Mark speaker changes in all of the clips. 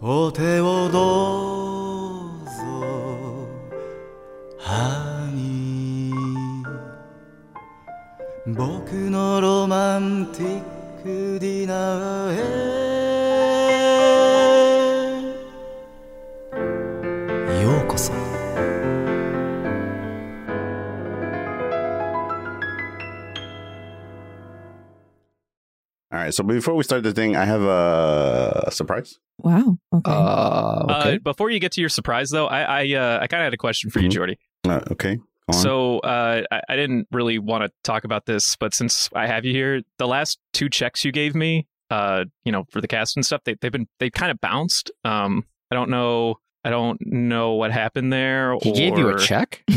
Speaker 1: お手をどうぞハニー僕のロマンティックディナーへようこそ
Speaker 2: All right. So before we start the thing, I have a surprise.
Speaker 3: Wow. Okay.
Speaker 4: Uh, okay. Mm-hmm.
Speaker 5: Uh, before you get to your surprise, though, I I, uh, I kind of had a question for you,
Speaker 2: Mhm.
Speaker 5: Jordy.
Speaker 2: Uh, okay. Go on.
Speaker 5: So uh, I, I didn't really want to talk about this, but since I have you here, the last two checks you gave me, uh, you know, for the cast and stuff, they, they've been they kind of bounced. Um, I don't know, I don't know what happened there.
Speaker 4: he gave you a
Speaker 5: or-
Speaker 4: check.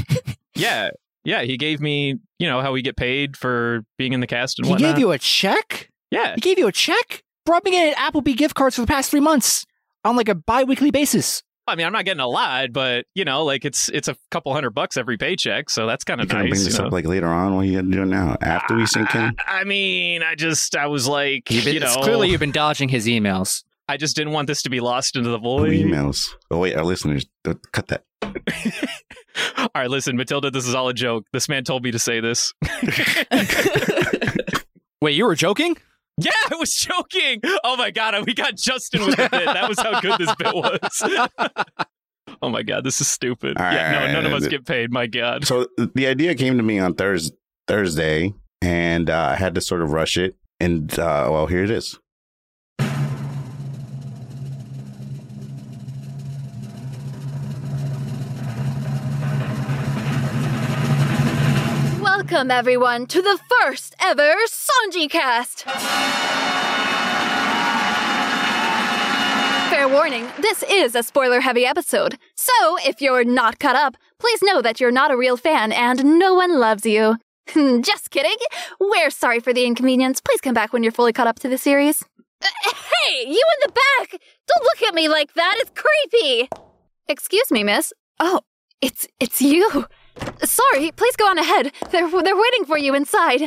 Speaker 5: Yeah, yeah, he gave me, you know, how we get paid for being in the cast and
Speaker 4: He
Speaker 5: whatnot.
Speaker 4: gave you a check.
Speaker 5: yeah,
Speaker 4: He gave you a check. Bro, I've been getting Applebee gift cards for the past three months on like a bi-weekly basis.
Speaker 5: I mean, I'm not getting a lot, but you know, like it's it's a couple hundred bucks every paycheck, so that's kind
Speaker 2: you
Speaker 5: of
Speaker 2: gonna
Speaker 5: nice. uh, Ah,
Speaker 2: bring
Speaker 5: you
Speaker 2: this
Speaker 5: know?
Speaker 2: up like later on. What are you gonna do now? After we sink in?
Speaker 5: I, I mean, I just I was like,
Speaker 4: You've been-
Speaker 5: you know,
Speaker 4: it's clearly you've been dodging his emails.
Speaker 5: I just didn't want this to be lost into the
Speaker 2: Ooh,
Speaker 5: void.
Speaker 2: Emails. Oh wait, our listeners, uh, cut that.
Speaker 5: all right, listen, Matilda, this is all a joke. This man told me to say this.
Speaker 4: Wait, you were joking?
Speaker 5: yeah, I was joking. Oh my god, we got Justin with the bit. That was how good this bit was. oh my god, this is stupid.
Speaker 2: All
Speaker 5: yeah,
Speaker 2: right.
Speaker 5: no, none of us get paid. My god.
Speaker 2: So the idea came to me on Thurs Thursday, and uh, I had to sort of rush it. And uh, well, here it is.
Speaker 6: Welcome, everyone, to the first ever Sanji cast! Fair warning, this is a spoiler heavy episode, so if you're not caught up, please know that you're not a real fan and no one loves you. Hmm, Just kidding! We're sorry for the inconvenience. Please come back when you're fully caught up to the series. Uh, hey, you in the back! Don't look at me like that, it's creepy! Excuse me, miss. Oh, it's it's you. Sorry, please go on ahead. They're they're waiting for you inside.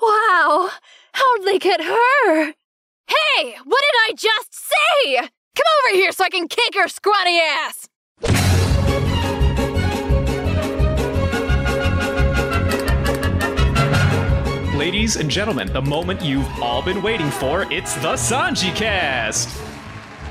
Speaker 6: Wow, how'd they get her? Hey, what did I just say? Come over here so I can kick her scrawny ass.
Speaker 5: Ladies and gentlemen, the moment you've all been waiting for, it's the Sanji Cast!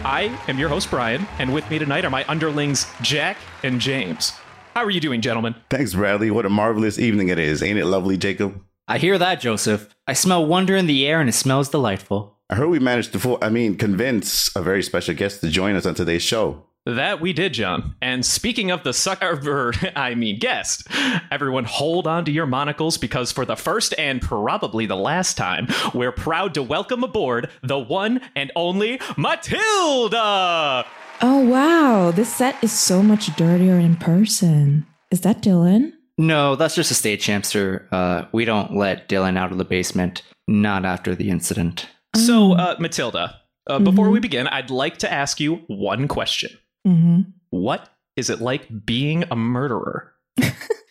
Speaker 5: I am your host, Brian, and with me tonight are my underlings, Jack and James. How are you doing, gentlemen?
Speaker 2: Thanks, Bradley. What a marvelous evening it is. Ain't it lovely, Jacob?
Speaker 4: I hear that, Joseph. I smell wonder in the air and it smells delightful.
Speaker 2: I heard we managed to, fool, I mean, convince a very special guest to join us on today's show.
Speaker 5: That we did, John. And speaking of the sucker, er, I mean guest, everyone hold on to your monocles because for the first and probably the last time, we're proud to welcome aboard the one and only Matilda!
Speaker 3: oh wow, this set is so much dirtier in person. Is that Dylan?
Speaker 4: No, that's just a stage hamster. Uh, we don't let Dylan out of the basement. Not after the incident.
Speaker 3: Oh.
Speaker 5: So, uh, Matilda, uh, before
Speaker 3: Mhm.
Speaker 5: we begin, I'd like to ask you one question.
Speaker 3: Mm-hmm.
Speaker 5: What is it like being a murderer?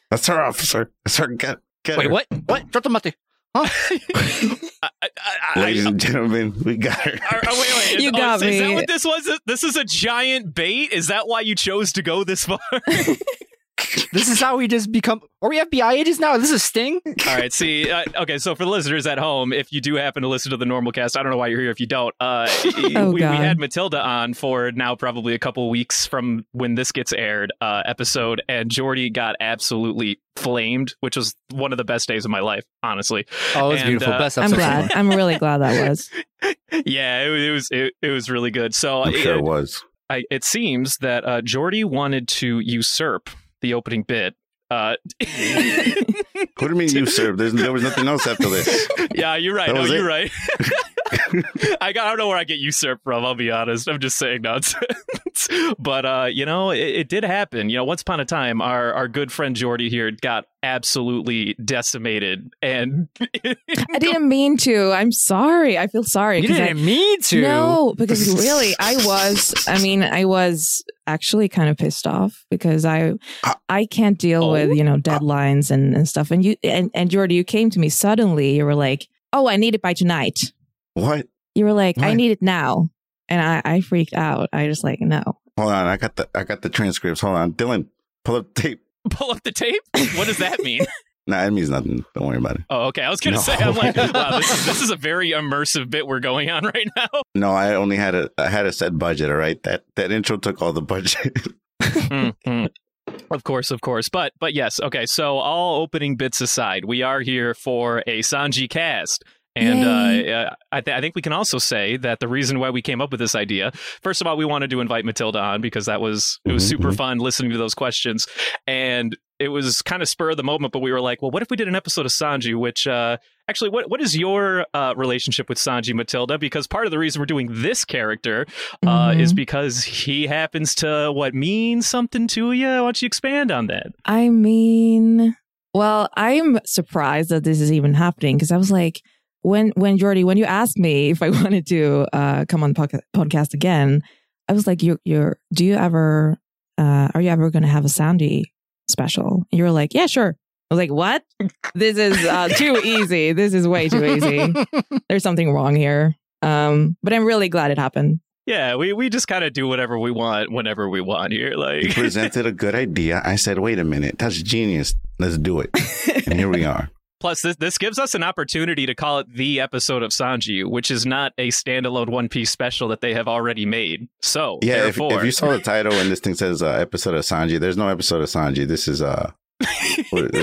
Speaker 2: That's her officer. That's her gut. Get her.
Speaker 4: what? What? Drop the mutty.
Speaker 5: I, I, I, uh
Speaker 2: Ladies and gentlemen, we got her.
Speaker 5: I- I- wait, wait.
Speaker 3: You
Speaker 5: Oh,
Speaker 3: got
Speaker 5: is, is that
Speaker 3: me.
Speaker 5: what this was? This is a giant bait? Is that why you chose to go this far?
Speaker 4: This is how we just become. Are we FBI agents now? Is this a sting?
Speaker 5: All right, see, uh, okay, so for the listeners at home, if you do happen to listen to the normal cast, I don't know why you're here if you don't. Uh,
Speaker 3: Oh,
Speaker 5: we, we
Speaker 3: God.
Speaker 5: had Matilda on for now probably a couple weeks from when this gets aired uh, episode, and Jordy got absolutely flamed, which was one of the best days of my life, honestly.
Speaker 4: Oh, it's
Speaker 5: And,
Speaker 4: beautiful.
Speaker 5: uh,
Speaker 4: Best
Speaker 3: I'm
Speaker 4: episode.
Speaker 3: glad. I'm really glad that was.
Speaker 5: Yeah, it, it was it, it was really good. So
Speaker 2: I'm sure
Speaker 5: it,
Speaker 2: it was.
Speaker 5: I, it seems that uh, Jordy wanted to usurp the opening bit. Uh,
Speaker 2: What do you mean you served? There's, there was nothing else after this.
Speaker 5: yeah, you're right.
Speaker 2: That
Speaker 5: No,
Speaker 2: was it.
Speaker 5: you're right. I got. I don't know where I get usurped from. I'll be honest. I'm just saying nonsense. but uh, you know, it, it did happen. You know, once upon a time, our our good friend Jordy here got absolutely decimated, and
Speaker 3: I didn't mean to. I'm sorry. I feel sorry.
Speaker 4: You
Speaker 3: 'cause I-
Speaker 4: didn't mean to.
Speaker 3: No, because really, I was. I mean, I was actually kind of pissed off because I,
Speaker 2: Uh,
Speaker 3: I can't deal
Speaker 5: oh,
Speaker 3: with you
Speaker 4: uh,
Speaker 3: know deadlines and and stuff. And you and and Jordy, you came to me suddenly. You were like, "Oh, I need it by tonight."
Speaker 2: What?
Speaker 3: You were like, "I
Speaker 2: What?
Speaker 3: need it now," and I, I freaked out. I just like no.
Speaker 2: Hold on, I got the I got the transcripts. Hold on, Dylan, pull up the tape.
Speaker 5: Pull up the tape? What does that mean?
Speaker 2: Nah, it means nothing. Don't worry about it.
Speaker 5: Oh, okay. I was going to
Speaker 2: No.
Speaker 5: say, I'm like, wow, this is, this is a very immersive bit we're going on right now.
Speaker 2: No, I only had a I had a set budget. All right, that that intro took all the budget.
Speaker 5: Mm, mm. Of course, of course. But but yes, okay. So all opening bits aside, we are here for a Sanji cast. And
Speaker 3: Yay.
Speaker 5: uh, uh, I, th- I think we can also say that the reason why we came up with this idea, first of all, we wanted to invite Matilda on because that was it was
Speaker 2: Mhm,
Speaker 5: super fun listening to those questions, and it was kind of spur of the moment. But we were like, well, what if we did an episode of Sanji? Which uh, actually, what what is your uh, relationship with Sanji, Matilda? Because part of the reason we're doing this character uh,
Speaker 3: Mhm.
Speaker 5: is because he happens to what means something to you. Why don't you expand on that?
Speaker 3: I mean, well, I'm surprised that this is even happening because I was like, when when Jordy, when you asked me if I wanted to uh, come on podca- podcast again, I was like, you you're do you ever uh, are you ever going to have a Soundy special? And you were like, yeah, sure. I was like, what? This is uh, too easy. This is way too easy. There's something wrong here. Um, but I'm really glad it happened.
Speaker 5: yeah, we we just kind of do whatever we want whenever we want here.
Speaker 2: You
Speaker 5: Like,
Speaker 2: presented a good idea. I said, wait a minute, that's genius. Let's do it. And here we are.
Speaker 5: plus this this gives us an opportunity to call it the episode of Sanji, which is not a standalone One Piece special that they have already made. So
Speaker 2: Yeah, if,
Speaker 5: therefore,
Speaker 2: if you saw the title and this thing says uh, episode of Sanji, there's no episode of Sanji. This is uh,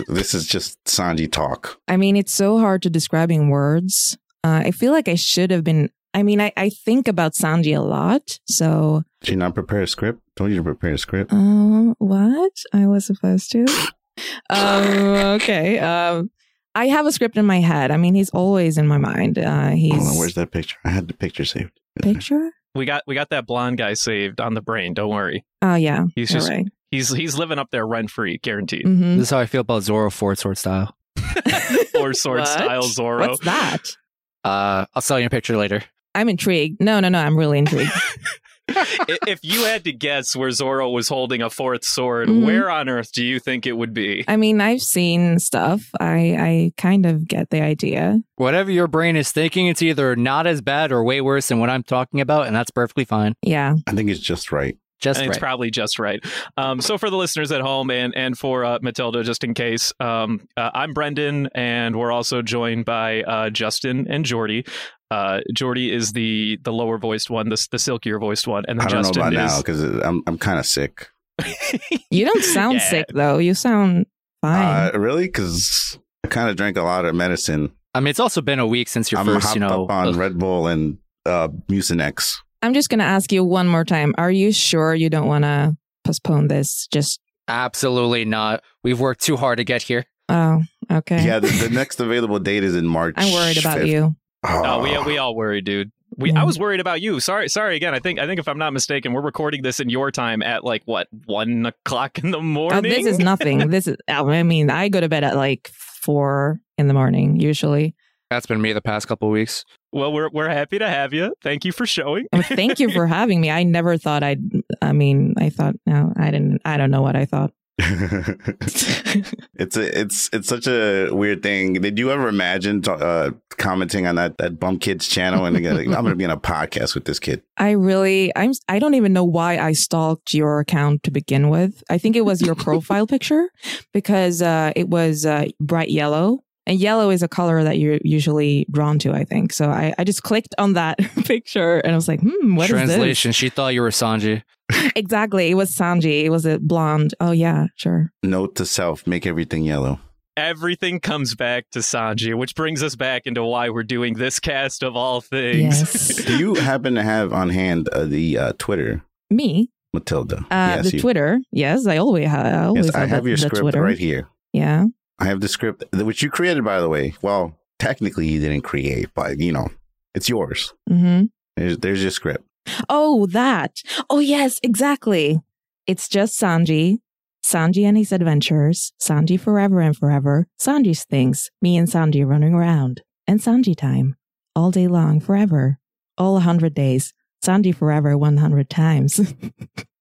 Speaker 2: this is just Sanji talk.
Speaker 3: I mean, it's so hard to describe in words. Uh, I feel like I should have been. I mean, I, I think about Sanji a lot. So,
Speaker 2: Did you not prepare a script? Told you to prepare a script.
Speaker 3: um, what I was supposed to? um, okay. Um, I have a script in my head. I mean, he's always in my mind. Uh,
Speaker 2: Hold on,
Speaker 3: he's
Speaker 2: where's that picture? I had the picture saved.
Speaker 3: picture.
Speaker 5: we got we got that blonde guy saved on the brain. Don't worry,
Speaker 3: Oh yeah,
Speaker 5: he's
Speaker 3: you're
Speaker 5: just
Speaker 3: right.
Speaker 5: he's he's living up there rent free, guaranteed.
Speaker 3: Mhm.
Speaker 4: This is how I feel about Zoro Ford Sword style.
Speaker 5: or sword
Speaker 3: What?
Speaker 5: style Zoro.
Speaker 3: Mm-hmm. What's that?
Speaker 4: Uh, I'll sell you a picture later.
Speaker 3: I'm intrigued. No, no, no. I'm really intrigued.
Speaker 5: I- if you had to guess where Zoro was holding a fourth sword,
Speaker 3: Mhm.
Speaker 5: where on earth do you think it would be?
Speaker 3: I mean, I've seen stuff. I I kind of get the idea.
Speaker 4: Whatever your brain is thinking, it's either not as bad or way worse than what I'm talking about, and that's perfectly fine.
Speaker 3: Yeah.
Speaker 2: I think it's just right.
Speaker 4: Just
Speaker 5: and
Speaker 4: right.
Speaker 5: it's probably just right. Um, so for the listeners at home and and for uh, Matilda, just in case, um, uh, I'm Brendan, and we're also joined by uh, Justin and Jordy. Uh, Jordy is the the lower voiced one, the s- the silkier voiced one, and then
Speaker 2: I don't
Speaker 5: Justin
Speaker 2: know about now
Speaker 5: is.
Speaker 2: because I'm I'm kind of sick.
Speaker 3: You don't sound
Speaker 5: Yeah.
Speaker 3: sick though. You sound fine.
Speaker 2: Uh, really? Because I kind of drank a lot of medicine.
Speaker 4: I mean, it's also been a week since your
Speaker 2: I'm
Speaker 4: first,
Speaker 2: hopped
Speaker 4: you know.
Speaker 2: up on
Speaker 4: ugh.
Speaker 2: Red Bull and uh, Mucinex.
Speaker 3: I'm just going to ask you one more time. Are you sure you don't want to postpone this? Just,
Speaker 4: Absolutely not. We've worked too hard to get here.
Speaker 3: oh, okay.
Speaker 2: Yeah, the, the next available date is in March.
Speaker 3: I'm worried about
Speaker 2: 5th.
Speaker 3: you.
Speaker 2: Oh,
Speaker 5: No, we we all worry, dude. We,
Speaker 3: Yeah.
Speaker 5: I was worried about you. Sorry, sorry again. I think I think if I'm not mistaken, we're recording this in your time at like what one o'clock in the morning.
Speaker 3: Oh, this is nothing. this is, oh, I mean, I go to bed at like four in the morning usually.
Speaker 4: That's been me the past couple weeks.
Speaker 5: Well, we're we're happy to have you. Thank you for showing.
Speaker 3: I mean, Oh, thank you for having me. I never thought I'd, I mean, I thought, no, I didn't, I don't know what I thought.
Speaker 2: it's a, it's it's such a weird thing. Did you ever imagine uh, commenting on that that bum kid's channel and they're like, I'm going to be on a podcast with this kid?
Speaker 3: I really, I'm, I don't even know why I stalked your account to begin with. I think it was your profile picture because uh, it was uh, bright yellow. And yellow is a color that you're usually drawn to, I think. So I, I just clicked on that picture and I was like, hmm, what is
Speaker 4: Translation: She thought you were Sanji.
Speaker 3: this? Exactly. It was Sanji. It was a blonde. Oh, yeah, sure.
Speaker 2: Note to self: make everything yellow.
Speaker 5: Everything comes back to Sanji, which brings us back into why we're doing this cast of all things.
Speaker 3: Yes.
Speaker 2: Do you happen to have on hand uh, the uh, Twitter,
Speaker 3: Me,
Speaker 2: Matilda?
Speaker 3: uh, the
Speaker 2: you-
Speaker 3: Twitter. Yes, I always have. I, always
Speaker 2: Yes, I
Speaker 3: have
Speaker 2: have
Speaker 3: the-
Speaker 2: your
Speaker 3: the
Speaker 2: script
Speaker 3: Twitter.
Speaker 2: right here.
Speaker 3: Yeah.
Speaker 2: I have the script which you created, by the way. Well, technically you didn't create, but you know, it's yours.
Speaker 3: hmm
Speaker 2: There's there's your script.
Speaker 3: Oh, that. Oh, yes, exactly. It's just Sanji, Sanji and his adventures, Sanji forever and forever, Sanji's things, me and Sanji running around, and Sanji time, all day long, forever, all 100 days, Sanji forever 100 times.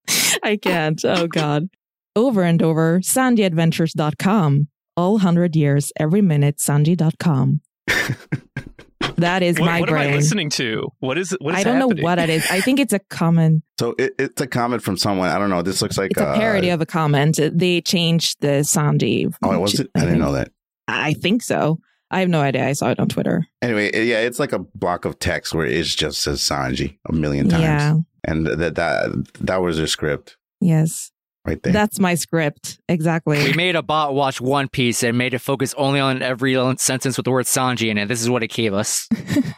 Speaker 3: I can't. Oh, God. Over and over, sanjiadventures.com. All 100 years, every minute, sanji.com. That is
Speaker 5: what,
Speaker 3: my
Speaker 5: what am I
Speaker 3: brain.
Speaker 5: listening to? What is what is
Speaker 3: I don't
Speaker 5: happening?
Speaker 3: know what it is. I think it's a comment.
Speaker 2: So it, it's a comment from someone. I don't know. This looks like
Speaker 3: It's a parody of a comment. They changed the Sandy.
Speaker 2: Uh, oh, was it? I didn't know that.
Speaker 3: I think so. I have no idea. I saw it on Twitter.
Speaker 2: Anyway, it- yeah, it's like a block of text where it just says Sanji a million times,
Speaker 3: Yeah.
Speaker 2: and that that that was their script
Speaker 3: Yes.
Speaker 2: right there.
Speaker 3: That's my script.
Speaker 7: We
Speaker 3: Exactly.
Speaker 7: made a bot watch One Piece and made it focus only on every sentence with the word Sanji in it. This is what it gave us.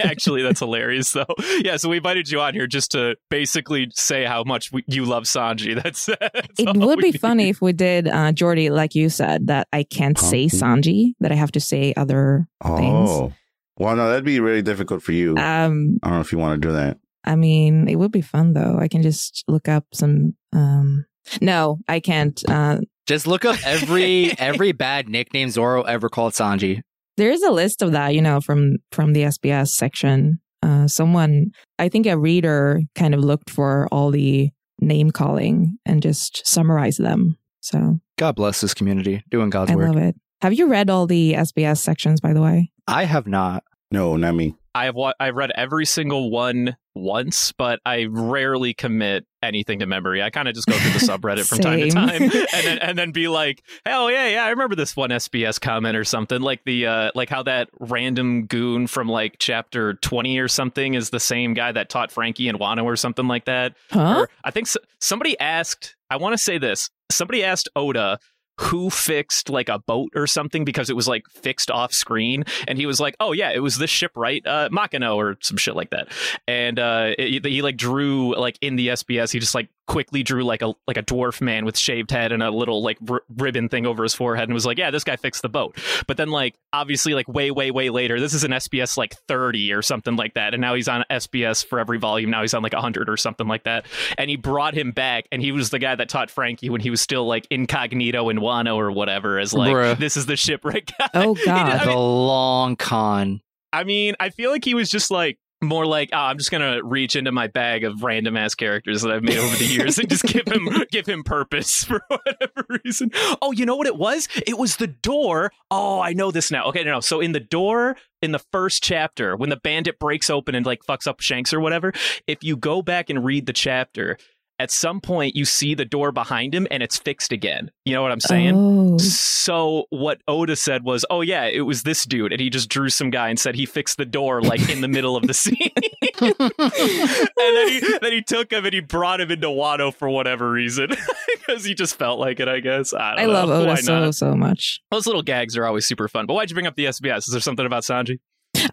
Speaker 5: Actually, that's hilarious, though. Yeah, so we invited you on here just to basically say how much we, you love Sanji. That's, that's
Speaker 3: It
Speaker 5: all
Speaker 3: would
Speaker 5: we
Speaker 3: be funny if we did, uh, Jordy, like you said, that I can't say Sanji, that I have to say other.
Speaker 2: oh, well, no, that'd be really difficult for you.
Speaker 3: Um,
Speaker 2: I don't know if you want to do that.
Speaker 3: I mean, it would be fun though. I can just look up some. Um, no, I can't. Uh,
Speaker 7: Just look up every every bad nickname Zoro ever called Sanji.
Speaker 3: there is a list of that, you know, from from the SBS section. Uh, someone, I think a reader, kind of looked for all the name calling and just summarized them. So
Speaker 7: God bless this community doing God's
Speaker 3: I
Speaker 7: work.
Speaker 3: love it. Have you read all the SBS sections, by the way?
Speaker 7: I have not.
Speaker 2: No, not me.
Speaker 5: I have wa- I've read every single one once, but I rarely commit anything to memory. I kind of just go through the subreddit from time to
Speaker 3: Same.
Speaker 5: time, and then and then be like, "Oh yeah, yeah, I remember this one SBS comment or something." Like the uh, like how that random goon from like chapter twenty or something is the same guy that taught Frankie and Wano or something like that.
Speaker 3: Huh?
Speaker 5: Or I think s somebody asked. I want to say this. Somebody asked Oda who fixed like a boat or something because it was like fixed off screen, and he was like, "Oh yeah, it was this shipwright uh, Makino or some shit like that." And uh, it- he like drew like in the SBS, he just like quickly drew like a like a dwarf man with shaved head and a little like r- ribbon thing over his forehead, and was like, "Yeah, this guy fixed the boat." But then like obviously like way way way later, this is an SBS like thirty or something like that, and now he's on SBS for every volume. Now he's on like hundred or something like that, and he brought him back, and he was the guy that taught Frankie when he was still like incognito in Wano or whatever. As like
Speaker 7: Bruh.
Speaker 5: this is the shipwreght guy.
Speaker 3: Oh
Speaker 5: I
Speaker 7: The
Speaker 3: God!
Speaker 5: mean-
Speaker 7: long con.
Speaker 5: I mean, I feel like he was just like more like, oh, I'm just gonna reach into my bag of random ass characters that I've made over the years and just give him give him purpose for whatever reason. Oh, you know what it was? It was the door. Oh, I know this now. Okay, no, no. So in the door in the first chapter, when the bandit breaks open and like fucks up Shanks or whatever, if you go back and read the chapter, at some point you see the door behind him and it's fixed again. You know what I'm saying?
Speaker 3: Oh.
Speaker 5: So what Oda said was, "Oh yeah, it was this dude," and he just drew some guy and said he fixed the door like in the middle of the scene. and then he then he took him and he brought him into Wano for whatever reason because he just felt like it. I guess I, don't
Speaker 3: I
Speaker 5: know.
Speaker 3: love
Speaker 5: Why
Speaker 3: Oda
Speaker 5: not?
Speaker 3: so so much.
Speaker 5: Those little gags are always super fun. But why'd you bring up the SBS? Is there something about Sanji?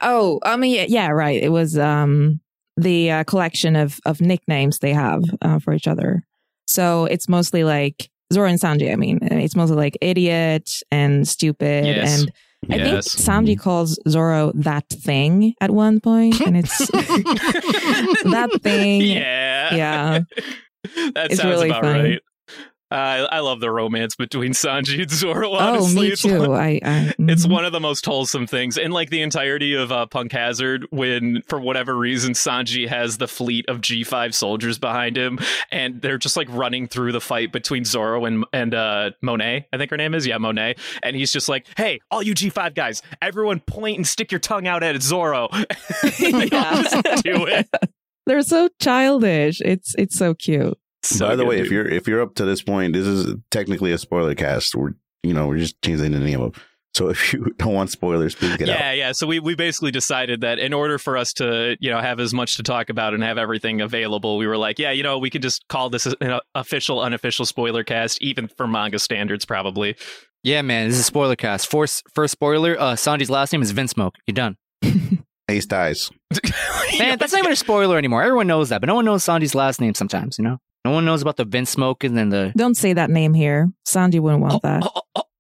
Speaker 3: Oh, I mean, yeah, yeah, right. It was um the uh, collection of of nicknames they have uh, for each other. So it's mostly like Zoro and Sanji. I mean, Uh, it's mostly like idiot and stupid,
Speaker 5: Yes. Mm-hmm.
Speaker 3: and I think Sanji calls Zoro that thing at one point, and it's that thing.
Speaker 5: Yeah.
Speaker 3: Yeah.
Speaker 5: that
Speaker 3: It's
Speaker 5: sounds
Speaker 3: really
Speaker 5: about
Speaker 3: fun.
Speaker 5: right. I I love the romance between Sanji and Zoro.
Speaker 3: oh, me
Speaker 5: Honestly, it's one-
Speaker 3: too. I, I
Speaker 5: It's
Speaker 3: mhm.
Speaker 5: one of the most wholesome things. In like the entirety of uh, Punk Hazard, when for whatever reason Sanji has the fleet of G5 soldiers behind him, and they're just like running through the fight between Zoro and and uh, Monet, I think her name is. Yeah, Monet. And he's just like, "Hey, all you G5 guys, everyone point and stick your tongue out at Zoro." they all
Speaker 3: mm-hmm. Yeah.
Speaker 5: just do it.
Speaker 3: They're so childish. It's it's so cute.
Speaker 5: So
Speaker 2: By the
Speaker 5: good,
Speaker 2: way, if
Speaker 5: dude.
Speaker 2: you're if you're up to this point, this is technically a spoiler cast. We're you know we're just changing the name of. So if you don't want spoilers, please get out.
Speaker 5: yeah, yeah. So we, we basically decided that in order for us to, you know, have as much to talk about and have everything available, we were like, yeah, you know, we could just call this an official, unofficial spoiler cast, even for manga standards, probably.
Speaker 7: Yeah, man, this is spoiler cast. First, first spoiler. Uh, Sanji's last name is Vinsmoke. You're done.
Speaker 2: Ace dies.
Speaker 7: Man, that's not even a spoiler anymore. Everyone knows that, but no one knows Sanji's last name. Sometimes, you know, no one knows about the Vinsmoke and then the.
Speaker 3: Don't say that name here. Sanji wouldn't want that.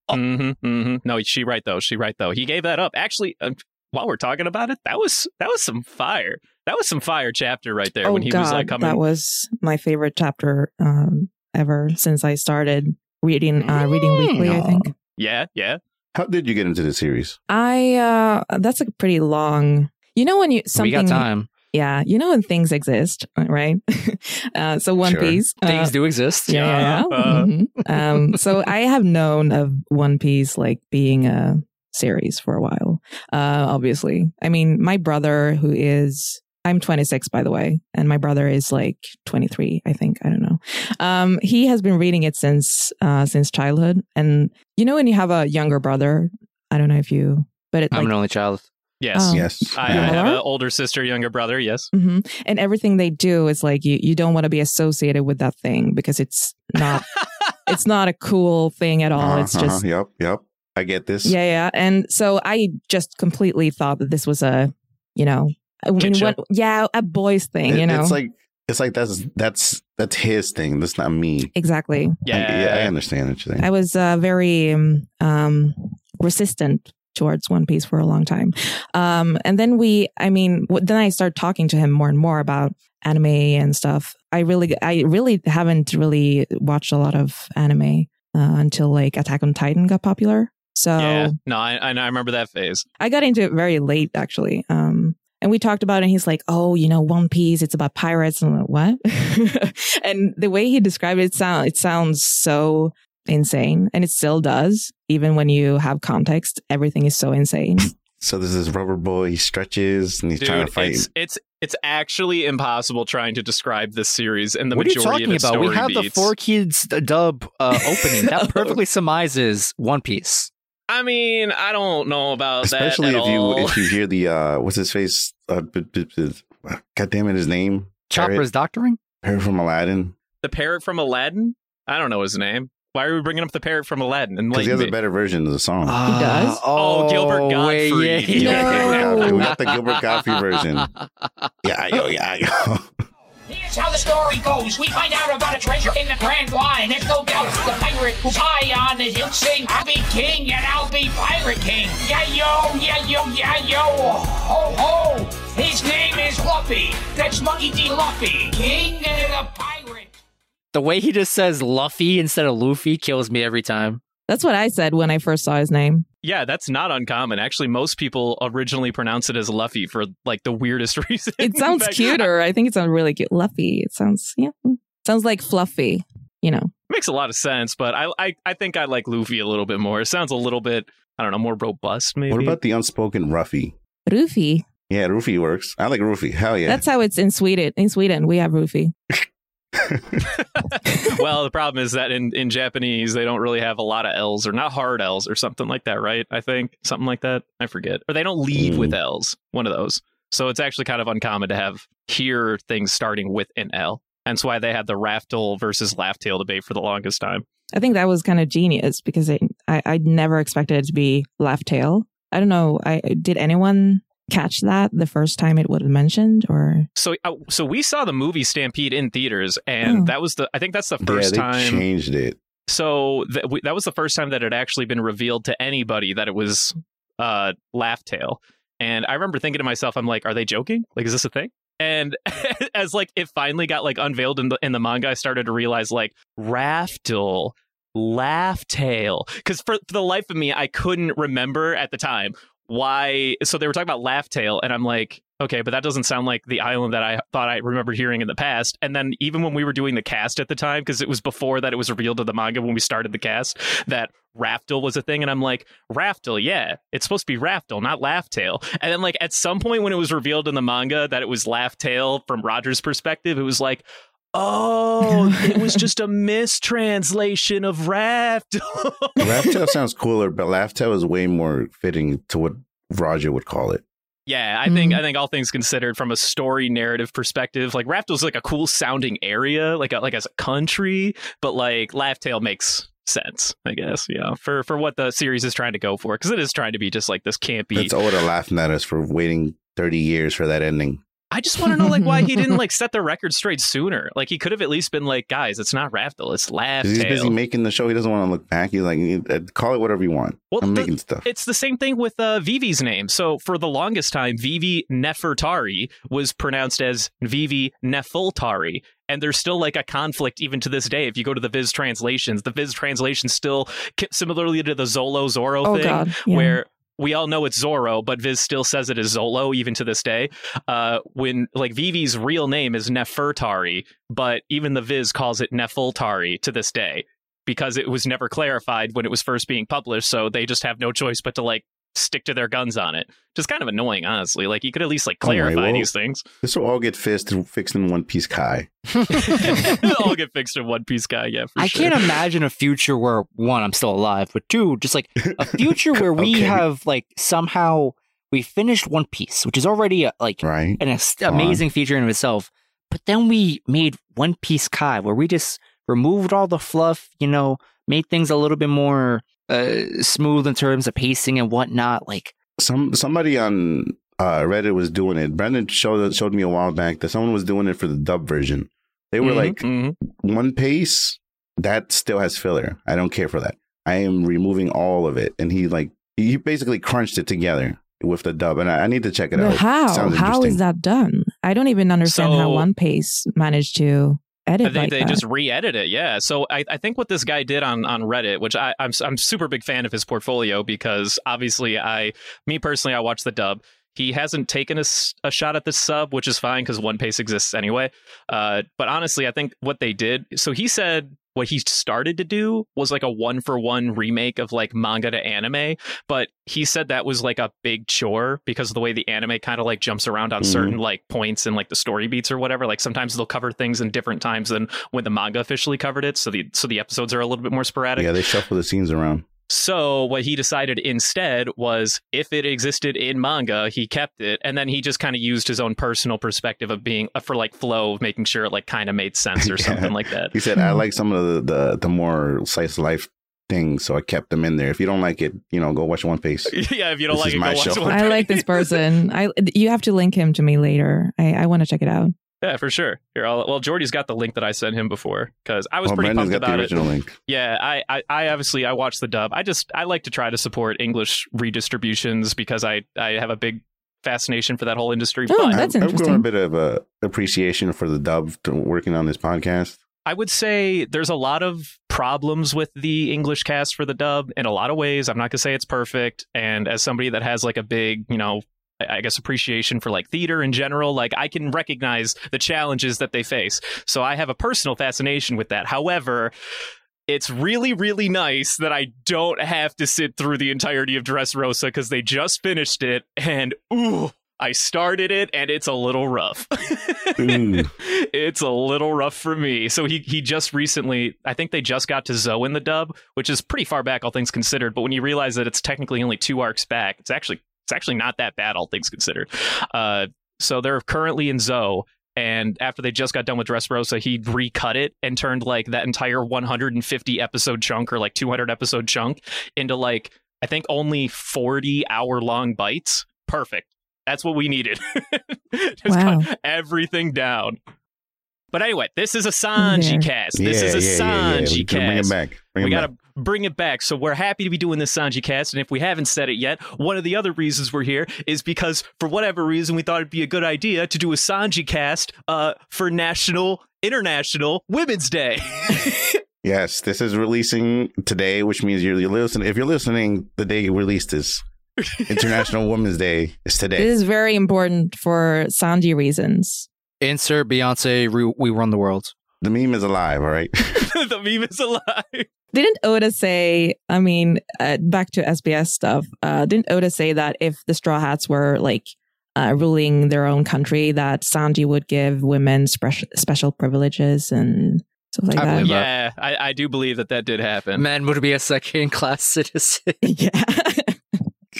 Speaker 5: hmm hmm No, she right though. She right though. He gave that up. Actually, uh, while we're talking about it, that was that was some fire. That was some fire chapter right there
Speaker 3: oh
Speaker 5: when he
Speaker 3: God,
Speaker 5: was uh, coming.
Speaker 3: that was my favorite chapter um, ever since I started reading uh, reading weekly. I think
Speaker 5: yeah, yeah.
Speaker 2: How did you get into the series?
Speaker 3: I uh, that's a pretty long. You know when you something
Speaker 7: we got time.
Speaker 3: yeah you know when things exist right uh, so One
Speaker 2: Sure.
Speaker 3: Piece uh,
Speaker 7: Things do exist.
Speaker 3: yeah, Mm-hmm. yeah, yeah. Mhm.
Speaker 5: Uh.
Speaker 3: um, so I have known of One Piece like being a series for a while. Uh, obviously, I mean, my brother who is I'm 26 by the way, and my brother is like 23, I think. I don't know. Um, he has been reading it since uh, since childhood, and you know when you have a younger brother, I don't know if you, but it,
Speaker 7: I'm
Speaker 3: like,
Speaker 7: an only child.
Speaker 5: Yes.
Speaker 3: Um,
Speaker 2: yes.
Speaker 5: I, I
Speaker 3: You
Speaker 5: have
Speaker 3: are?
Speaker 5: an older sister, younger brother. Yes.
Speaker 3: hmm And everything they do is like you you don't want to be associated with that thing because it's not it's not a cool thing at all.
Speaker 2: Uh-huh,
Speaker 3: it's
Speaker 2: uh-huh,
Speaker 3: just
Speaker 2: Yep. Yep. I get this.
Speaker 3: yeah, yeah. And so I just completely thought that this was a you know I mean,
Speaker 5: Kid show.
Speaker 3: what- yeah a boys thing.
Speaker 2: It-
Speaker 3: you know
Speaker 2: It's like it's like that's that's that's his thing. That's not me.
Speaker 3: exactly.
Speaker 5: Yeah.
Speaker 2: I, yeah, I understand what you're saying.
Speaker 3: I was uh, very um, um, resistant towards One Piece for a long time. Um, and then we, I mean, w- then I started talking to him more and more about anime and stuff. I really, I really haven't really watched a lot of anime uh, until like Attack on Titan got popular. So
Speaker 5: Yeah. No, I, I I remember that phase.
Speaker 3: I got into it very late, actually. Um, and we talked about it, and he's like, "Oh, you know, One Piece. It's about pirates." And I'm like, "What?" and the way he described it, sound it sounds so insane, and it still does, even when you have context. Everything is so insane.
Speaker 2: so there's this rubber boy. He stretches and he's
Speaker 5: Dude,
Speaker 2: trying to fight.
Speaker 5: it's it's it's actually impossible trying to describe this series and the
Speaker 7: what are you
Speaker 5: majority
Speaker 7: talking
Speaker 5: of its
Speaker 7: about?
Speaker 5: story
Speaker 7: We have the
Speaker 5: beats.
Speaker 7: four kids dub uh, opening
Speaker 3: No.
Speaker 7: that perfectly surmises One Piece.
Speaker 5: I mean, I don't know about
Speaker 2: Especially
Speaker 5: that
Speaker 2: if
Speaker 5: at
Speaker 2: you
Speaker 5: all.
Speaker 2: if you hear the uh what's his face? Uh, b- b- b- God damn it, his name.
Speaker 7: Chopper's doctoring.
Speaker 2: Parrot from Aladdin.
Speaker 5: the parrot from Aladdin. I don't know his name. Why are we bringing up the parrot from Aladdin? And
Speaker 2: Because
Speaker 5: like,
Speaker 2: he has a better version of the song.
Speaker 7: Ah,
Speaker 3: does?
Speaker 5: Oh, Gilbert
Speaker 7: wait, yeah,
Speaker 5: Gottfried.
Speaker 2: Gilbert
Speaker 7: yeah.
Speaker 2: Gottfried. We got the Gilbert Gottfried version. yeah, yo, yeah, yo.
Speaker 8: Here's how the story goes. We find out about a treasure in the Grand Line. There's no doubt the pirate who's high on is he'll sing, I'll be king and I'll be pirate king. Yeah, yo, yeah, yo, yeah, yo, ho, ho. His name is Luffy. That's Monkey D. Luffy, king and a pirate.
Speaker 7: The way he just says Luffy instead of Luffy kills me every time.
Speaker 3: That's what I said when I first saw his name.
Speaker 5: yeah, that's not uncommon. Actually, most people originally pronounce it as Luffy for like the weirdest reason.
Speaker 3: It sounds
Speaker 5: Like,
Speaker 3: cuter. I think it sounds really cute. Luffy. It sounds yeah, sounds like fluffy. You know.
Speaker 5: Makes a lot of sense, but I, I I think I like Luffy a little bit more. It sounds a little bit I don't know more robust maybe.
Speaker 2: What about the unspoken Ruffy?
Speaker 3: Rufi.
Speaker 2: Yeah, Ruffy works. I like Ruffy. Hell yeah.
Speaker 3: That's how it's in Sweden. In Sweden, we have Rufi.
Speaker 5: well, the problem is that in, in Japanese, they don't really have a lot of L's or not hard L's or something like that, right? I think something like that. I forget. Or they don't lead
Speaker 2: Mm.
Speaker 5: with L's, one of those. So it's actually kind of uncommon to have here things starting with an L. Hence why they had the raftel versus Laftail debate for the longest time.
Speaker 3: I think that was kind of genius because it, I I never expected it to be left tail. I don't know. I did anyone catch that the first time it was mentioned or
Speaker 5: So uh, so we saw the movie Stampede in theaters, and
Speaker 3: Oh.
Speaker 5: that was the I think that's the
Speaker 2: Hmm. yeah,
Speaker 5: first
Speaker 2: they
Speaker 5: time.
Speaker 2: changed it.
Speaker 5: So th- we, that was the first time that it had actually been revealed to anybody that it was uh, Laughtail. And I remember thinking to myself, I'm like, are they joking? Like, is this a thing? And as like it finally got like unveiled in the in the manga, I started to realize like Raftel, Laughtail, because for, for the life of me, I couldn't remember at the time why. So they were talking about Laughtail, and I'm like, okay, but that doesn't sound like the island that I thought I remembered hearing in the past. And then even when we were doing the cast at the time, because it was before that it was revealed to the manga when we started the cast that Raftel was a thing, and I'm like, Raftel, yeah, it's supposed to be Raftel, not Laughtail. And then like at some point when it was revealed in the manga that it was Laughtail from Roger's perspective, it was like. Oh, it was just a mistranslation of Raftel.
Speaker 2: Raftel sounds cooler, but Laftel is way more fitting to what Roger would call it.
Speaker 5: Yeah, I think
Speaker 3: Mhm.
Speaker 2: Mm-hmm.
Speaker 5: I think all things considered, from a story narrative perspective, like Raftel's like a cool sounding area, like a, like as a country, but like Laughtail makes sense, I guess. You know, for for what the series is trying to go for, because it is trying to be just like this campy.
Speaker 2: That's Oda laughing at us for waiting 30 years for that ending.
Speaker 5: I just want to know like why he didn't like set the record straight sooner. Like he could have at least been like, guys, it's not Raftel, it's
Speaker 2: 'Cause he's busy
Speaker 5: Laughtail.
Speaker 2: making the show. He doesn't want to look back. He's like, "Eh, call it whatever you want.
Speaker 5: Well,
Speaker 2: I'm
Speaker 5: the-
Speaker 2: making stuff.
Speaker 5: it's the same thing with uh, Vivi's name. So for the longest time, Vivi Nefertari was pronounced as Vivi Nefeltari. And there's still like a conflict even to this day. If you go to the Viz translations, the Viz translations still, ki- similarly to the Zolo Zoro
Speaker 3: oh
Speaker 5: thing,
Speaker 3: god yeah.
Speaker 5: where we all know it's Zorro, but Viz still says it as Zolo even to this day. Uh, when like Vivi's real name is Nefertari, but even the Viz calls it Nefeltari to this day because it was never clarified when it was first being published. So they just have no choice but to like stick to their guns on it. Just kind of annoying, honestly. Like you could at least like
Speaker 2: Don't worry,
Speaker 5: clarify
Speaker 2: Oh we'll-
Speaker 5: these things.
Speaker 2: This will all get fixed fixed in one piece, Kai.
Speaker 5: It'll all get fixed in One Piece guy. Yeah, for
Speaker 7: I
Speaker 5: sure.
Speaker 7: can't imagine a future where one, I'm still alive, but two, just like a future where we
Speaker 2: Okay.
Speaker 7: have like somehow we finished One Piece, which is already a, like
Speaker 2: Right?
Speaker 7: an ex- amazing feature in itself. But then we made One Piece Kai, where we just removed all the fluff, you know, made things a little bit more uh, smooth in terms of pacing and whatnot. Like,
Speaker 2: Some somebody on uh, Reddit was doing it. Brendan showed showed me a while back that someone was doing it for the dub version. They were
Speaker 7: Mhm.
Speaker 2: like,
Speaker 5: Mhm.
Speaker 2: one piece that still has filler. I don't care for that. I am removing all of it, and he like he basically crunched it together with the dub, and I, I need to check it
Speaker 3: But
Speaker 2: out.
Speaker 3: how?
Speaker 2: Sounds
Speaker 3: How
Speaker 2: interesting.
Speaker 3: is that done? I don't even understand how
Speaker 5: So-
Speaker 3: One Piece managed to edit
Speaker 5: I think
Speaker 3: like
Speaker 5: they
Speaker 3: that.
Speaker 5: just re-edit it, yeah. So I, I think what this guy did on, on Reddit, which I, I'm I'm super big fan of his portfolio because obviously I, me personally, I watch the dub. He hasn't taken a, s- a shot at the sub, which is fine because One Piece exists anyway. Uh, but honestly, I think what they did. So he said what he started to do was like a one for one remake of like manga to anime, but he said that was like a big chore because of the way the anime kind of like jumps around on
Speaker 2: Mhm.
Speaker 5: certain like points and like the story beats or whatever. Like sometimes they'll cover things in different times than when the manga officially covered it, so the so the episodes are a little bit more sporadic.
Speaker 2: Yeah, they shuffle the scenes around.
Speaker 5: So what he decided instead was if it existed in manga, he kept it, and then he just kind of used his own personal perspective of being uh, for like flow, of making sure it like kind of made sense or
Speaker 2: Yeah.
Speaker 5: something like that.
Speaker 2: He said, "I like some of the the, the more slice of life things, so I kept them in there. If you don't like it, you know, go watch One Piece."
Speaker 5: yeah, if you don't
Speaker 2: This is
Speaker 5: like it, go
Speaker 2: my
Speaker 5: watch
Speaker 2: show.
Speaker 5: One
Speaker 3: I like this
Speaker 5: Piece.
Speaker 3: person. I you have to link him to me later. I, I want to check it out.
Speaker 5: yeah, for sure. Here, I'll, well, Jordy's got the link that I sent him before because I was
Speaker 2: Well,
Speaker 5: pretty
Speaker 2: Brendan's
Speaker 5: pumped
Speaker 2: Oh, got the
Speaker 5: about it.
Speaker 2: original link.
Speaker 5: Yeah, I, I, I obviously I watched the dub. I just I like to try to support English redistributions because I I have a big fascination for that whole industry.
Speaker 3: Oh,
Speaker 5: but
Speaker 3: That's
Speaker 2: I've- I've grown a
Speaker 3: interesting.
Speaker 2: bit of a appreciation for the dub to working on this podcast.
Speaker 5: I would say there's a lot of problems with the English cast for the dub in a lot of ways. I'm not going to say it's perfect. And as somebody that has like a big, you know, I I guess appreciation for like theater in general, like I can recognize the challenges that they face. So I have a personal fascination with that. However, it's really, really nice that I don't have to sit through the entirety of Dressrosa because they just finished it and ooh, I started it and it's a little rough.
Speaker 2: Ooh.
Speaker 5: it's a little rough for me. So he he just recently, I think they just got to Zoe in the dub, which is pretty far back, all things considered. But when you realize that it's technically only two arcs back, it's actually it's actually not that bad, all things considered. Uh, so they're currently in Zoe. And after they just got done with Dressrosa, he recut it and turned like that entire 150 episode chunk or like 200 episode chunk into like I think only 40 hour long bites. Perfect. That's what we needed. Just
Speaker 3: Wow.
Speaker 5: cut everything down. But anyway, this is a Sanji
Speaker 3: there.
Speaker 5: cast. This
Speaker 2: Yeah,
Speaker 5: is a
Speaker 2: yeah, yeah, yeah.
Speaker 5: Sanji
Speaker 2: We can
Speaker 5: cast.
Speaker 2: Bring it back. Bring it
Speaker 5: we
Speaker 2: back.
Speaker 5: got to bring it back. So we're happy to be doing this Sanji cast. And if we haven't said it yet, one of the other reasons we're here is because for whatever reason, we thought it'd be a good idea to do a Sanji cast uh, for National International Women's Day.
Speaker 2: Yes, this is releasing today, which means you're, you're listening. If you're listening, the day you release this, International Women's Day is today.
Speaker 3: This is very important for Sandy reasons.
Speaker 7: insert Beyonce, re- we run the world.
Speaker 2: the meme is alive. All right,
Speaker 5: the meme is alive.
Speaker 3: Didn't Oda say? I mean, uh, back to SBS stuff. Uh, didn't Oda say that if the Straw Hats were like uh, ruling their own country, that Sandy would give women spre- special privileges and stuff like
Speaker 7: I
Speaker 3: that?
Speaker 7: believe
Speaker 5: Yeah, I, I do believe that that did happen.
Speaker 7: Men would be a second class citizen.
Speaker 3: yeah.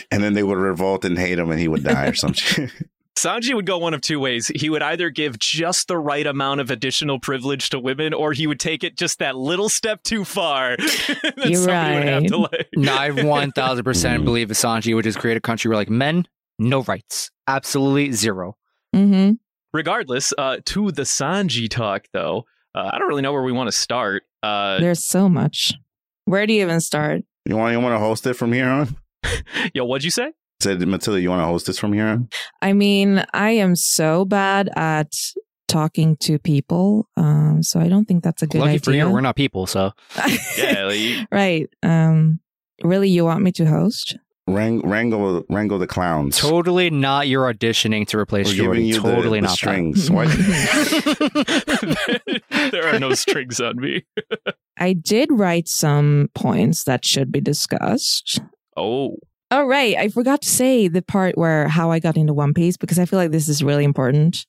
Speaker 2: and then they would revolt and hate him, and he would die or some shit.
Speaker 5: Sanji would go one of two ways. He would either give just the right amount of additional privilege to women, or he would take it just that little step too far. that
Speaker 3: You're
Speaker 5: somebody would have
Speaker 3: right.
Speaker 5: to like-
Speaker 7: no, I 1000%
Speaker 2: Mhm.
Speaker 7: believe that Sanji would just create a country where, like, men, no rights. Absolutely zero.
Speaker 3: hmm
Speaker 5: Regardless, uh, to the Sanji talk, though, uh, I don't really know where we want to start. Uh,
Speaker 3: There's so much. Where do you even start?
Speaker 2: You want you want to host it from here on?
Speaker 5: yo, what'd you say?
Speaker 2: Said Matilda, you want to host this from here on?
Speaker 3: I mean, I am so bad at talking to people, um, so I don't think that's a good
Speaker 7: Lucky
Speaker 3: idea.
Speaker 7: for you, we're not people, so.
Speaker 5: Yeah, like, you-
Speaker 3: right. Um, really, you want me to host?
Speaker 2: Wrang, wrangle, wrangle the clowns.
Speaker 7: Totally not your auditioning to replace
Speaker 2: We're giving
Speaker 7: Jordy.
Speaker 2: you
Speaker 7: Totally
Speaker 2: the, the
Speaker 7: not that.
Speaker 2: strings. Why-
Speaker 5: there are no strings on me.
Speaker 3: I did write some points that should be discussed.
Speaker 5: Oh,
Speaker 3: All right. I forgot to say the part where how I got into One Piece because I feel like this is really important.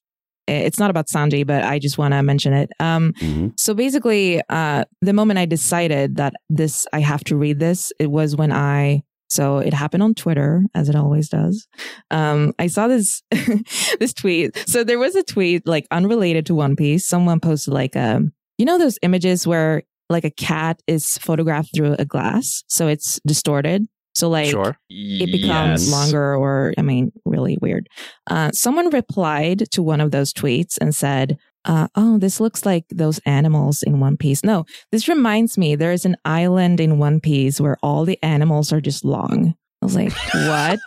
Speaker 3: Eh, It's not about Sanji, but I just want to mention it. Um,
Speaker 2: Mhm.
Speaker 3: so basically, uh, the moment I decided that this, I have to read this, it was when I, so it happened on Twitter, as it always does. Um, I saw this, this tweet. So there was a tweet like unrelated to One Piece. Someone posted like, um, you know, those images where like a cat is photographed through a glass. So it's distorted. So like,
Speaker 7: sure.
Speaker 3: it becomes
Speaker 5: Yes.
Speaker 3: longer or i mean really weird uh, someone replied to one of those tweets and said uh, oh this looks like those animals in one piece no this reminds me there is an island in one piece where all the animals are just long i was like what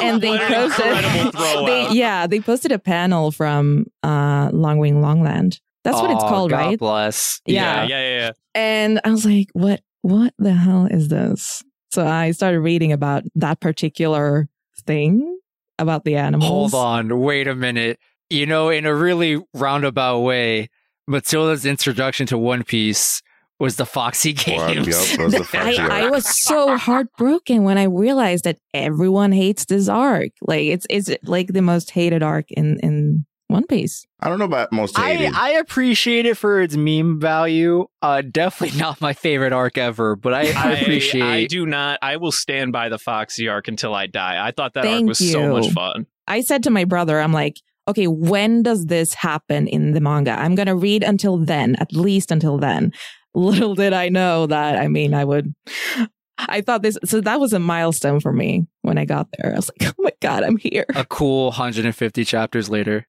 Speaker 3: and they
Speaker 5: What an
Speaker 3: posted
Speaker 5: incredible
Speaker 7: Oh,
Speaker 5: throw
Speaker 3: they,
Speaker 5: out.
Speaker 3: yeah they posted a panel from uh, long wing longland that's what it's
Speaker 7: Aw,
Speaker 3: called
Speaker 7: God
Speaker 3: right
Speaker 7: Bless.
Speaker 5: yeah, yeah, yeah, yeah.
Speaker 3: and I was like, what what the hell is this? So I started reading about that particular thing about the animals.
Speaker 7: Hold on, wait a minute. You know, in a really roundabout way, Matilda's introduction to One Piece was the Foxy
Speaker 2: Well,
Speaker 7: Games.
Speaker 2: yep, those are the facts, yeah.
Speaker 3: I, I was so heartbroken when I realized that everyone hates this arc. Like it's it's like the most hated arc in in One Piece.
Speaker 2: I don't know about most
Speaker 7: I,
Speaker 2: hated.
Speaker 7: I appreciate it for its meme value. Uh, definitely not my favorite arc ever, but I, I appreciate.
Speaker 5: I do not. I will stand by the Foxy arc until I die. I thought that arc
Speaker 3: Thank
Speaker 5: was so much
Speaker 3: you.
Speaker 5: fun.
Speaker 3: I said to my brother, I'm like, okay, when does this happen in the manga? I'm gonna read until then, at least until then. Little did I know that I mean I would I thought this so that was a milestone for me when I got there. I was like, oh my god, I'm here.
Speaker 7: a cool 150 chapters later.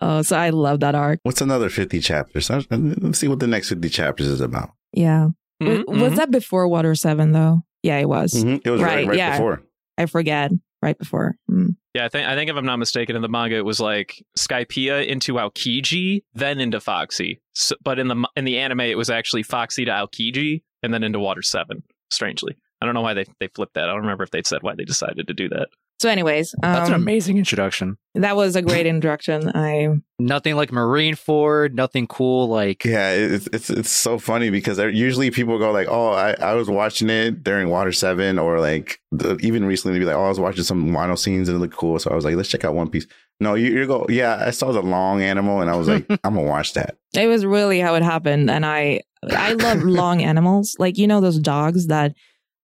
Speaker 3: Oh, so I love that arc.
Speaker 2: What's another 50 chapters? Let's let's see what the next 50 chapters is about.
Speaker 3: Yeah.
Speaker 5: Mhm,
Speaker 3: Was, was
Speaker 5: mhm.
Speaker 3: that before Water Seven though? Yeah, it was.
Speaker 7: Mm-hmm.
Speaker 2: Mhm. It was right,
Speaker 3: Right,
Speaker 2: right,
Speaker 3: yeah.
Speaker 2: before.
Speaker 3: I forget. Right before. Mm.
Speaker 5: Yeah, I think I think if I'm not mistaken, in the manga it was like Skypea into Aokiji, then into Foxy. So, but in the mo- in the anime, it was actually Foxy to Aokiji, and then into Water Seven. Strangely, I don't know why they they flipped that. I don't remember if they said why they decided to do that.
Speaker 3: So anyways, um,
Speaker 7: That's an amazing introduction.
Speaker 3: that was a great introduction. I
Speaker 7: Nothing like Marine Ford, nothing cool like
Speaker 2: Yeah, it- it's it's it's so funny because there- usually people go like, "Oh, I, I was watching it during Water Seven, or like the, even recently, they'd be like, "Oh, I was watching some Wano scenes and it looked cool," so I was like, "Let's check out One Piece." No, you you go, yeah, I saw the long animal and I was like, "I'm gonna watch that."
Speaker 3: It was really how it happened, and I I love long animals, like you know those dogs that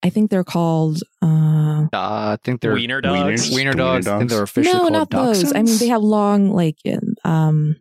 Speaker 3: I think they're called. Uh,
Speaker 7: uh, I think they're
Speaker 5: Wiener
Speaker 2: Wieners?
Speaker 5: dogs.
Speaker 7: wiener
Speaker 2: Wiener
Speaker 7: dogs. I think
Speaker 2: dogs?
Speaker 7: they're officially
Speaker 3: no,
Speaker 7: called
Speaker 3: not those. I mean,
Speaker 7: dachshunds?
Speaker 3: they have long, like um,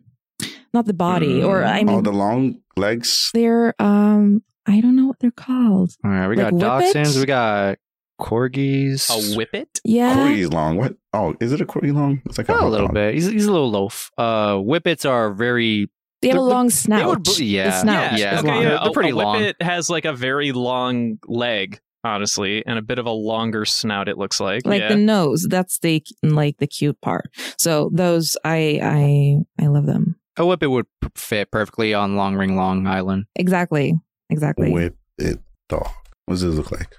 Speaker 3: not the body,
Speaker 7: Mm,
Speaker 3: or I mean,
Speaker 2: oh, the long legs.
Speaker 3: they're um, I don't know what they're called.
Speaker 7: All right, we
Speaker 3: Like
Speaker 7: got dachshunds,
Speaker 3: whippets?
Speaker 7: we got corgis.
Speaker 5: A whippet?
Speaker 3: Yeah,
Speaker 2: Corgi's long. What? Oh, is it a corgi long? It's like
Speaker 7: Oh, a little
Speaker 2: hook-on.
Speaker 7: bit. He's, he's a little loaf. Uh, whippets are very.
Speaker 3: they have a
Speaker 7: They're-
Speaker 3: long
Speaker 7: They
Speaker 3: snout.
Speaker 7: would, yeah,
Speaker 3: The snout
Speaker 7: yeah.
Speaker 3: is
Speaker 5: okay,
Speaker 3: long.
Speaker 5: yeah.
Speaker 7: They're
Speaker 5: a-
Speaker 7: pretty
Speaker 5: a
Speaker 7: long.
Speaker 5: whippet has like a very long leg, honestly, and a bit of a longer snout. It looks like.
Speaker 3: Like
Speaker 5: yeah.
Speaker 3: the nose, that's the like the cute part. So those, I I I love them
Speaker 7: A whippet would p- fit perfectly on Long Ring Long Island.
Speaker 3: exactly, exactly.
Speaker 2: Whip it dog. What does it look like?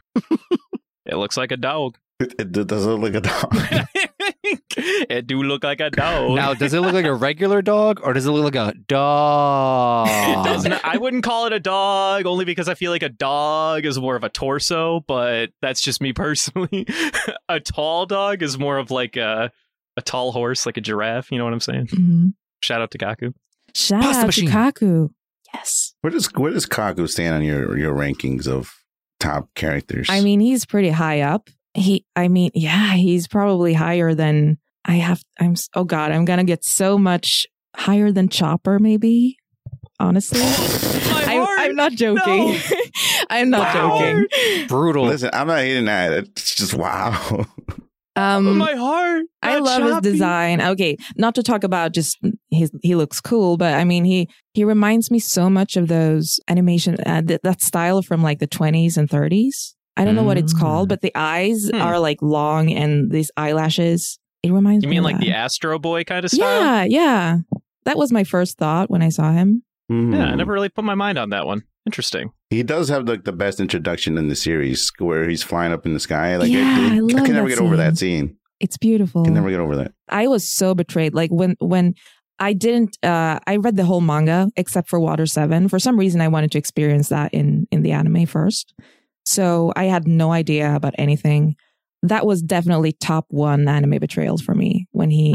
Speaker 5: it looks like a dog.
Speaker 2: It, it does it look like a dog.
Speaker 5: it do look like a dog.
Speaker 7: Now, does it look like a regular dog or does it look like a dog?
Speaker 5: It
Speaker 7: Um,
Speaker 5: does not, I wouldn't call it a dog only because I feel like a dog is more of a torso, but that's just me personally. a tall dog is more of like a a tall horse, like a giraffe. You know what I'm saying?
Speaker 3: Mhm.
Speaker 5: Shout out to Gaku.
Speaker 3: Shout
Speaker 7: Pasta
Speaker 3: out
Speaker 7: machine.
Speaker 3: to Kaku. Yes.
Speaker 2: where does where does Kaku stand on your your rankings of top characters?
Speaker 3: I mean, he's pretty high up. He, I mean, yeah, he's probably higher than I have. I'm, s- oh God, I'm going to get so much higher than Chopper, maybe. Honestly, I'm, I'm not joking.
Speaker 5: No.
Speaker 3: I'm not
Speaker 5: Wow.
Speaker 3: joking.
Speaker 7: Brutal.
Speaker 2: Listen, I'm not hating that. It's just wow.
Speaker 3: Um,
Speaker 5: my heart.
Speaker 3: I
Speaker 5: got
Speaker 3: love his
Speaker 5: choppy.
Speaker 3: design. Okay, not to talk about just his he looks cool, but I mean he he reminds me so much of those animation uh, th- that style from like the 20s and 30s. I don't know what it's called, but the eyes
Speaker 5: Mm. Hmm.
Speaker 3: are like long and these eyelashes. It reminds
Speaker 5: You
Speaker 3: me of
Speaker 5: mean like the
Speaker 3: that.
Speaker 5: Astro Boy kind of style?
Speaker 3: Yeah, yeah. That was my first thought when I saw him.
Speaker 5: Yeah, I
Speaker 2: Hmm.
Speaker 5: never really put my mind on that one. Interesting.
Speaker 2: He does have like the best introduction in the series, where he's flying up in the sky. Like,
Speaker 3: Yeah, I love
Speaker 2: can never
Speaker 3: that
Speaker 2: get over that scene.
Speaker 3: It's beautiful.
Speaker 2: Can never get over that.
Speaker 3: I was so betrayed. Like when when I didn't uh I read the whole manga except for Water 7. For some reason I wanted to experience that in in the anime first. So I had no idea about anything. that was definitely top one anime betrayals for me when he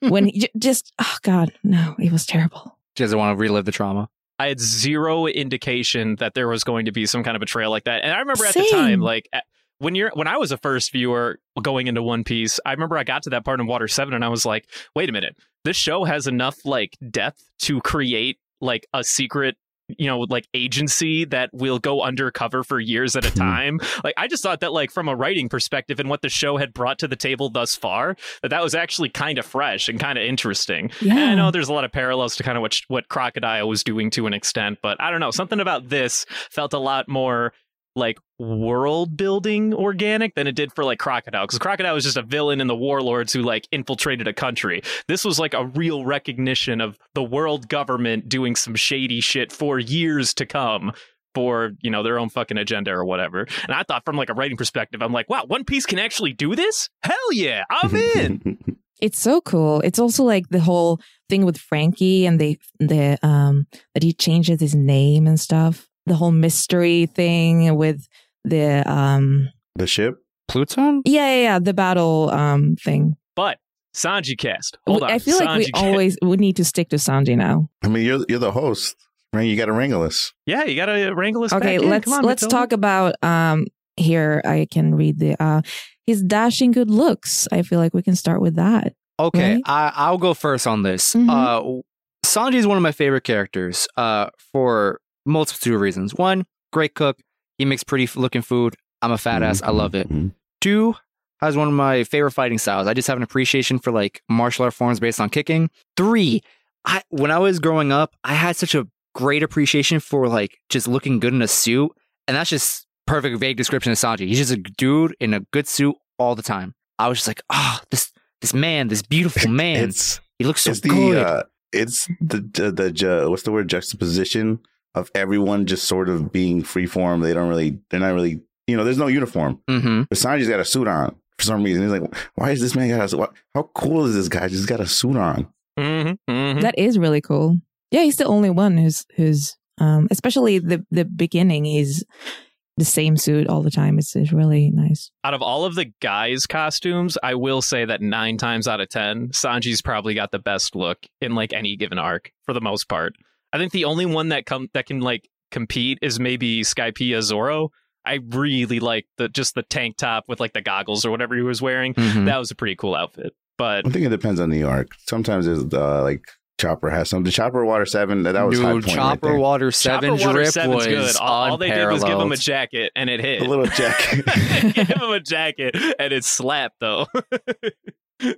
Speaker 3: when he j- just oh god no it was terrible
Speaker 7: She doesn't want to relive the trauma.
Speaker 5: I had zero indication that there was going to be some kind of betrayal like that. And I remember at the
Speaker 3: Same.
Speaker 5: time, like at- when you're when I was a first viewer going into One Piece, I remember I got to that part in Water Seven, and I was like, "Wait a minute, this show has enough like depth to create like a secret." You know, like agency that will go undercover for years at a
Speaker 2: Hmm.
Speaker 5: time. Like, I just thought that, like, from a writing perspective and what the show had brought to the table thus far, that that was actually kind of fresh and kind of interesting.
Speaker 3: yeah
Speaker 5: And I know there's a lot of parallels to kind of what sh- what Crocodile was doing to an extent, but I don't know. Something about this felt a lot more like world building organic than it did for like Crocodile, because Crocodile was just a villain in the Warlords who like infiltrated a country. This was like a real recognition of the world government doing some shady shit for years to come. For you know their own fucking agenda or whatever, and I thought from like a writing perspective, I'm like, wow, One Piece can actually do this. Hell yeah, I'm in.
Speaker 3: It's so cool. It's also like the whole thing with Frankie and the the um that he changes his name and stuff. The whole mystery thing with the um
Speaker 2: the ship.
Speaker 7: Pluton?
Speaker 3: yeah yeah, yeah the battle um thing.
Speaker 5: But Sanji cast. Hold on.
Speaker 3: I feel like we
Speaker 5: Sanji cast.
Speaker 3: always we need to stick to Sanji now.
Speaker 2: I mean, you're you're the host, right? You got to wrangle us.
Speaker 5: Yeah, you gotta wrangle us.
Speaker 3: Okay,
Speaker 5: back in.
Speaker 3: let's
Speaker 5: Come on,
Speaker 3: let's
Speaker 5: Matilda.
Speaker 3: talk about um here I can read the uh his dashing good looks. I feel like we can start with that.
Speaker 7: Okay,
Speaker 3: Right?
Speaker 7: I, I'll go first on this.
Speaker 3: Mhm.
Speaker 7: Uh, Sanji is one of my favorite characters uh, for multitude of reasons. One, great cook. He makes pretty f- looking food. I'm a fat ass. I love it.
Speaker 2: Mhm.
Speaker 7: Two has one of my favorite fighting styles. I just have an appreciation for like martial art forms based on kicking. Three, I when I was growing up, I had such a great appreciation for like just looking good in a suit, and that's just perfect vague description of Sanji. He's just a dude in a good suit all the time. I was just like, ah, this this man, this beautiful man,
Speaker 2: It's
Speaker 7: he looks so
Speaker 2: it's the
Speaker 7: good.
Speaker 2: uh, it's the the, the ju- what's the word juxtaposition of everyone just sort of being freeform. They don't really. They're not really. You know, there's no uniform.
Speaker 7: mm-hmm.
Speaker 2: But Sanji's got a suit on for some reason. He's like, why is this man got a suit? How cool is this guy? He's got a suit on.
Speaker 5: Mhm, mhm.
Speaker 3: That is really cool. Yeah, he's the only one who's who's um especially the the beginning is the same suit all the time. It's, it's really nice.
Speaker 5: Out of all of the guys' costumes, I will say that nine times out of ten, Sanji's probably got the best look in like any given arc for the most part. I think the only one that come that can like compete is maybe Skypiea Zoro. I really like the just the tank top with like the goggles or whatever he was wearing.
Speaker 7: mm-hmm.
Speaker 3: Mm-hmm.
Speaker 5: That was a pretty cool outfit. But
Speaker 2: I think it depends on the arc. Sometimes there's uh, like Chopper has some. The Chopper Water Seven that, that was high
Speaker 7: Dude,
Speaker 2: point right
Speaker 7: Chopper
Speaker 2: there.
Speaker 7: Water Seven
Speaker 5: Chopper Water
Speaker 7: drip
Speaker 5: Seven's
Speaker 7: was
Speaker 5: good. All, all they did was give him a
Speaker 7: unparalleled.
Speaker 5: jacket and it hit.
Speaker 2: The little jacket.
Speaker 5: give him a jacket and it slapped though.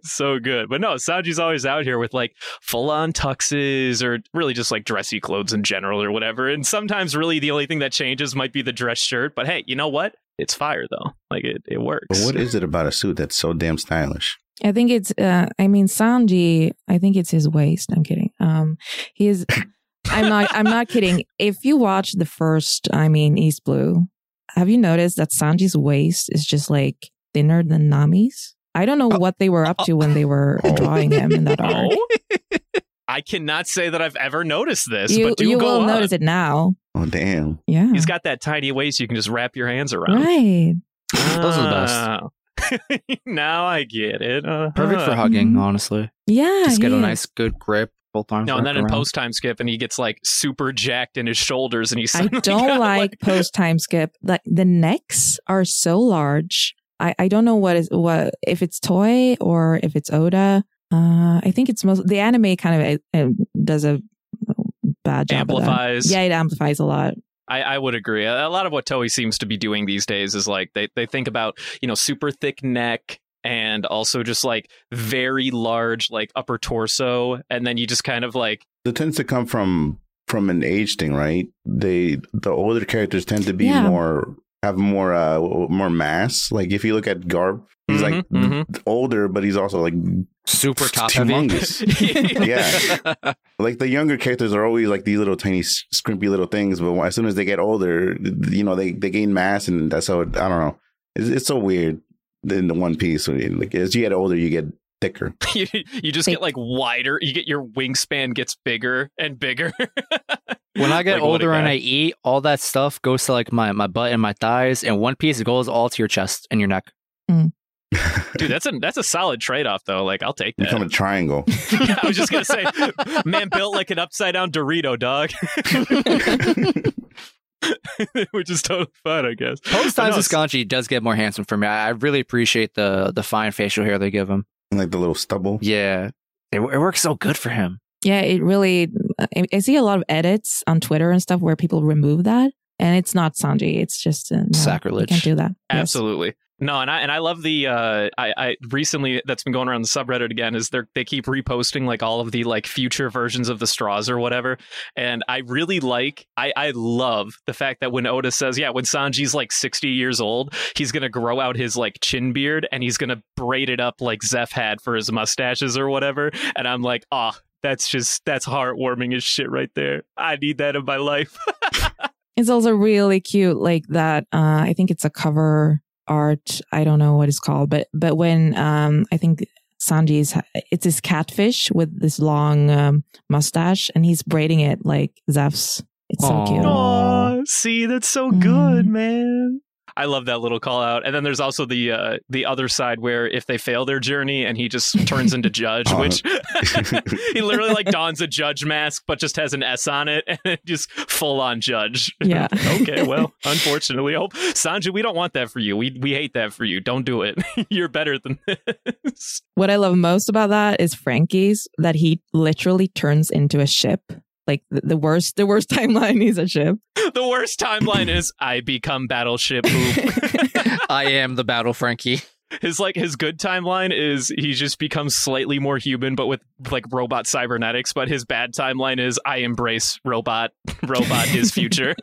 Speaker 5: so good. But no, Sanji's always out here with like full on tuxes or really just like dressy clothes in general or whatever. And sometimes really the only thing that changes might be the dress shirt. But hey, you know what? It's fire though. Like it, it
Speaker 2: But
Speaker 5: works.
Speaker 2: what is it about a suit that's so damn stylish?
Speaker 3: I think it's uh I mean Sanji, I think it's his waist. I'm kidding. Um he is I'm not I'm not kidding. If you watch the first, I mean East Blue, have you noticed that Sanji's waist is just like thinner than Nami's? I don't know what they were up to when they were
Speaker 2: Oh.
Speaker 3: drawing him in that art.
Speaker 5: Oh? I cannot say that I've ever noticed this,
Speaker 3: You
Speaker 5: but do
Speaker 3: you
Speaker 5: go
Speaker 3: will
Speaker 5: on.
Speaker 3: notice it now.
Speaker 2: Oh damn!
Speaker 3: Yeah.
Speaker 5: He's got that tiny waist you can just wrap your hands around.
Speaker 3: Right.
Speaker 7: Those are the best.
Speaker 5: best. now I get it. Uh-huh.
Speaker 7: Perfect for hugging,
Speaker 3: Mhm.
Speaker 2: Mm-hmm.
Speaker 7: honestly.
Speaker 3: Yeah.
Speaker 7: Just get
Speaker 3: he
Speaker 7: a
Speaker 3: is.
Speaker 7: nice, good grip. Both arms.
Speaker 5: No, and then
Speaker 7: wrapped
Speaker 5: in
Speaker 7: around.
Speaker 5: post time skip, and he gets like super jacked in his shoulders, and he's.
Speaker 3: I don't like post time skip. Like the necks are so large. I, I don't know what is what if it's toy or if it's Oda. Uh, I think it's most the anime kind of uh, uh, does a bad job. of that.
Speaker 5: Amplifies.
Speaker 3: Yeah, it amplifies a lot.
Speaker 5: I, I would agree. A a lot of what Toei seems to be doing these days is like they they think about you know super thick neck and also just like very large like upper torso, and then you just kind of like
Speaker 2: That tends to come from from an age thing, right? They the older characters tend to be
Speaker 3: Yeah.
Speaker 2: more have more uh w- more mass. Like if you look at Garb, he's like
Speaker 5: Mhm, mhm.
Speaker 2: th- older, but he's also like
Speaker 7: Super top heavy.
Speaker 2: humongous. like the younger characters are always like these little tiny s- scrimpy little things, but as soon as they get older, th- you know they they gain mass, and that's how it, I don't know. It's, it's so weird in the One Piece. when you- Like as you get older, you get thicker.
Speaker 5: you, you just get like wider. You get your wingspan gets bigger and bigger.
Speaker 7: when I get
Speaker 5: Like, what a
Speaker 7: older and
Speaker 5: guy.
Speaker 7: I eat, all that stuff goes to like my, my butt and my thighs, and one piece goes all to your chest and your neck.
Speaker 3: Mm.
Speaker 5: Dude, that's a that's a solid trade off though. Like I'll take
Speaker 2: Become
Speaker 5: that.
Speaker 2: a triangle.
Speaker 5: I was just gonna say, man built like an upside down Dorito dog, which is totally fun, I guess.
Speaker 7: Post
Speaker 5: But
Speaker 7: times
Speaker 5: no,
Speaker 7: with Sconchi does get more handsome for me. I, I really appreciate the the fine facial hair they give him.
Speaker 2: like the little stubble.
Speaker 7: Yeah, it, it works so good for him.
Speaker 3: Yeah, it really. I, I see a lot of edits on Twitter and stuff where people remove that, and it's not Sanji. It's just uh, no, you
Speaker 7: Sacrilege.
Speaker 3: Can't do that. Yes.
Speaker 5: Absolutely. No, and I and I love the uh I, I recently that's been going around the subreddit again is they they keep reposting like all of the like future versions of the straws or whatever. And I really like I I love the fact that when Oda says, yeah, when Sanji's like 60 years old, he's going to grow out his like chin beard and he's going to braid it up like Zeph had for his mustaches or whatever. And I'm like, "Ah, that's just that's heartwarming as shit right there. I need that in my life."
Speaker 3: It's also really cute, like that. Uh, I think it's a cover art. I don't know what it's called, but but when um, I think Sanji's it's his catfish with this long um, mustache, and he's braiding it like Zeph's. It's
Speaker 7: Aw.
Speaker 3: so cute.
Speaker 7: No.
Speaker 5: Oh,
Speaker 7: Aw.
Speaker 5: see, that's so
Speaker 3: Mm.
Speaker 5: good, man. I love that little call out. And then there's also the uh, the other side where if they fail their journey and he just turns into judge,
Speaker 2: Oh.
Speaker 5: which he literally like dons a judge mask but just has an S on it and just full on judge.
Speaker 3: Yeah.
Speaker 5: okay, well, unfortunately, hope Sanji, we don't want that for you. We we hate that for you. Don't do it. You're better than this.
Speaker 3: What I love most about that is Frankie's that he literally turns into a ship. Like the, the worst, the worst timeline is a ship.
Speaker 5: The worst timeline is I become battleship poop.
Speaker 7: I am the battle Frankie.
Speaker 5: his like his good timeline is he just becomes slightly more human but with like robot cybernetics but his bad timeline is i embrace robot robot is future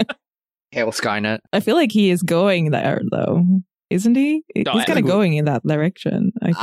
Speaker 7: Hail Skynet.
Speaker 3: I feel like he is going there though, isn't he?
Speaker 5: No, I
Speaker 3: He's kind
Speaker 5: think
Speaker 3: of
Speaker 5: we-
Speaker 3: going in that direction. I think.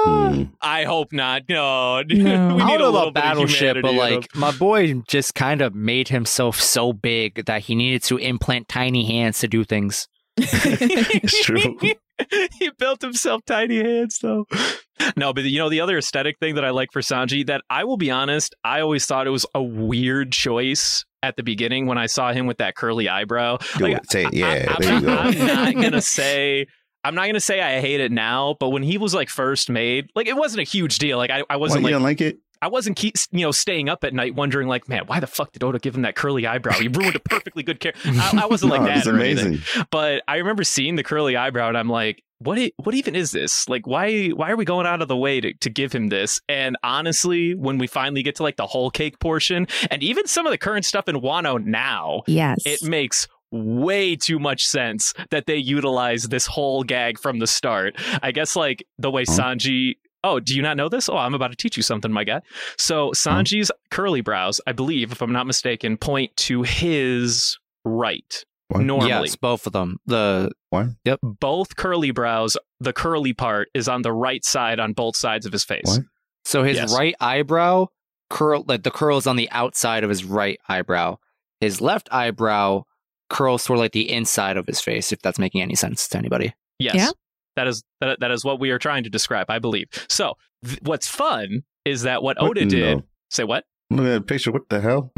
Speaker 7: Ah.
Speaker 2: Hmm.
Speaker 5: i hope not no, we
Speaker 3: No.
Speaker 5: need
Speaker 3: I
Speaker 7: I don't
Speaker 5: a
Speaker 7: know
Speaker 5: little
Speaker 7: about
Speaker 5: bit of
Speaker 7: Battleship, but
Speaker 5: humanity in
Speaker 7: like my boy just kind of made himself so big that he needed to implant tiny hands to do things.
Speaker 2: It's true.
Speaker 5: him. he built himself tiny hands though no but you know the other aesthetic thing that i like for sanji that i will be honest i always thought it was a weird choice at the beginning when i saw him with that curly eyebrow
Speaker 2: Do
Speaker 5: Like,
Speaker 2: it. Say it. Yeah,
Speaker 5: I,
Speaker 2: there you
Speaker 5: am
Speaker 2: go.
Speaker 5: not, I'm not gonna say. I'm not gonna say I hate it now, but when he was like first made, like it wasn't a huge deal. Like I, I
Speaker 2: Why,
Speaker 5: wasn't
Speaker 2: you
Speaker 5: like
Speaker 2: don't like it?
Speaker 5: I wasn't keep, you know staying up at night wondering like, man, why the fuck did Oda give him that curly eyebrow? He ruined a perfectly good character. I, I wasn't like
Speaker 2: no,
Speaker 5: that
Speaker 2: it's
Speaker 5: or anything.
Speaker 2: amazing.
Speaker 5: But I remember seeing the curly eyebrow, and I'm like, what? i- what even is this? Like, why? Why are we going out of the way to, to give him this? And honestly, when we finally get to like the whole cake portion, and even some of the current stuff in Wano now,
Speaker 3: yes.
Speaker 5: it makes way too much sense that they utilize this whole gag from the start. I guess like the way
Speaker 2: Huh?
Speaker 5: Sanji Oh, do you not know this? Oh, I'm about to teach you something, my guy.
Speaker 2: Uh-huh.
Speaker 5: So Sanji's curly brows, I believe, if I'm not mistaken, point to his right.
Speaker 2: What?
Speaker 5: Normally.
Speaker 7: Yes, both of them. The
Speaker 2: What?
Speaker 5: Both curly brows, the curly part is on the right side on both sides of his face.
Speaker 2: What?
Speaker 7: so his
Speaker 5: Yes.
Speaker 7: right eyebrow curl like the curls on the outside of his right eyebrow. His left eyebrow curls toward like the inside of his face. If that's making any sense to anybody.
Speaker 5: Yes.
Speaker 3: Yeah.
Speaker 5: That is that, that is what we are trying to describe, I believe. So, th- what's fun is that what
Speaker 2: What?
Speaker 5: Oda did.
Speaker 2: No.
Speaker 5: Say what?
Speaker 2: Look at the picture. What the hell?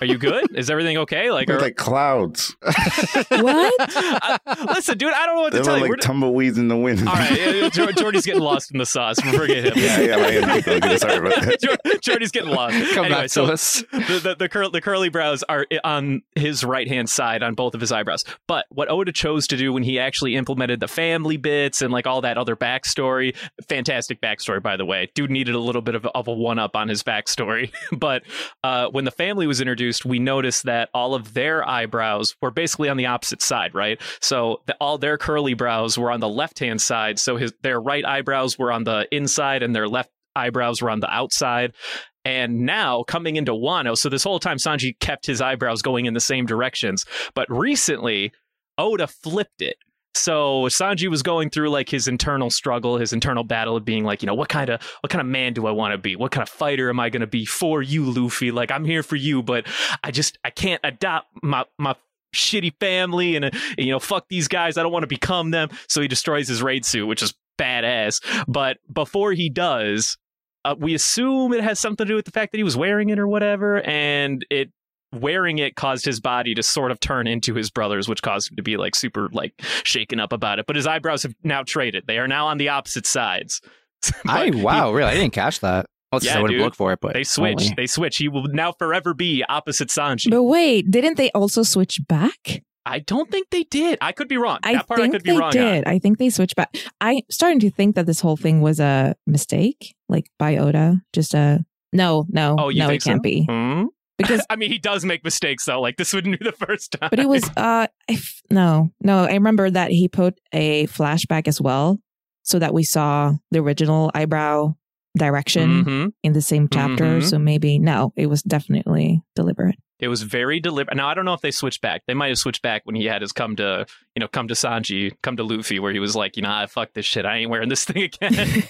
Speaker 5: Are you good? is everything okay? Like,
Speaker 2: They're
Speaker 5: are,
Speaker 2: like clouds.
Speaker 3: What?
Speaker 5: I- listen, dude, I don't know what
Speaker 2: They
Speaker 5: to tell
Speaker 2: look
Speaker 5: you.
Speaker 2: like
Speaker 5: We're-
Speaker 2: tumbleweeds in the wind.
Speaker 5: all right, yeah, Jor- Jordy's getting lost in the sauce. Forget him.
Speaker 2: yeah, yeah, like, I'm good, I'm good. sorry about that.
Speaker 5: Jor- Jordy's getting lost.
Speaker 7: Come
Speaker 5: anyway,
Speaker 7: back
Speaker 5: so
Speaker 7: to us.
Speaker 5: the the, the, curl, the curly brows are on his right hand side on both of his eyebrows. But what Oda chose to do when he actually implemented the family bits and like all that other backstory, fantastic backstory by the way. Dude needed a little bit of, of a one up on his backstory. but uh, when the family was introduced, we noticed that all of their eyebrows were basically on the opposite side, right? So the, all their curly brows were on the left hand side. So his their right eyebrows were on the inside, and their left eyebrows were on the outside. And now coming into Wano, so this whole time Sanji kept his eyebrows going in the same directions. But recently, Oda flipped it. So Sanji was going through like his internal struggle, his internal battle of being like, you know, what kind of what kind of man do I want to be? What kind of fighter am I going to be for you, Luffy? Like I'm here for you, but I just I can't adopt my my shitty family and uh, you know fuck these guys. I don't want to become them. So he destroys his raid suit, which is badass. But before he does, uh, we assume it has something to do with the fact that he was wearing it or whatever, and it wearing it caused his body to sort of turn into his brother's, which caused him to be like super like shaken up about it. But his eyebrows have now traded; they are now on the opposite sides. But
Speaker 7: I wow, really? I didn't catch that. Well,
Speaker 5: Yeah,
Speaker 7: I would have
Speaker 5: dude.
Speaker 7: looked for it, but
Speaker 5: They switch. They switch. He will now forever be opposite Sanji.
Speaker 3: But wait, didn't they also switch back?
Speaker 5: I don't think they did. I could be wrong.
Speaker 3: I
Speaker 5: that part
Speaker 3: think
Speaker 5: I could be
Speaker 3: they
Speaker 5: wrong on.
Speaker 3: did. I think they switched back. I'm starting to think that this whole thing was a mistake, like by Oda. Just a no, no,
Speaker 5: Oh, you
Speaker 3: no.
Speaker 5: think
Speaker 3: It can't
Speaker 5: so?
Speaker 3: be
Speaker 5: Hmm?
Speaker 3: because.
Speaker 5: I mean, he does make mistakes though. Like this wouldn't be the first time.
Speaker 3: But it was uh, if, no, no. I remember that he put a flashback as well, so that we saw the original eyebrow direction
Speaker 5: Mhm.
Speaker 3: in the same chapter.
Speaker 5: Mhm.
Speaker 3: So maybe no, it was definitely deliberate.
Speaker 5: It was very deliberate. Now I don't know if they switched back. They might have switched back when he had his come to you know come to Sanji, come to Luffy, where he was like, you know, I fuck this shit. I ain't wearing this thing again.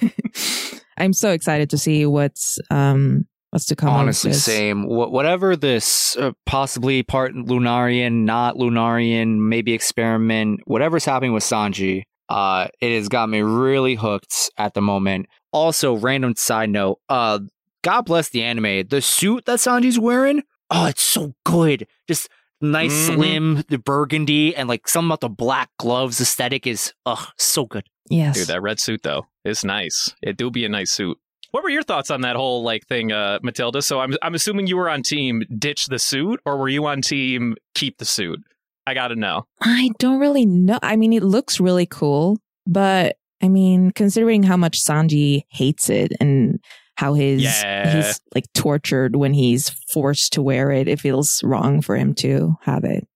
Speaker 3: I'm so excited to see what's um what's to come. out of
Speaker 7: Honestly,
Speaker 3: this.
Speaker 7: same. Wh- whatever this uh, possibly part Lunarian, not Lunarian, maybe experiment, whatever's happening with Sanji, uh, it has got me really hooked at the moment. Also, random side note, uh, God bless the anime. The suit that Sanji's wearing, oh, it's so good. Just nice,
Speaker 5: Mhm.
Speaker 7: slim, the burgundy, and like something about the black gloves aesthetic is, oh, so good.
Speaker 3: Yes.
Speaker 5: Dude, that red suit though is nice. It do be a nice suit. What were your thoughts on that whole like thing, uh, Matilda? So I'm I'm assuming you were on team ditch the suit, or were you on team keep the suit? I gotta know.
Speaker 3: I don't really know. I mean, it looks really cool, but I mean, considering how much Sanji hates it and how his
Speaker 5: Yeah.
Speaker 3: he's like tortured when he's forced to wear it, it feels wrong for him to have it.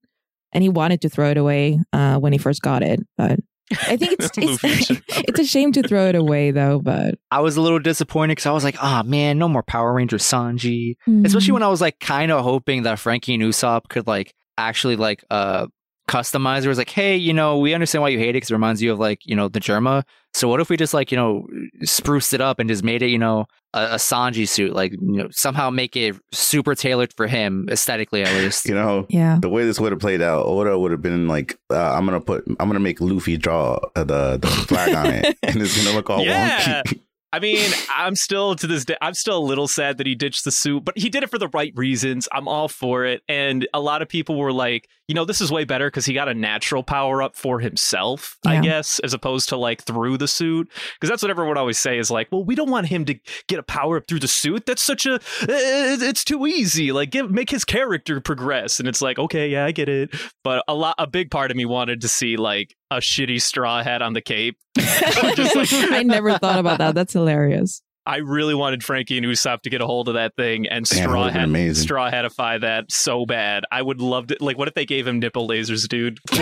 Speaker 3: And he wanted to throw it away uh, when he first got it, but I think it's
Speaker 5: Luffy
Speaker 3: it's,
Speaker 5: should remember.
Speaker 3: it's a shame to throw it away though. But
Speaker 7: I was a little disappointed because I was like, ah, man, no more Power Ranger Sanji.
Speaker 2: Hmm.
Speaker 5: Mm-hmm.
Speaker 7: especially when I was like kind of hoping that Frankie and Usopp could like actually like uh customize. It was like, hey, you know, we understand why you hate it because it reminds you of like you know the Germa. So what if we just like you know spruced it up and just made it you know a, a Sanji suit, like you know somehow make it super tailored for him aesthetically at least.
Speaker 2: You know,
Speaker 3: yeah,
Speaker 2: the way this would have played out, Oda would have been like, uh, "I'm gonna put, I'm gonna make Luffy draw uh, the the flag on it, and it's gonna look all
Speaker 5: Yeah.
Speaker 2: wonky."
Speaker 5: I mean, I'm still to this day, I'm still a little sad that he ditched the suit, but he did it for the right reasons. I'm all for it. And a lot of people were like, you know, this is way better because he got a natural power up for himself, I
Speaker 3: Yeah.
Speaker 5: guess, as opposed to like through the suit. Because that's what everyone would always say is like, well, we don't want him to get a power up through the suit. That's such a, it- it's too easy. Like, give, make his character progress. And it's like, okay, yeah, I get it. But a lot, a big part of me wanted to see like a shitty straw hat on the cape. Just like-
Speaker 3: I never thought about that. That's hilarious.
Speaker 5: I really wanted Frankie and Usopp to get a hold of that thing and
Speaker 2: Damn, that
Speaker 5: straw
Speaker 2: would've been
Speaker 5: hat,
Speaker 2: amazing.
Speaker 5: straw hatify that so bad. I would love to. Like, what if they gave him nipple lasers, dude?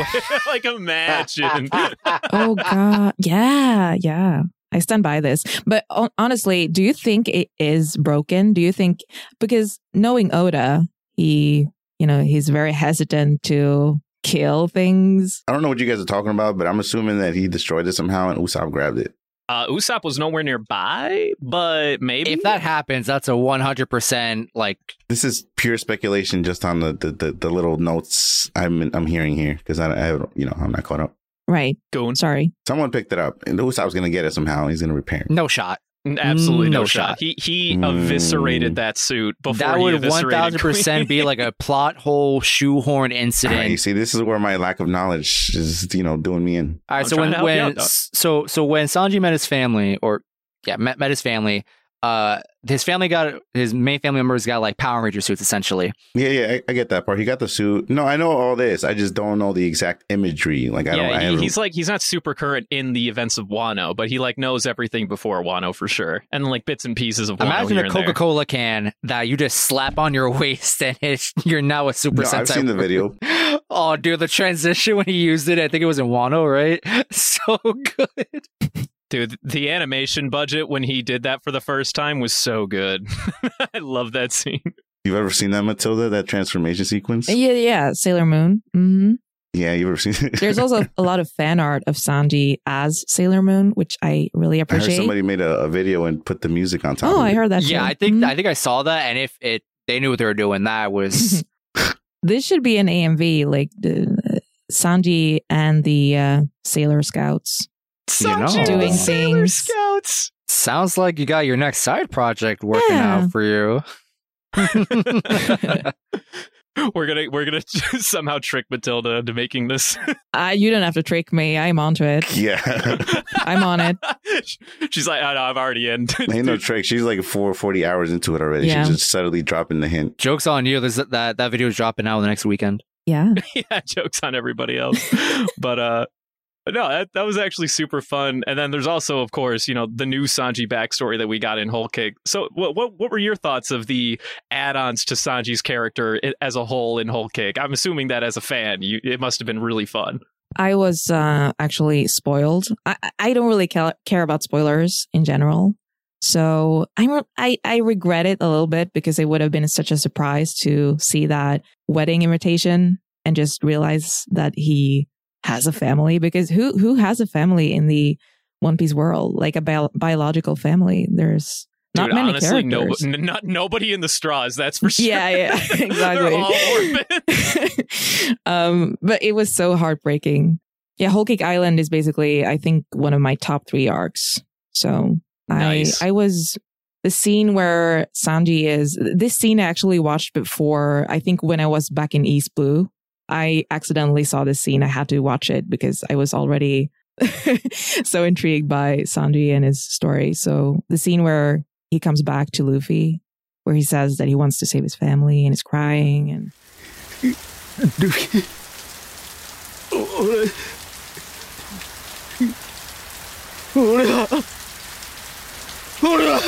Speaker 5: like, imagine.
Speaker 3: oh god yeah yeah i stand by this but hon- honestly do you think it is broken do you think because knowing oda he you know he's very hesitant to kill things
Speaker 2: I don't know what you guys are talking about, but I'm assuming that he destroyed it somehow, and Usopp grabbed it.
Speaker 5: Uh, Usopp was nowhere nearby, but maybe
Speaker 7: If that happens, that's a one hundred percent like
Speaker 2: This is pure speculation, just on the the, the, the little notes I'm I'm hearing here because I, I don't- you know I'm not caught up.
Speaker 3: right
Speaker 5: goon.
Speaker 3: sorry
Speaker 2: Someone picked it up, and Usopp's gonna get it somehow. He's gonna repair it.
Speaker 7: no shot.
Speaker 5: Absolutely no,
Speaker 7: No
Speaker 5: shot.
Speaker 7: shot.
Speaker 5: He he
Speaker 2: Mm.
Speaker 5: eviscerated that suit before
Speaker 7: that
Speaker 5: he
Speaker 7: would one
Speaker 5: eviscerated
Speaker 7: thousand percent
Speaker 5: Queen.
Speaker 7: be like a plot hole shoehorn incident.
Speaker 2: All right, you see, this is where my lack of knowledge is, you know, doing me in.
Speaker 7: All right,
Speaker 5: I'm
Speaker 7: so
Speaker 5: trying
Speaker 7: when,
Speaker 5: to help you
Speaker 7: when
Speaker 5: out, though.
Speaker 7: s- so so when Sanji met his family, or yeah, met met his family, uh, his family got his main family members got like Power Ranger suits essentially.
Speaker 2: Yeah, yeah, I, I get that part. He got the suit. No, I know all this. I just don't know the exact imagery. Like I don't. I
Speaker 5: Yeah, he,
Speaker 2: haven't-
Speaker 5: he's like he's not super current in the events of Wano, but he like knows everything before Wano for sure, and like bits and pieces of Wano.
Speaker 7: Imagine
Speaker 5: here
Speaker 7: a
Speaker 5: and there.
Speaker 7: Coca Cola can that you just slap on your waist and it's, you're now a Super
Speaker 2: No,
Speaker 7: Sentai.
Speaker 2: I've seen the video.
Speaker 7: oh, dude, the transition when he used it, I think it was in Wano, right? So good.
Speaker 5: Dude, the animation budget when he did that for the first time was so good. I love that scene.
Speaker 2: You've ever seen that Matilda? That transformation sequence?
Speaker 3: yeah yeah sailor moon hmm
Speaker 2: Yeah, you've ever seen. it?
Speaker 3: there's also a lot of fan art of sanji as sailor moon which i really
Speaker 2: I heard
Speaker 3: appreciate
Speaker 2: somebody made a, a video and put the music on top.
Speaker 3: oh
Speaker 2: of
Speaker 3: i
Speaker 2: it.
Speaker 3: heard that
Speaker 7: yeah,
Speaker 3: too.
Speaker 7: I think
Speaker 5: Mm-hmm.
Speaker 3: Mhm.
Speaker 7: I think I saw that, and if it they knew what they were doing, that was
Speaker 3: this should be an amv like the sanji and the uh, sailor scouts
Speaker 7: You know.
Speaker 5: Sanji
Speaker 7: Doing
Speaker 5: the Sailor
Speaker 3: things.
Speaker 5: Scouts.
Speaker 7: Sounds like you got your next side project working
Speaker 3: Yeah. Uh,
Speaker 7: out for you.
Speaker 5: We're gonna we're gonna somehow trick Matilda into making this.
Speaker 3: Uh, you don't have to trick me. I'm onto it.
Speaker 2: Yeah.
Speaker 3: I'm on it.
Speaker 5: She's like, I know, I'm already in.
Speaker 2: Ain't no trick. She's like four forty hours into it already.
Speaker 3: Yeah.
Speaker 2: She's just subtly dropping the hint.
Speaker 7: Joke's on you. There's that, that video is dropping out the next weekend.
Speaker 3: Yeah.
Speaker 5: yeah, jokes on everybody else. but uh no, that, that was actually super fun. And then there's also, of course, you know, the new Sanji backstory that we got in Whole Cake. So what what what were your thoughts of the add-ons to Sanji's character i- as a whole in Whole Cake? I'm assuming that as a fan, you it must have been really fun.
Speaker 3: I was uh, actually spoiled. I, I- I don't really ca- care about spoilers in general. So I'm, re- I, I regret it a little bit because it would have been such a surprise to see that wedding invitation and just realize that he has a family because who, who has a family in the One Piece world? Like a bio- biological family. There's not
Speaker 5: Dude,
Speaker 3: many
Speaker 5: honestly, no,
Speaker 3: characters.
Speaker 5: n- not nobody in the straws, that's for sure.
Speaker 3: Yeah, yeah,
Speaker 5: They're all orphans.
Speaker 3: exactly. um, but it was so heartbreaking. Yeah, Whole Cake Island is basically, I think, one of my top three arcs. So
Speaker 5: Nice.
Speaker 3: I, I was the scene where Sanji is. This scene I actually watched before. I think when I was back in East Blue, I accidentally saw this scene. I had to watch it because I was already so intrigued by Sanji and his story. So the scene where he comes back to Luffy where he says that he wants to save his family and is crying and
Speaker 1: ルフィ俺俺は俺は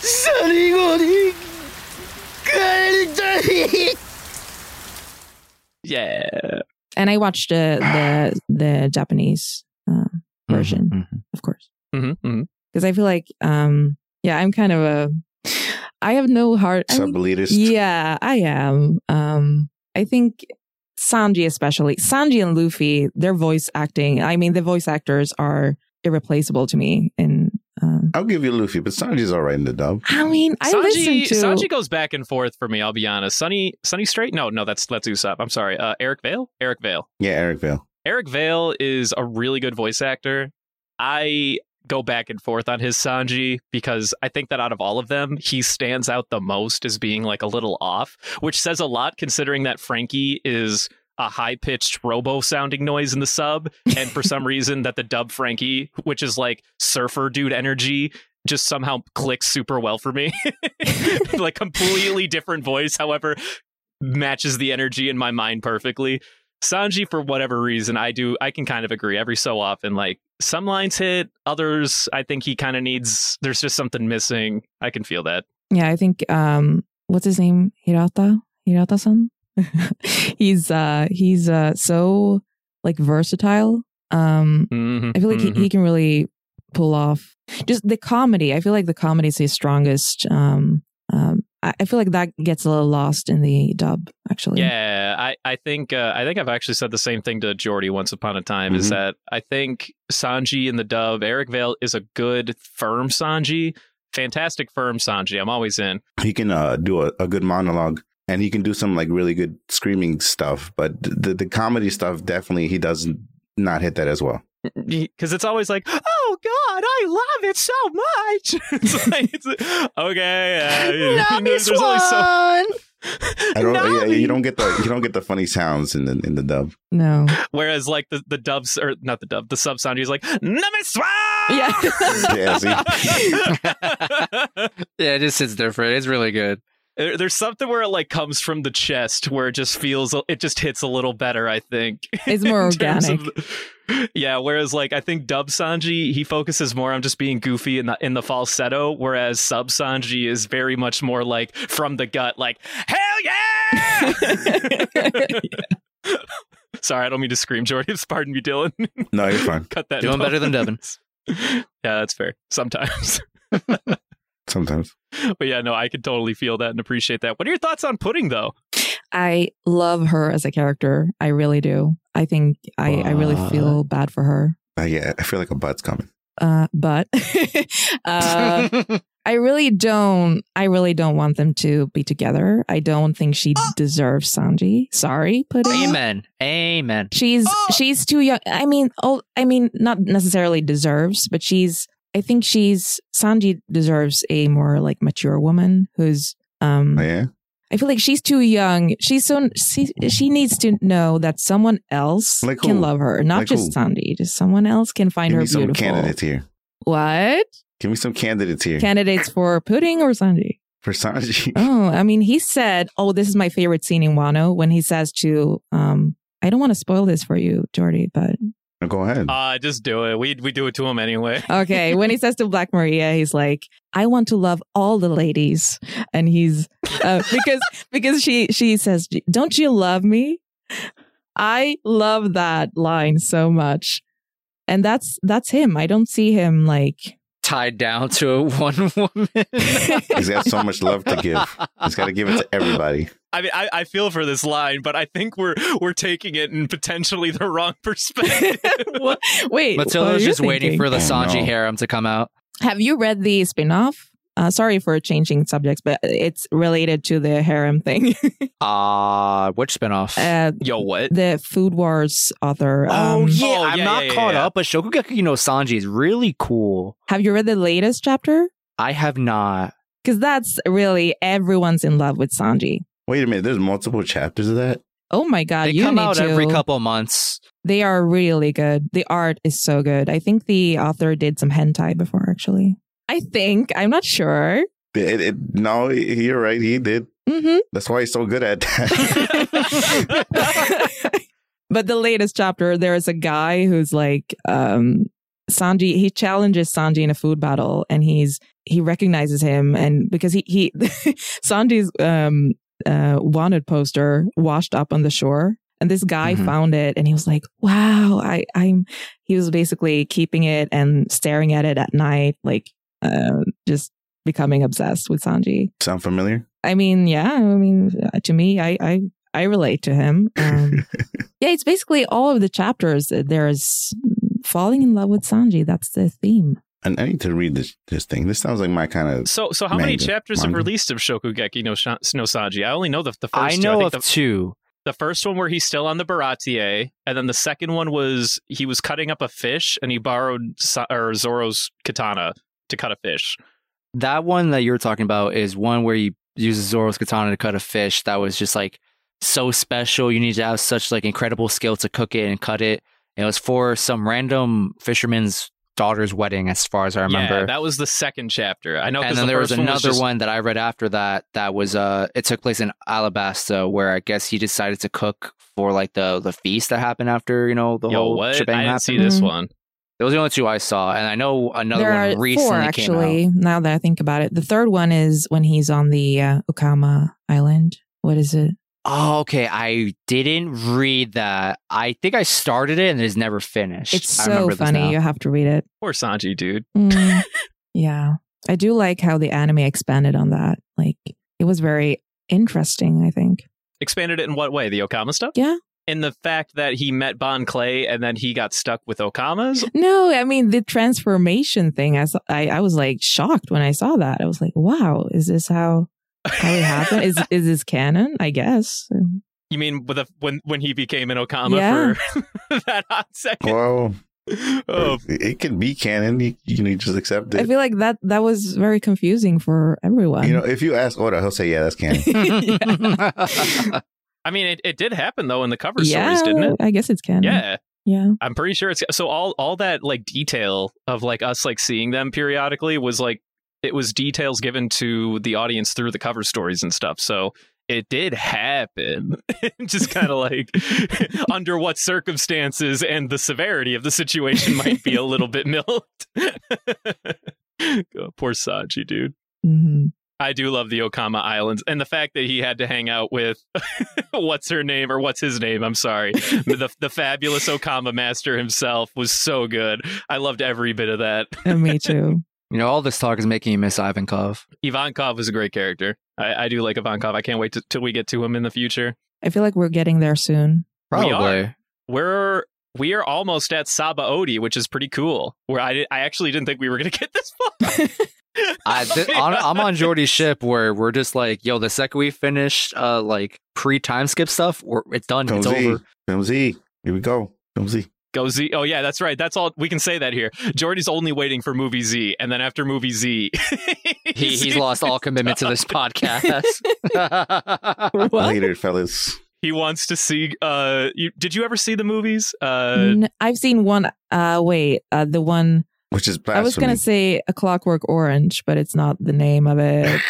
Speaker 1: サニゴに帰りたい
Speaker 5: yeah.
Speaker 3: and I watched uh, the the Japanese uh, version, of course,
Speaker 5: hmm hmm
Speaker 3: because I feel like um yeah, I'm kind of a I have no heart. I think-
Speaker 2: Subelitist.
Speaker 3: yeah, I am. Um I think Sanji especially, Sanji and Luffy, their voice acting, I mean the voice actors are irreplaceable to me in um
Speaker 2: I'll give you Luffy, but Sanji's all right in the dub.
Speaker 3: I mean, I
Speaker 5: Sanji,
Speaker 3: listen to
Speaker 5: Sanji goes back and forth for me. I'll be honest. Sunny, Sunny Straight. No, no, that's that's Usopp. I'm sorry. Uh, Eric Vale. Eric Vale.
Speaker 2: Yeah, Eric Vale.
Speaker 5: Eric Vale is a really good voice actor. I go back and forth on his Sanji because I think that out of all of them, he stands out the most as being like a little off, which says a lot considering that Frankie is a high pitched robo sounding noise in the sub, and for some reason that the dub Frankie, which is like surfer dude energy, just somehow clicks super well for me. like completely different voice, however, matches the energy in my mind perfectly. Sanji, for whatever reason, I do I can kind of agree every so often. Like some lines hit, others I think he kind of needs. There's just something missing. I can feel that.
Speaker 3: yeah, I think um what's his name? Hirata? Hirata san? he's uh he's uh so like versatile. Um
Speaker 5: Mhm,
Speaker 3: I feel like
Speaker 5: mhm.
Speaker 3: he, he can really pull off just the comedy. I feel like the comedy is his strongest um um I, I feel like that gets a little lost in the dub actually.
Speaker 5: Yeah, I I think uh, I think I've actually said the same thing to Jordy once upon a time. Is
Speaker 2: Mhm.
Speaker 5: that I think Sanji in the dub, Eric Vale is a good firm Sanji, fantastic firm Sanji. I'm always in.
Speaker 2: He can uh, do a, a good monologue and he can do some like really good screaming stuff, but the, the comedy stuff definitely he does not hit that as well.
Speaker 5: because it's always like, oh God, I love it so much. it's like, it's, okay, uh, there's only so.
Speaker 2: I don't yeah,
Speaker 5: Nami.
Speaker 2: you don't get the you don't get the funny sounds in the in the dub.
Speaker 3: No.
Speaker 5: Whereas like the the dubs or not the dub, the sub sound is like Namiswa.
Speaker 3: Yeah.
Speaker 2: Yeah, see?
Speaker 7: Yeah, it just sits different. It's really good.
Speaker 5: There- There's something where it like comes from the chest, where it just feels, it just hits a little better. I think
Speaker 3: It's more
Speaker 5: in terms
Speaker 3: organic.
Speaker 5: of the- yeah, whereas like I think Dub Sanji he focuses more on just being goofy in the in the falsetto, whereas Sub Sanji is very much more like from the gut, like hell yeah. Sorry, I don't mean to scream, Jordy. Pardon me, Dylan.
Speaker 2: No, Oh, you're fine.
Speaker 5: Cut that.
Speaker 7: Doing
Speaker 5: out.
Speaker 7: better than Devin.
Speaker 5: yeah, that's fair. Sometimes,
Speaker 2: Sometimes.
Speaker 5: but yeah, no, I can totally feel that and appreciate that. What are your thoughts on pudding though?
Speaker 3: I love her as a character. I really do. I think I, I really feel bad for her.
Speaker 2: But yeah, I feel like a butt's coming.
Speaker 3: uh, but uh, I really don't. I really don't want them to be together. I don't think she
Speaker 5: Ah!
Speaker 3: deserves Sanji. Sorry, pudding.
Speaker 7: Amen. Amen.
Speaker 3: She's she's too young. I mean, oh, I mean, not necessarily deserves, but she's. I think she's Sanji deserves a more like mature woman who's Um,
Speaker 2: Oh, yeah.
Speaker 3: I feel like she's too young. She's so she, she needs to know that someone else
Speaker 2: Like
Speaker 3: can
Speaker 2: who?
Speaker 3: love her, not
Speaker 2: Like
Speaker 3: just
Speaker 2: who?
Speaker 3: Sandy. Just someone else can find
Speaker 2: Give
Speaker 3: her
Speaker 2: me some
Speaker 3: beautiful.
Speaker 2: candidates here.
Speaker 3: What
Speaker 2: Give me some candidates here
Speaker 3: candidates for pudding or Sandy?
Speaker 2: for Sanji.
Speaker 3: Oh, I mean, he said, "Oh, this is my favorite scene in Wano." When he says to, um, "I don't want to spoil this for you, Jordy, but
Speaker 2: Go ahead.
Speaker 5: Uh, just do it. We we do it to him anyway.
Speaker 3: okay." when he says to Black Maria, he's like, "I want to love all the ladies," and he's uh, because because she she says, "Don't you love me?" I love that line so much, and that's that's him. I don't see him like
Speaker 7: Tied down to one woman.
Speaker 2: He's got so much love to give. He's got to give it to everybody.
Speaker 5: I mean, I, I feel for this line, but I think we're we're taking it in potentially the wrong perspective.
Speaker 3: what- wait. what are
Speaker 7: Matilda's
Speaker 3: you
Speaker 7: just waiting
Speaker 3: thinking?
Speaker 7: for the
Speaker 2: Oh,
Speaker 7: Sanji
Speaker 2: no.
Speaker 7: harem to come out.
Speaker 3: Have you read the spin-off? Uh, sorry for changing subjects, but it's related to the harem thing.
Speaker 7: Ah, which spinoff?
Speaker 3: uh,
Speaker 5: Yo, what?
Speaker 3: the Food Wars author.
Speaker 7: oh,
Speaker 3: um,
Speaker 7: yeah,
Speaker 5: Oh,
Speaker 7: I'm
Speaker 5: yeah,
Speaker 7: not
Speaker 5: yeah, yeah,
Speaker 7: caught
Speaker 5: yeah.
Speaker 7: up, but Shokugeki no Sanji is really cool.
Speaker 3: Have you read the latest chapter?
Speaker 7: I have not.
Speaker 3: Because that's really everyone's in love with Sanji.
Speaker 2: Wait a minute. There's multiple chapters of that.
Speaker 3: Oh my god,
Speaker 7: They
Speaker 3: you
Speaker 7: come
Speaker 3: need
Speaker 7: out
Speaker 3: to.
Speaker 7: every couple months.
Speaker 3: They are really good. The art is so good. I think the author did some hentai before, actually. I think I'm not sure.
Speaker 2: It- it- no, you're right. He did.
Speaker 3: hmm
Speaker 2: That's why he's so good at that.
Speaker 3: but the latest chapter, there is a guy who's like um, Sanji. He challenges Sanji in a food battle, and he's he recognizes him, and because he he Sanji's um, uh, wanted poster washed up on the shore. And this guy
Speaker 7: Mhm.
Speaker 3: found it and he was like, wow, I, I'm, he was basically keeping it and staring at it at night, like, uh, just becoming obsessed with Sanji.
Speaker 2: Sound familiar?
Speaker 3: I mean, yeah. I mean, uh, to me, I I I relate to him. Um, yeah, it's basically all of the chapters. There's falling in love with Sanji. That's the theme.
Speaker 2: And I need to read this this thing. This sounds like my kind of.
Speaker 5: so so how many
Speaker 2: Manga.
Speaker 5: chapters have
Speaker 2: Manga.
Speaker 5: released of Shokugeki no, Sha- no Sanji? I only know the, the first
Speaker 7: I
Speaker 5: two.
Speaker 7: know
Speaker 5: I
Speaker 7: of
Speaker 5: think the,
Speaker 7: two.
Speaker 5: the first one where he's still on the Baratier, and then the second one was he was cutting up a fish and he borrowed Sa- or Zoro's katana to cut a fish.
Speaker 7: That one that you're talking about is one where he uses Zoro's katana to cut a fish that was just like so special. You need to have such like incredible skill to cook it and cut it. It was for some random fisherman's daughter's wedding, as far as I remember.
Speaker 5: Yeah, that was the second chapter. I know. 'cause
Speaker 7: and then
Speaker 5: the
Speaker 7: there was
Speaker 5: first one
Speaker 7: another
Speaker 5: just-
Speaker 7: one that I read after that. That was uh, it took place in Alabasta, where I guess he decided to cook for like the the feast that happened after you know the
Speaker 5: Yo,
Speaker 7: whole
Speaker 5: what? I
Speaker 7: shebang
Speaker 5: didn't
Speaker 7: happened. Mm.
Speaker 5: see this
Speaker 3: Mhm.
Speaker 5: one.
Speaker 7: Those are the only two I saw, and I know another
Speaker 3: there
Speaker 7: one
Speaker 3: are
Speaker 7: recently
Speaker 3: four
Speaker 7: came out.
Speaker 3: actually. Now that I think about it, the third one is when he's on the uh, Okama Island. What is it?
Speaker 7: Oh, okay. I didn't read that. I think I started it and it's never finished.
Speaker 3: It's
Speaker 7: I
Speaker 3: so
Speaker 7: remember this now.
Speaker 3: funny. You have to read it.
Speaker 5: Poor Sanji, dude.
Speaker 3: Mm. yeah, I do like how the anime expanded on that. Like it was very interesting. I think.
Speaker 5: Expanded it in what way? The Okama stuff?
Speaker 3: Yeah.
Speaker 5: In the fact that he met Bon Clay and then he got stuck with Okamas?
Speaker 3: No, I mean the transformation thing. I, saw, I I was like shocked when I saw that. I was like, "Wow, is this how how it happened? Is is this canon? I guess."
Speaker 5: You mean with a, when when he became an Okama
Speaker 3: Yeah.
Speaker 5: for that hot second?
Speaker 2: Well,
Speaker 5: Oh,
Speaker 2: it, it can be canon. You, you know, you just accept
Speaker 3: I
Speaker 2: it.
Speaker 3: feel like that that was very confusing for everyone.
Speaker 2: You know, if you ask Oda, he'll say, "Yeah, that's canon."
Speaker 5: I mean, it, it did happen though in the cover
Speaker 3: yeah,
Speaker 5: stories, didn't it?
Speaker 3: I guess it's canon.
Speaker 5: Yeah,
Speaker 3: yeah.
Speaker 5: I'm pretty sure it's so. All all that like detail of like us like seeing them periodically was like it was details given to the audience through the cover stories and stuff. So it did happen, just kind of like under what circumstances and the severity of the situation might be a little bit milked. Oh, poor Saji, dude.
Speaker 3: Mhm.
Speaker 5: I do love the Okama Islands and the fact that he had to hang out with what's her name or what's his name. I'm sorry. the the fabulous Okama master himself was so good. I loved every bit of that.
Speaker 3: And me too.
Speaker 7: you know, all this talk is making you miss Ivankov.
Speaker 5: Ivankov was a great character. I, I do like Ivankov. I can't wait to, till we get to him in the future.
Speaker 3: I feel like we're getting there soon.
Speaker 5: We
Speaker 7: Probably.
Speaker 5: are. We're we are almost at Saba Odi, which is pretty cool. Where I did, I actually didn't think we were gonna get this far.
Speaker 7: I, thi- on, I'm on Jordy's ship where we're just like, yo, the second we finish uh like pre time skip stuff, we're, it's done.
Speaker 2: Film
Speaker 7: it's
Speaker 2: Z.
Speaker 7: over.
Speaker 2: Film Z. Here we go. Film Z.
Speaker 5: Go Z. Oh yeah, that's right. That's all we can say that here. Jordy's only waiting for movie Z, and then after movie Z,
Speaker 7: He, he's lost all commitment to this Mm-hmm. podcast.
Speaker 3: What?
Speaker 2: Later, fellas.
Speaker 5: He wants to see. Uh, you, did you ever see the movies? Uh,
Speaker 3: N- I've seen one. Uh, wait, uh, the one
Speaker 2: Which is blasphemy.
Speaker 3: I was gonna say a Clockwork Orange, but it's not the name of it.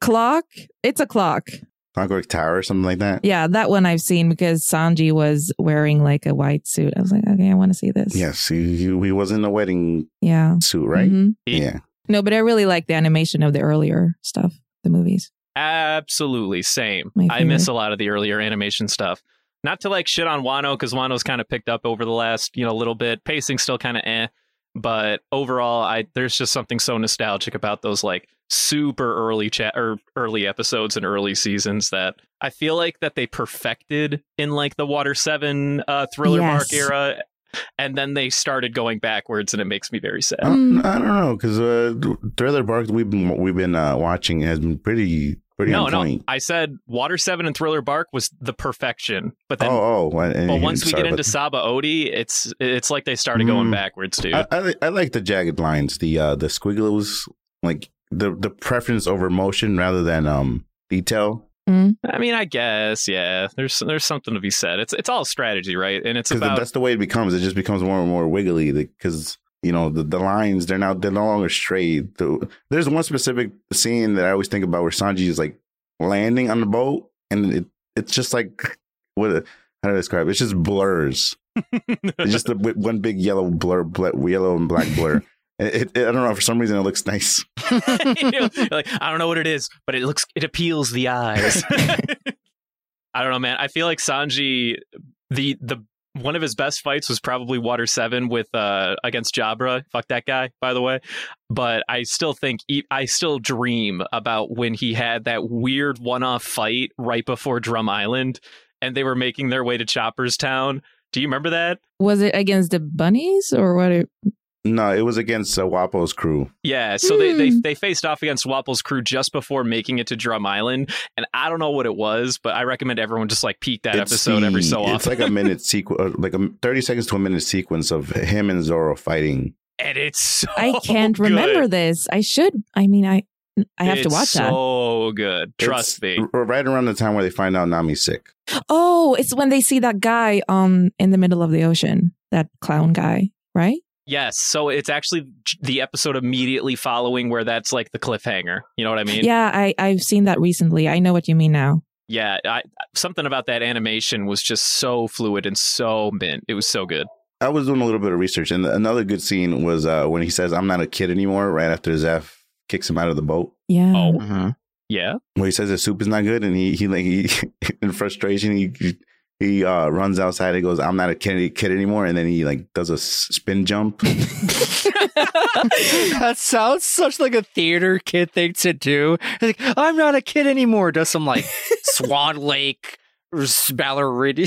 Speaker 3: clock? It's a clock.
Speaker 2: Clockwork Tower or something like that.
Speaker 3: Yeah, that one I've seen because Sanji was wearing like a white suit. I was like, okay, I want to see this.
Speaker 2: Yes, he, he he was in a wedding
Speaker 3: Yeah.
Speaker 2: suit, right?
Speaker 3: Mhm.
Speaker 2: Yeah.
Speaker 3: No, but I really like the animation of the earlier stuff, the movies.
Speaker 5: absolutely, same.
Speaker 3: My
Speaker 5: I miss a lot of the earlier animation stuff. Not to like shit on Wano because Wano's kind of picked up over the last you know little bit. Pacing's still kind of eh, but overall, I there's just something so nostalgic about those like super early chat or early episodes and early seasons that I feel like that they perfected in like the Water Seven uh, thriller
Speaker 3: Yes.
Speaker 5: mark era, and then they started going backwards, and it makes me very sad.
Speaker 2: I don't, I don't know because uh, Thriller Bark we've been we've been uh, watching has been pretty pretty
Speaker 5: no,
Speaker 2: on
Speaker 5: no.
Speaker 2: point.
Speaker 5: I said Water Seven and Thriller Bark was the perfection, but then,
Speaker 2: oh, oh, I- I
Speaker 5: but
Speaker 2: didn't-
Speaker 5: once we
Speaker 2: sorry
Speaker 5: get
Speaker 2: about
Speaker 5: into Saba Odie, it's it's like they started going
Speaker 2: Mm.
Speaker 5: backwards, dude.
Speaker 2: that. I, I, li- I like the jagged lines, the uh, the squiggles, like the the preference over motion rather than um detail.
Speaker 5: I mean, I guess, yeah. There's there's something to be said. It's it's all strategy, right? And it's
Speaker 2: Because
Speaker 5: about
Speaker 2: that's the way it becomes. It just becomes more and more wiggly. Because you know the, the lines they're now they're no longer straight. The- There's one specific scene that I always think about where Sanji is like landing on the boat, and it it's just like what a, how do I describe? It? It's just blurs. It's just a, wi- one big yellow blur, bla yellow and black blur. It, it, I don't know. For some reason, it looks nice.
Speaker 5: You know, like I don't know what it is, but it looks it appeals the eyes. I don't know, man. I feel like Sanji the the one of his best fights was probably Water 7 with uh against Jabra. Fuck that guy, by the way. But I still think e- I still dream about when he had that weird one-off fight right before Drum Island and they were making their way to Chopper's Town. Do you remember that?
Speaker 3: Was it against the bunnies or what? It,
Speaker 2: No, it was against uh, Wapo's crew.
Speaker 5: Yeah, so they, they
Speaker 3: Hmm.
Speaker 5: they faced off against Wapple's crew just before making it to Drum Island, and I don't know what it was, but I recommend everyone just like peek that
Speaker 2: It's
Speaker 5: episode every
Speaker 2: the-
Speaker 5: so often.
Speaker 2: It's like a minute sequence, like a thirty seconds to a minute sequence of him and Zoro fighting.
Speaker 5: and it's so
Speaker 3: I can't remember
Speaker 5: Oh, good.
Speaker 3: this. I should. I mean, I I have to
Speaker 5: It's
Speaker 3: watch that.
Speaker 5: So good, trust
Speaker 2: It's
Speaker 5: me.
Speaker 2: r- Right around the time where they find out Nami's sick.
Speaker 3: Oh, it's when they see that guy um in the middle of the ocean, that clown guy, right?
Speaker 5: Yes, so it's actually j- the episode immediately following where that's like the cliffhanger. You know what I mean?
Speaker 3: yeah, I I've seen that recently. I know what you mean now.
Speaker 5: Yeah, I, something about that animation was just so fluid and so mint. It was so good.
Speaker 2: I was doing a little bit of research, and another good scene was uh, when he says, "I'm not a kid anymore." Right after Zeph kicks him out of the boat,
Speaker 3: Yeah.
Speaker 5: Oh.
Speaker 7: Mhm.
Speaker 5: Yeah,
Speaker 2: where he says the soup is not good, and he he like he in frustration he he uh, runs outside and goes, "I'm not a kid, kid anymore," and then he like does a s- spin jump.
Speaker 7: that sounds such like a theater kid thing to do. Like, I'm not a kid anymore. Does some like Swan Lake ballerina?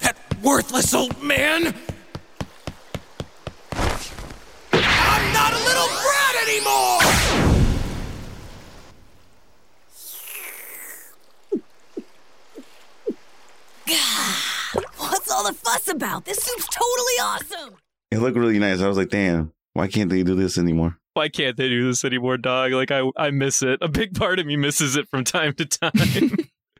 Speaker 9: That worthless old man! I'm not a little brat anymore!
Speaker 10: What's all the fuss about? This soup's totally awesome!
Speaker 2: It looked really nice. I was like, "Damn, why can't they do this anymore?"
Speaker 5: why can't they do this anymore, dog? Like I I miss it. A big part of me misses it from time to time.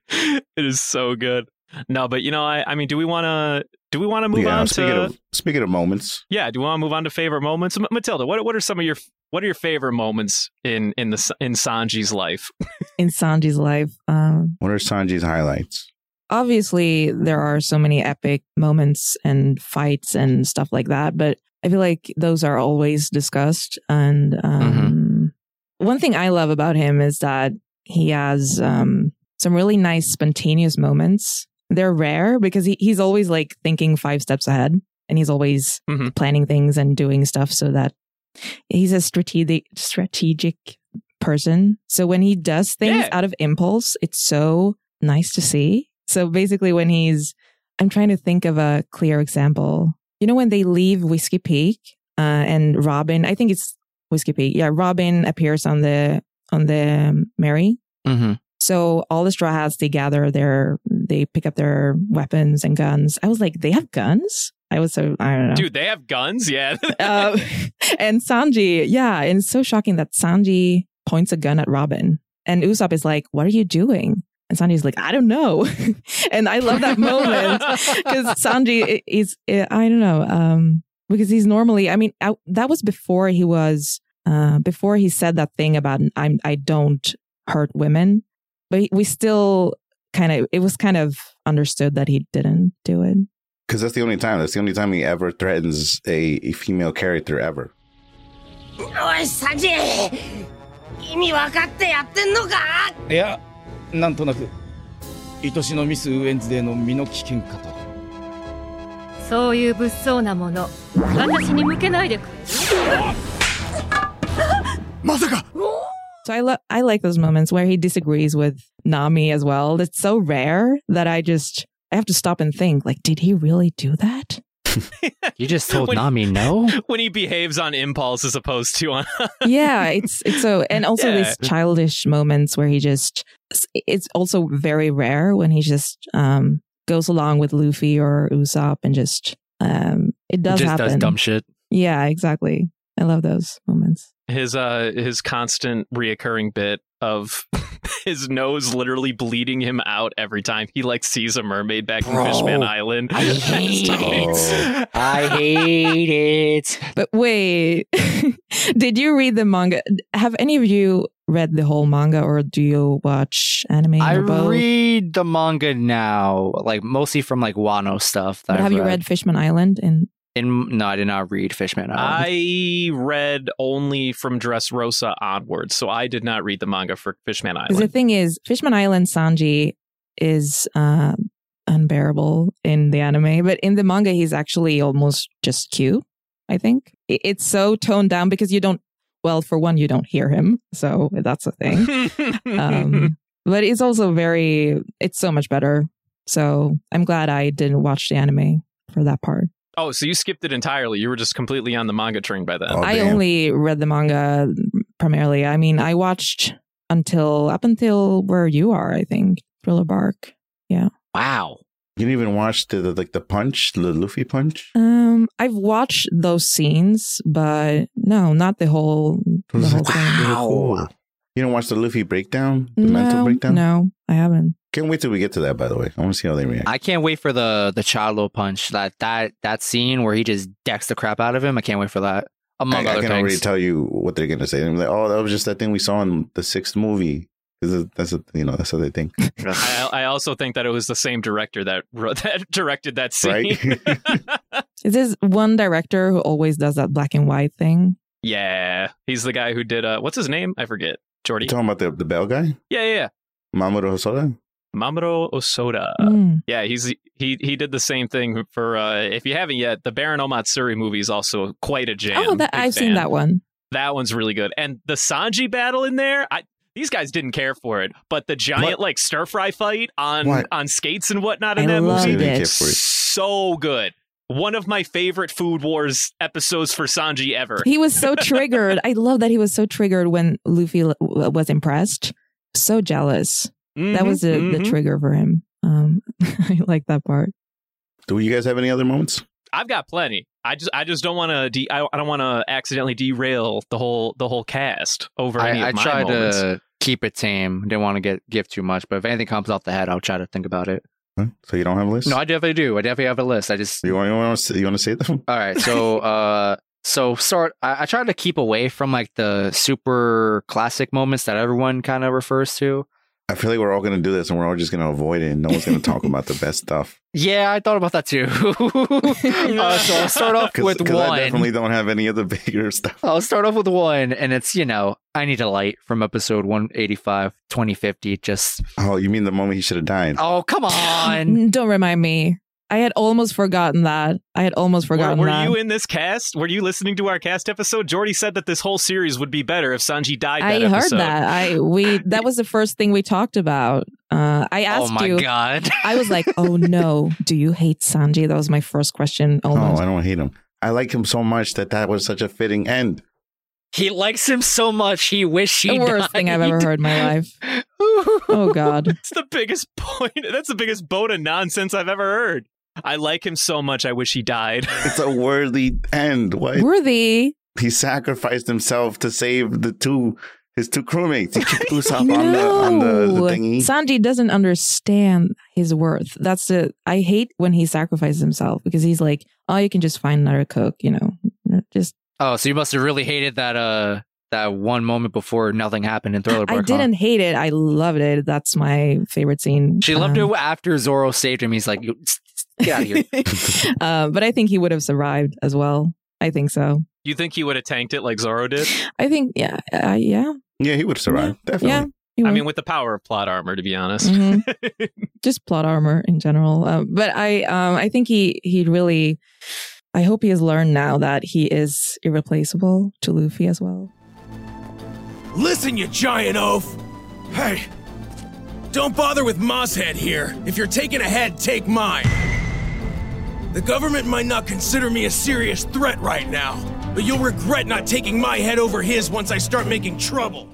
Speaker 5: it is so good. No, but you know, I I mean, do we want to do we want to move
Speaker 2: yeah,
Speaker 5: on
Speaker 2: speaking
Speaker 5: to
Speaker 2: of speaking of moments,
Speaker 5: yeah? Do we want to move on to favorite moments, M- Matilda? What what are some of your what are your favorite moments in in the in Sanji's life?
Speaker 3: in Sanji's life. Um,
Speaker 2: what are Sanji's highlights?
Speaker 3: obviously, there are so many epic moments and fights and stuff like that, but I feel like those are always discussed. And um, one thing I love about him is that he has um, some really nice, spontaneous moments. They're rare because he, he's always like thinking five steps ahead and he's always
Speaker 5: Mhm.
Speaker 3: planning things and doing stuff so that he's a strategic, strategic person. So when he does things
Speaker 5: Yeah.
Speaker 3: out of impulse, it's so nice to see. So basically, when he's, I'm trying to think of a clear example. You know, when they leave Whiskey Peak uh, and Robin, I think it's Whiskey Peak. Yeah, Robin appears on the on the um, Mary.
Speaker 7: mm-hmm.
Speaker 3: So all the Straw Hats they gather their they pick up their weapons and guns. I was like, they have guns? I was so, I don't know.
Speaker 5: Dude, they have guns. Yeah.
Speaker 3: Um, and Sanji, yeah. And it's so shocking that Sanji points a gun at Robin. And Usopp is like, what are you doing? And Sanji's like, I don't know. and I love that moment because Sanji i- is, i- I don't know, um, because he's normally, I mean, I, that was before he was, uh, before he said that thing about I'm, I don't hurt women, but he- we still kind of, it was kind of understood that he didn't do it.
Speaker 2: Because that's the only time. That's the only time he ever threatens a, a female character ever.
Speaker 10: おいサジ Oh, 意味分かってやってんのか
Speaker 11: いやなんとなく愛しのミス・ウエンズデーの身の危険かと
Speaker 12: そういう物騒なもの私に向けないでく
Speaker 3: So I love I like those moments where he disagrees with Nami as well. That's so rare that I just I have to stop and think like did he really do that?
Speaker 7: You just told
Speaker 5: When-
Speaker 7: Nami no?
Speaker 5: when he behaves on impulse as opposed to on.
Speaker 3: yeah, it's it's so and also
Speaker 5: Yeah.
Speaker 3: these childish moments where he just it's also very rare when he just um goes along with Luffy or Usopp and just um it does
Speaker 7: just
Speaker 3: happen.
Speaker 7: does dumb shit.
Speaker 3: Yeah, exactly. I love those moments.
Speaker 5: his uh his constant reoccurring bit of his nose literally bleeding him out every time he like sees a mermaid back
Speaker 7: Bro,
Speaker 5: in Fishman Island.
Speaker 7: I hate
Speaker 2: it.
Speaker 7: I hate it.
Speaker 3: But wait, did you read the manga? Have any of you read the whole manga or do you watch anime?
Speaker 7: I
Speaker 3: or both?
Speaker 7: read the manga now, like mostly from like Wano stuff. That
Speaker 3: But
Speaker 7: I've
Speaker 3: have you read Fishman Island? And
Speaker 7: In, no, I did not read Fishman. Island.
Speaker 5: I read only from Dressrosa onwards, so I did not read the manga for Fishman
Speaker 3: because the
Speaker 5: Island.
Speaker 3: thing is, Fishman Island Sanji is uh, unbearable in the anime, but in the manga, he's actually almost just cute. I think I- it's so toned down because you don't. Well, for one, you don't hear him, so that's a thing. um, but it's also very it's so much better so i'm glad i didn't watch the anime for that part
Speaker 5: oh, so you skipped it entirely. You were just completely on the manga train by then.
Speaker 2: Oh,
Speaker 3: i
Speaker 2: damn.
Speaker 3: only read the manga primarily i mean i watched until up until where you are i think thriller bark
Speaker 7: wow.
Speaker 2: You didn't even watch the, the like the punch, the Luffy punch.
Speaker 3: um i've watched those scenes but no not the whole the whole thing
Speaker 7: Wow.
Speaker 2: Cool. You didn't watch the Luffy breakdown, the mental
Speaker 3: no,
Speaker 2: breakdown.
Speaker 3: no i haven't
Speaker 2: Can't wait till we get to that. By the way, I want to see how they react.
Speaker 7: I can't wait for the the Chalo punch. That that that scene where he just decks the crap out of him. I can't wait for
Speaker 2: I, I
Speaker 7: that. Among
Speaker 2: can
Speaker 7: other
Speaker 2: already
Speaker 7: things.
Speaker 2: tell you what they're gonna say. They're gonna be like, oh, that was just that thing we saw in the sixth movie. 'Cause That's a, you know that's what they think,
Speaker 5: I, I also think that it was the same director that wrote, that directed that scene.
Speaker 2: right?
Speaker 3: is this one director who always does that black and white thing
Speaker 5: yeah, he's the guy who did uh, what's his name? I forget.
Speaker 2: you
Speaker 5: Jordy.
Speaker 2: talking about the the bell guy,
Speaker 5: Yeah, yeah, yeah.
Speaker 2: Mamoru Hosoda?
Speaker 5: Mamoru Osoda.
Speaker 3: Mm.
Speaker 5: Yeah, he's he he did the same thing for uh if you haven't yet, the Baron Omatsuri movie is also quite a jam.
Speaker 3: oh that
Speaker 5: Big
Speaker 3: i've seen
Speaker 5: fan.
Speaker 3: that one
Speaker 5: That one's really good. And the Sanji battle in there, I these guys didn't care for it, but the giant
Speaker 2: What?
Speaker 5: like stir fry fight on
Speaker 2: What?
Speaker 5: on skates and whatnot in
Speaker 3: i
Speaker 5: that
Speaker 3: loved
Speaker 2: See if
Speaker 5: movie
Speaker 2: they
Speaker 3: it
Speaker 2: care for it.
Speaker 5: so good. One of my favorite Food Wars episodes for Sanji ever.
Speaker 3: He was so triggered. I love that he was so triggered when Luffy l- w- was impressed. So jealous. That was the,
Speaker 5: Mhm,
Speaker 3: the
Speaker 5: mhm.
Speaker 3: trigger for him. Um, I like that part.
Speaker 2: Do you guys have any other moments?
Speaker 5: I've got plenty. I just I just don't want to de- I, I don't want to accidentally derail the whole the whole cast over any
Speaker 7: I, I
Speaker 5: of my
Speaker 7: try
Speaker 5: moments.
Speaker 7: to keep it tame. Didn't want to get give too much, but if anything comes off the head, I'll try to think about it.
Speaker 2: Huh? So you don't have a list?
Speaker 7: No, I definitely do. I definitely have a list. I just
Speaker 2: you want you want to you want to say them?
Speaker 7: All right, so uh, so sort I, I try to keep away from like the super classic moments that everyone kind of refers to.
Speaker 2: I feel like we're all gonna do this, and we're all just gonna avoid it, and no one's gonna talk about the best stuff.
Speaker 7: Yeah, I thought about that too. uh, so I'll start off
Speaker 2: 'Cause-
Speaker 7: with
Speaker 2: 'cause I definitely
Speaker 7: one.
Speaker 2: don't have any of the bigger stuff.
Speaker 7: I'll start off with one, and it's you know I need a light from episode 185, 2050. Just
Speaker 2: Oh, you mean the moment he should have died?
Speaker 7: oh come on.
Speaker 3: Don't remind me. I had almost forgotten that. I had almost
Speaker 5: Were,
Speaker 3: forgotten
Speaker 5: were
Speaker 3: that.
Speaker 5: you in this cast? Were you listening to our cast episode? Jordy said that this whole series would be better if Sanji died.
Speaker 3: I
Speaker 5: That
Speaker 3: heard
Speaker 5: episode.
Speaker 3: that. I we that was the first thing we talked about. Uh, I
Speaker 7: Oh
Speaker 3: asked
Speaker 7: my
Speaker 3: you.
Speaker 7: god.
Speaker 3: I was like, "Oh no, do you hate Sanji?" That was my first question.
Speaker 2: Oh,
Speaker 3: Almost.
Speaker 2: I don't hate him. I like him so much that that was such a fitting end.
Speaker 7: He likes him so much. He wished he
Speaker 3: the worst thing I've ever heard in my life.
Speaker 7: Ooh,
Speaker 3: oh God.
Speaker 5: It's the biggest point. That's the biggest boat of nonsense I've ever heard. I like him so much. I wish he died.
Speaker 2: It's a worthy end. What?
Speaker 3: Worthy.
Speaker 2: He sacrificed himself to save the two his two crewmates. He kicked Usopp on the on the, the
Speaker 3: No.
Speaker 2: thingy.
Speaker 3: Sanji doesn't understand his worth. That's the I hate when he sacrifices himself because he's like, oh, you can just find another cook, you know, just
Speaker 7: Oh, so you must have really hated that uh that one moment before nothing happened in Thriller Bark.
Speaker 3: I
Speaker 7: huh?
Speaker 3: didn't hate it. I loved it. That's my favorite scene. Um,
Speaker 7: She loved it after Zoro saved him. He's like, "You- get out of here.
Speaker 3: Uh, but I think he would have survived as well. I think so.
Speaker 5: You think he would have tanked it like Zoro did?
Speaker 3: I think, yeah, uh, yeah,
Speaker 2: Yeah, he would survive. Definitely.
Speaker 3: yeah. he
Speaker 5: I
Speaker 3: would.
Speaker 5: mean, with the power of plot armor, to be honest.
Speaker 3: Mhm. just plot armor in general. Um, but I, um, I think he he really. I hope he has learned now that he is irreplaceable to Luffy as well.
Speaker 9: Listen, you giant oaf! Hey, don't bother with Ma's head here. If you're taking a head, take mine. The government might not consider me a serious threat right now, but you'll regret not taking my head over his once I start making trouble.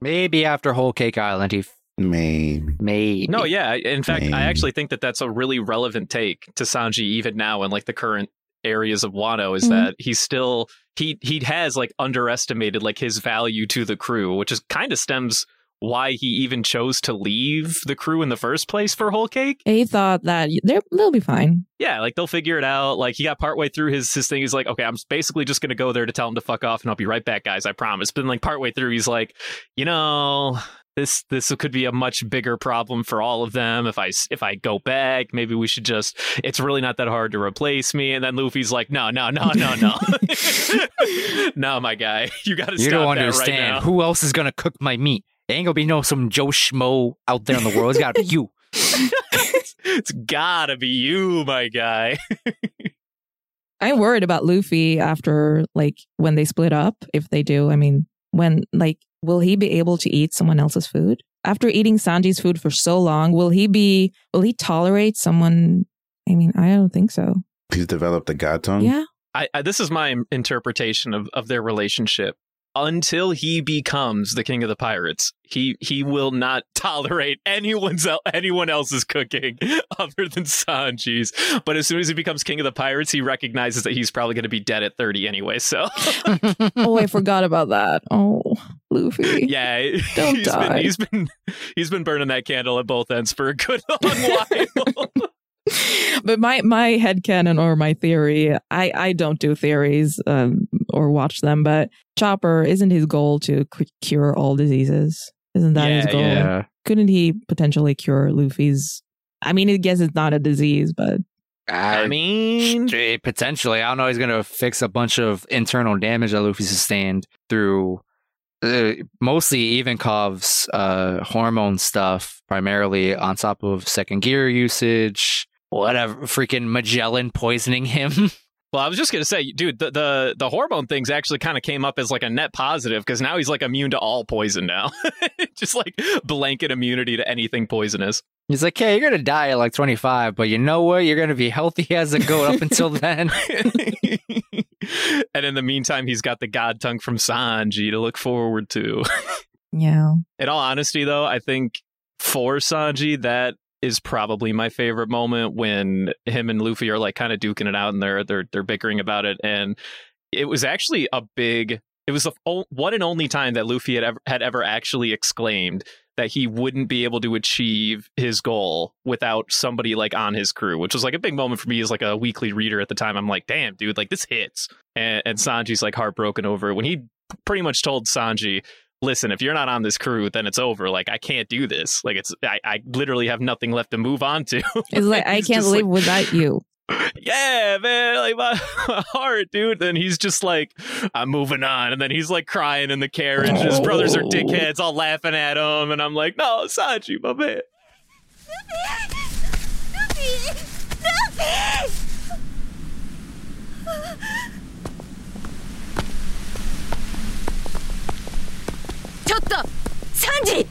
Speaker 7: Maybe after Whole Cake Island, he
Speaker 2: maybe
Speaker 7: maybe.
Speaker 5: No, yeah. I- In fact, I actually think that that's a really relevant take to Sanji even now in like the current areas of Wano is
Speaker 13: Mhm.
Speaker 5: that he's still he he has like underestimated like his value to the crew, which is kind of stems why he even chose to leave the crew in the first place for Whole Cake.
Speaker 3: He thought that they're- they'll be fine.
Speaker 5: Yeah, like they'll figure it out. Like he got partway through his his thing. He's like, okay, I'm basically just gonna go there to tell him to fuck off, and I'll be right back, guys. I promise. But then like partway through, he's like, you know, this this could be a much bigger problem for all of them if I s- if I go back. Maybe we should just. It's really not that hard to replace me. And then Luffy's like, no, no, no, no, no, no, my guy, you got to
Speaker 7: You
Speaker 5: stop
Speaker 7: don't
Speaker 5: that
Speaker 7: understand.
Speaker 5: right now.
Speaker 7: Who else is gonna cook my meat? It ain't gonna be no some Joe Schmo out there in the world. It's gotta be you.
Speaker 5: It's gotta be you, my guy.
Speaker 3: I'm worried about Luffy after like when they split up. If they do, I mean, when like, will he be able to eat someone else's food after eating Sanji's food for so long? Will he be? Will he tolerate someone? I mean, I don't think so.
Speaker 2: He's developed a god tongue.
Speaker 3: Yeah.
Speaker 5: I, I this is my im- interpretation of, of their relationship. Until he becomes the king of the pirates, he he will not tolerate anyone's el- anyone else's cooking other than Sanji's. But as soon as he becomes king of the pirates, he recognizes that he's probably going to be dead at thirty anyway. So
Speaker 3: oh, I forgot about that. Oh, Luffy.
Speaker 5: yeah, he's
Speaker 3: Don't die.
Speaker 5: been he's been he's been burning that candle at both ends for a good long while.
Speaker 3: But my my headcanon or my theory, I I don't do theories um, or watch them. But Chopper isn't his goal to cu- cure all diseases. Isn't that his
Speaker 7: Yeah,
Speaker 3: goal?
Speaker 7: yeah.
Speaker 3: Couldn't he potentially cure Luffy's? I mean, I guess it's not a disease, but
Speaker 7: I,
Speaker 5: mean,
Speaker 7: potentially. I don't know. He's gonna fix a bunch of internal damage that Luffy sustained through uh, mostly Ivankov's uh, hormone stuff, primarily on top of second gear usage, whatever. Freaking Magellan poisoning him.
Speaker 5: Well, I was just gonna say, dude, the the, the hormone things actually kind of came up as like a net positive because now he's like immune to all poison now, just like blanket immunity to anything poisonous.
Speaker 7: He's like, hey, you're gonna die at like 25, but you know what? You're gonna be healthy as a goat up until then.
Speaker 5: And in the meantime, he's got the god tongue from Sanji to look forward to.
Speaker 3: yeah.
Speaker 5: in all honesty, though, I think for Sanji that is probably my favorite moment when him and Luffy are like kind of duking it out and they're they're they're bickering about it, and it was actually a big. It was the o- one and only time that Luffy had ever had ever actually exclaimed that he wouldn't be able to achieve his goal without somebody like on his crew, which was like a big moment for me as like a weekly reader at the time. I'm like, damn, dude, like this hits. And, and Sanji's like heartbroken over it when he pretty much told Sanji, listen, if you're not on this crew, then it's over. Like I can't do this. Like it's I, I literally have nothing left to move on to.
Speaker 3: it's like I
Speaker 5: He's
Speaker 3: can't
Speaker 5: just
Speaker 3: live
Speaker 5: like,
Speaker 3: without you.
Speaker 5: yeah, man, like my, my heart, dude. Then he's just like, I'm moving on, and then he's like crying in the carriage. His brothers are dickheads, all laughing at him, and I'm like, no, Sanji, my man.
Speaker 9: Luffy!
Speaker 10: ちょっとサンジ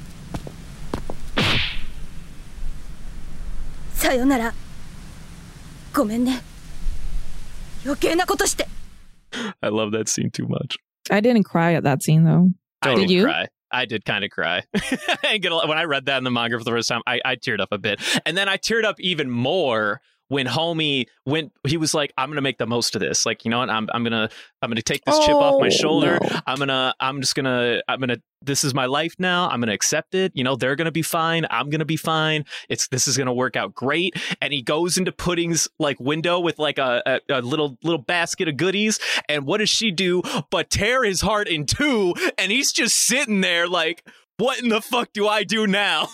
Speaker 10: さよならごめんね余計なことして
Speaker 5: I love that scene too much.
Speaker 3: I didn't cry at that scene though.
Speaker 5: I
Speaker 3: Did you?
Speaker 5: cry. I did kind of cry. I get a lot- when I read that in the manga for the first time, I, I teared up a bit, and then I teared up even more when homie went. He was like, "I'm gonna make the most of this. Like, you know what? I'm I'm gonna I'm gonna take this chip off my
Speaker 13: Oh,
Speaker 5: shoulder.
Speaker 13: no.
Speaker 5: I'm gonna I'm just gonna I'm gonna this is my life now. I'm gonna accept it. You know, they're gonna be fine. I'm gonna be fine. It's this is gonna work out great. And he goes into Pudding's like window with like a, a, a little little basket of goodies. And what does she do but tear his heart in two? And he's just sitting there like, what in the fuck do I do now?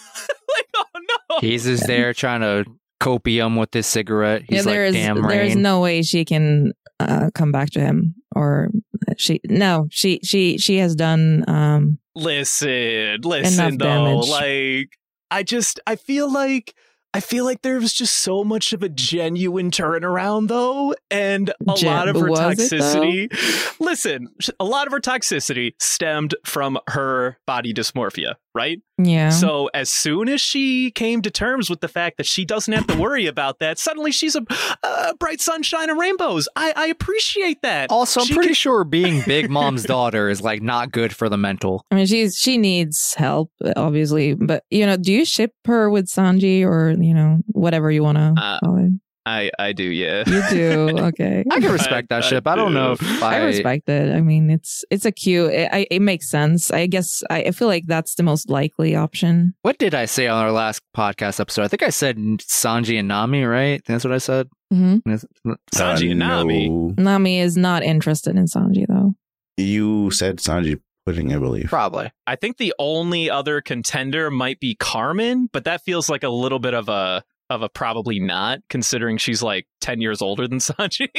Speaker 5: oh,
Speaker 7: He's just there trying to copium with this cigarette. He's
Speaker 3: there
Speaker 7: like,
Speaker 3: is
Speaker 7: damn
Speaker 3: there is
Speaker 7: rain.
Speaker 3: no way she can uh, come back to him, or she no she she she has done um
Speaker 5: listen, listen
Speaker 3: Enough
Speaker 5: though.
Speaker 3: damage.
Speaker 5: Like I just I feel like I feel like there was just so much of a genuine turnaround though, and a
Speaker 13: Gen-
Speaker 5: lot of her
Speaker 13: was it, though?
Speaker 5: toxicity. Listen, sh- a lot of her toxicity stemmed from her body dysmorphia, right?
Speaker 3: Yeah.
Speaker 5: So as soon as she came to terms with the fact that she doesn't have to worry about that, suddenly she's a, a bright sunshine and rainbows. I, I appreciate that.
Speaker 7: Also, I'm
Speaker 5: She
Speaker 7: pretty
Speaker 5: can-
Speaker 7: sure being Big Mom's daughter is like not good for the mental.
Speaker 3: I mean she's she needs help obviously, but you know do you ship her with Sanji or you know whatever you want to
Speaker 5: Uh,
Speaker 3: call it?
Speaker 5: I I do, yeah.
Speaker 3: You do okay.
Speaker 7: I can respect that ship. I don't know if I,
Speaker 3: I respect it. I mean, it's it's a cute. It, I, it makes sense. I guess I, I feel like that's the most likely option.
Speaker 7: What did I say on our last podcast episode? I think I said Sanji and Nami, right? That's what I said.
Speaker 5: Mm-hmm.
Speaker 3: hmm
Speaker 7: Sanji and Nami.
Speaker 3: Nami is not interested in Sanji though.
Speaker 2: You said Sanji pudding, I believe.
Speaker 7: Probably.
Speaker 5: I think the only other contender might be Carmen, but that feels like a little bit of a of a probably not, considering she's like ten years older than Sanji.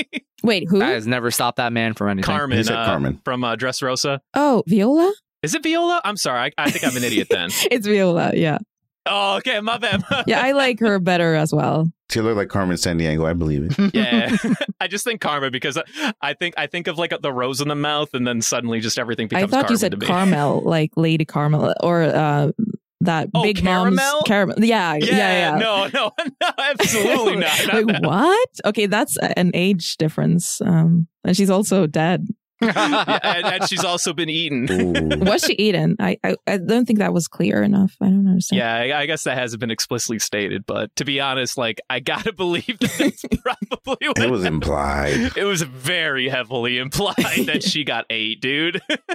Speaker 3: Wait, who?
Speaker 7: That has never stopped that man from anything.
Speaker 5: Carmen, uh, from uh, Dressrosa.
Speaker 3: Oh, Viola.
Speaker 5: Is it Viola? I'm sorry, I, I think I'm an idiot then.
Speaker 3: It's Viola. Yeah,
Speaker 5: Oh, okay, my bad.
Speaker 3: yeah. I like her better as well.
Speaker 2: She looked like Carmen San Diego, I believe it.
Speaker 5: yeah, I just think Carmen because I- I think I think of like the rose in the mouth, and then suddenly just everything
Speaker 3: I
Speaker 5: becomes.
Speaker 3: thought
Speaker 5: Carmen
Speaker 3: you
Speaker 5: to
Speaker 3: said
Speaker 5: me.
Speaker 3: Carmel, like Lady Carmel, or uh, that big
Speaker 5: Oh, Caramel?
Speaker 3: mom's caramel. Yeah, yeah, yeah.
Speaker 5: No, no, no, absolutely not. not
Speaker 3: like what? Okay, that's an age difference, um, and she's also dead.
Speaker 5: Yeah, and, and she's also been eaten.
Speaker 3: Was she eaten? I, I I don't think that was clear enough. I don't understand.
Speaker 5: Yeah, I, I guess that hasn't been explicitly stated, but to be honest, like I gotta believe that it's probably what
Speaker 2: It was implied.
Speaker 5: it was very heavily implied that she got eight, dude.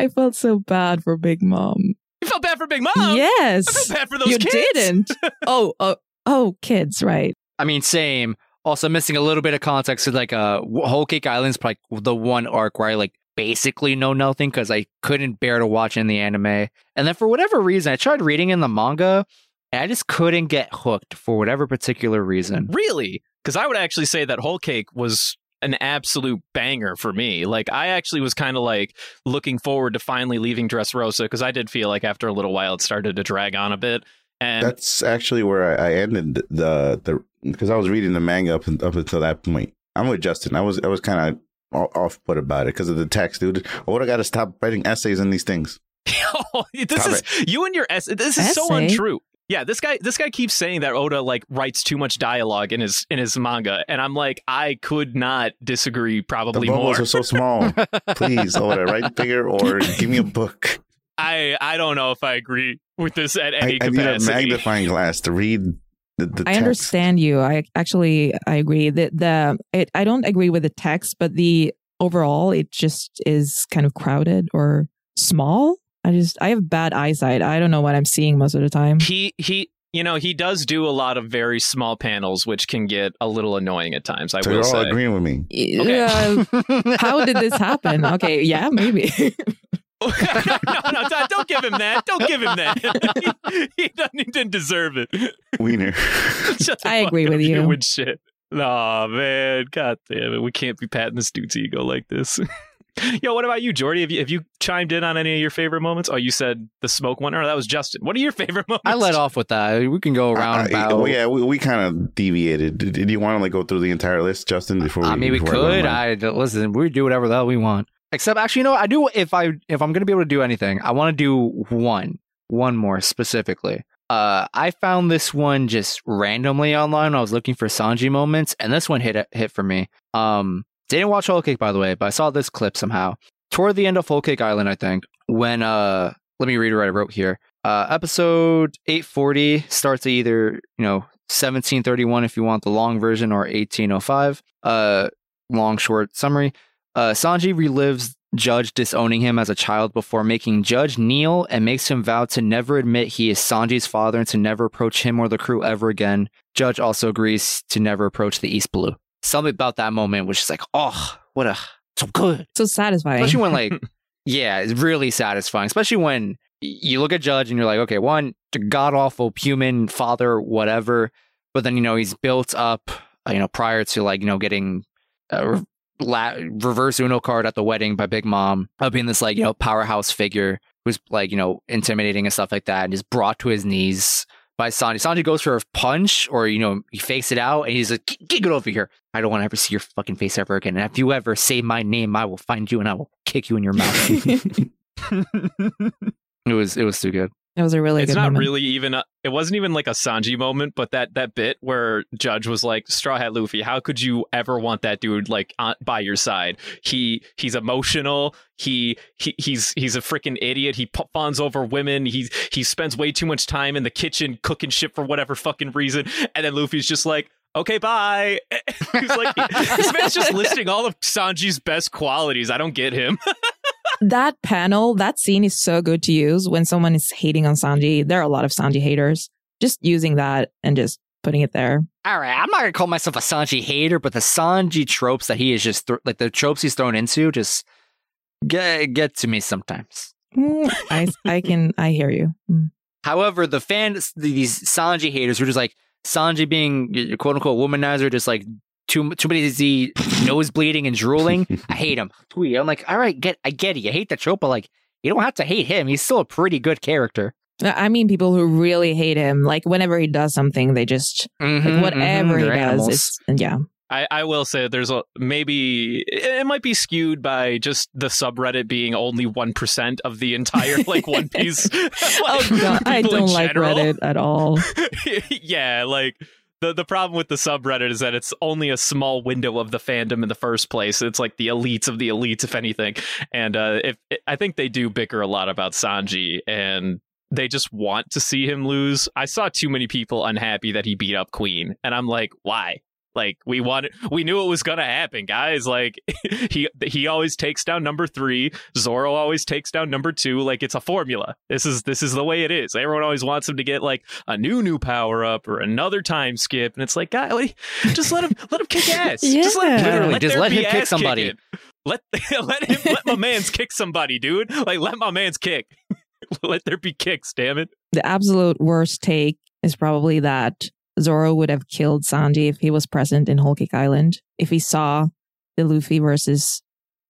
Speaker 3: I felt so bad for Big Mom.
Speaker 5: you felt bad for Big Mom.
Speaker 3: Yes,
Speaker 5: I felt bad for those
Speaker 3: you
Speaker 5: kids.
Speaker 3: didn't. oh, oh, oh, kids, right?
Speaker 7: I mean, same. Also, missing a little bit of context to like uh, Wh- Whole Cake Island's probably the one arc where I like basically know nothing because I couldn't bear to watch in the anime. And then for whatever reason, I tried reading in the manga and I just couldn't get hooked for whatever particular reason.
Speaker 5: Really? Because I would actually say that Whole Cake was an absolute banger for me. Like I actually was kind of like looking forward to finally leaving Dressrosa because I did feel like after a little while it started to drag on a bit. And
Speaker 2: That's actually where I, I ended the the because I was reading the manga up up until that point. I'm with Justin. I was I was kind of off put about it because of the text, dude. What I got to stop writing essays in these things.
Speaker 5: Oh, this
Speaker 2: Stop
Speaker 5: is you and your ess- this is so
Speaker 2: Essay?
Speaker 5: untrue yeah this guy this guy keeps saying that oda like writes too much dialogue in his in his manga and i'm like i could not disagree
Speaker 2: The
Speaker 5: probably more
Speaker 2: bubbles are so small. Please, Oda, write bigger or give me a book.
Speaker 5: i i don't know if i agree with this at
Speaker 2: I,
Speaker 5: any
Speaker 2: I need a
Speaker 5: capacity
Speaker 2: magnifying glass to read the, the
Speaker 3: I
Speaker 2: text.
Speaker 3: understand you. I actually I agree that the it, I don't agree with the text, but the overall it just is kind of crowded or small. I just I have bad eyesight. I don't know what I'm seeing most of the time.
Speaker 5: he he you know he does do a lot of very small panels which can get a little annoying at times i
Speaker 2: So
Speaker 5: will
Speaker 2: you're all
Speaker 5: say
Speaker 2: agreeing with me.
Speaker 3: Uh, how did this happen? Okay, yeah, maybe.
Speaker 5: no no don't- don't give him that don't give him that he, he doesn't, he didn't deserve it
Speaker 2: Wiener.
Speaker 3: I agree with you.
Speaker 5: With shit. Aw, man. God damn it. We can't be patting this dude's ego like this. Yo, what about you, Jordy? Have you, have you chimed in on any of your favorite moments? Oh, you said the smoke one? Or that was Justin. What are your favorite moments?
Speaker 7: I let off with that. We can go around about.
Speaker 2: well, yeah, we, we kind of deviated. Did, did you want to like go through the entire list, Justin? Before we,
Speaker 7: I mean, we
Speaker 2: before go
Speaker 7: could.
Speaker 2: on?
Speaker 7: I listen. We do whatever the hell we want. Except, actually, you know, what? I do. If I if I'm gonna be able to do anything, I want to do one, one more specifically. Uh, I found this one just randomly online. I was looking for Sanji moments, and this one hit hit for me. Um, didn't watch Whole Cake by the way, but I saw this clip somehow toward the end of Whole Cake Island, I think, when uh let me read what I wrote here. Uh, episode 840 starts at either, you know, 1731 if you want the long version or 1805. Uh, long, short summary. Uh, Sanji relives Judge disowning him as a child before making Judge kneel and makes him vow to never admit he is Sanji's father and to never approach him or the crew ever again. Judge also agrees to never approach the East Blue. Something about that moment was just like, oh, what a so good.
Speaker 3: So satisfying.
Speaker 7: Especially when like yeah, it's really satisfying. Especially when y- you look at Judge and you're like, okay, one god awful human father, whatever. But then you know he's built up, uh, you know, prior to like you know getting a re- la- reverse Uno card at the wedding by Big Mom, of being this like you know powerhouse figure who's like you know intimidating and stuff like that, and is brought to his knees by Sanji. Sanji goes for a punch, or you know he fakes it out, and he's like, "Get- "Get over here! I don't want to ever see your fucking face ever again. And if you ever say my name, I will find you and I will kick you in your mouth." it was it was too good.
Speaker 3: It was a really
Speaker 5: it's
Speaker 3: good
Speaker 5: not
Speaker 3: moment.
Speaker 5: really even a, it wasn't even like a sanji moment but that that bit where judge was like straw hat luffy how could you ever want that dude like on, by your side he he's emotional he, he he's he's a freaking idiot he p- fawns over women he he spends way too much time in the kitchen cooking shit for whatever fucking reason and then luffy's just like Okay, bye. He's like, this man's just listing all of Sanji's best qualities. I don't get him.
Speaker 3: that panel, that scene is so good to use when someone is hating on Sanji. There are a lot of Sanji haters. Just using that and just putting it there.
Speaker 7: All right, I'm not gonna call myself a Sanji hater, but the Sanji tropes that he is just thro- like the tropes he's thrown into just get get to me sometimes.
Speaker 3: Mm, I, I can, I hear you. Mm.
Speaker 7: However, the fans, these Sanji haters, were just like Sanji being uh, quote unquote womanizer, just like too too many Z nose bleeding and drooling. I hate him. Tweet. I'm like, all right, get I get it. You hate the trope, but like you don't have to hate him. He's still a pretty good character.
Speaker 3: I mean, people who really hate him, like whenever he does something, they just,
Speaker 7: Mhm,
Speaker 5: Mm-hmm,
Speaker 3: like whatever
Speaker 7: mhm,
Speaker 3: he
Speaker 7: they're
Speaker 3: does,
Speaker 7: animals.
Speaker 3: it's, yeah.
Speaker 5: I, I will say there's a maybe it might be skewed by just the subreddit being only one percent of the entire like One Piece. like,
Speaker 3: Oh, God, I
Speaker 5: people in
Speaker 3: don't like
Speaker 5: general.
Speaker 3: Reddit at all.
Speaker 5: yeah, like the the problem with the subreddit is that it's only a small window of the fandom in the first place. It's like the elites of the elites, if anything. And uh, if I think they do bicker a lot about Sanji, and they just want to see him lose. I saw too many people unhappy that he beat up Queen, and I'm like, why? Like we wanted, we knew it was gonna happen, guys. Like he he always takes down number three. Zoro always takes down number two. Like it's a formula. This is this is the way it is. Everyone always wants him to get like a new new power up or another time skip, and it's like, guy, like, just let him let him kick ass. Just let him,
Speaker 7: Yeah. Literally, just
Speaker 5: there
Speaker 7: let
Speaker 5: be
Speaker 7: him kick
Speaker 5: ass
Speaker 7: somebody.
Speaker 5: kicking. Let let him let my man's kick somebody, dude. Like let my man's kick. let there be kicks, damn it.
Speaker 3: The absolute worst take is probably that Zoro would have killed Sanji if he was present in Whole Cake Island, if he saw the Luffy versus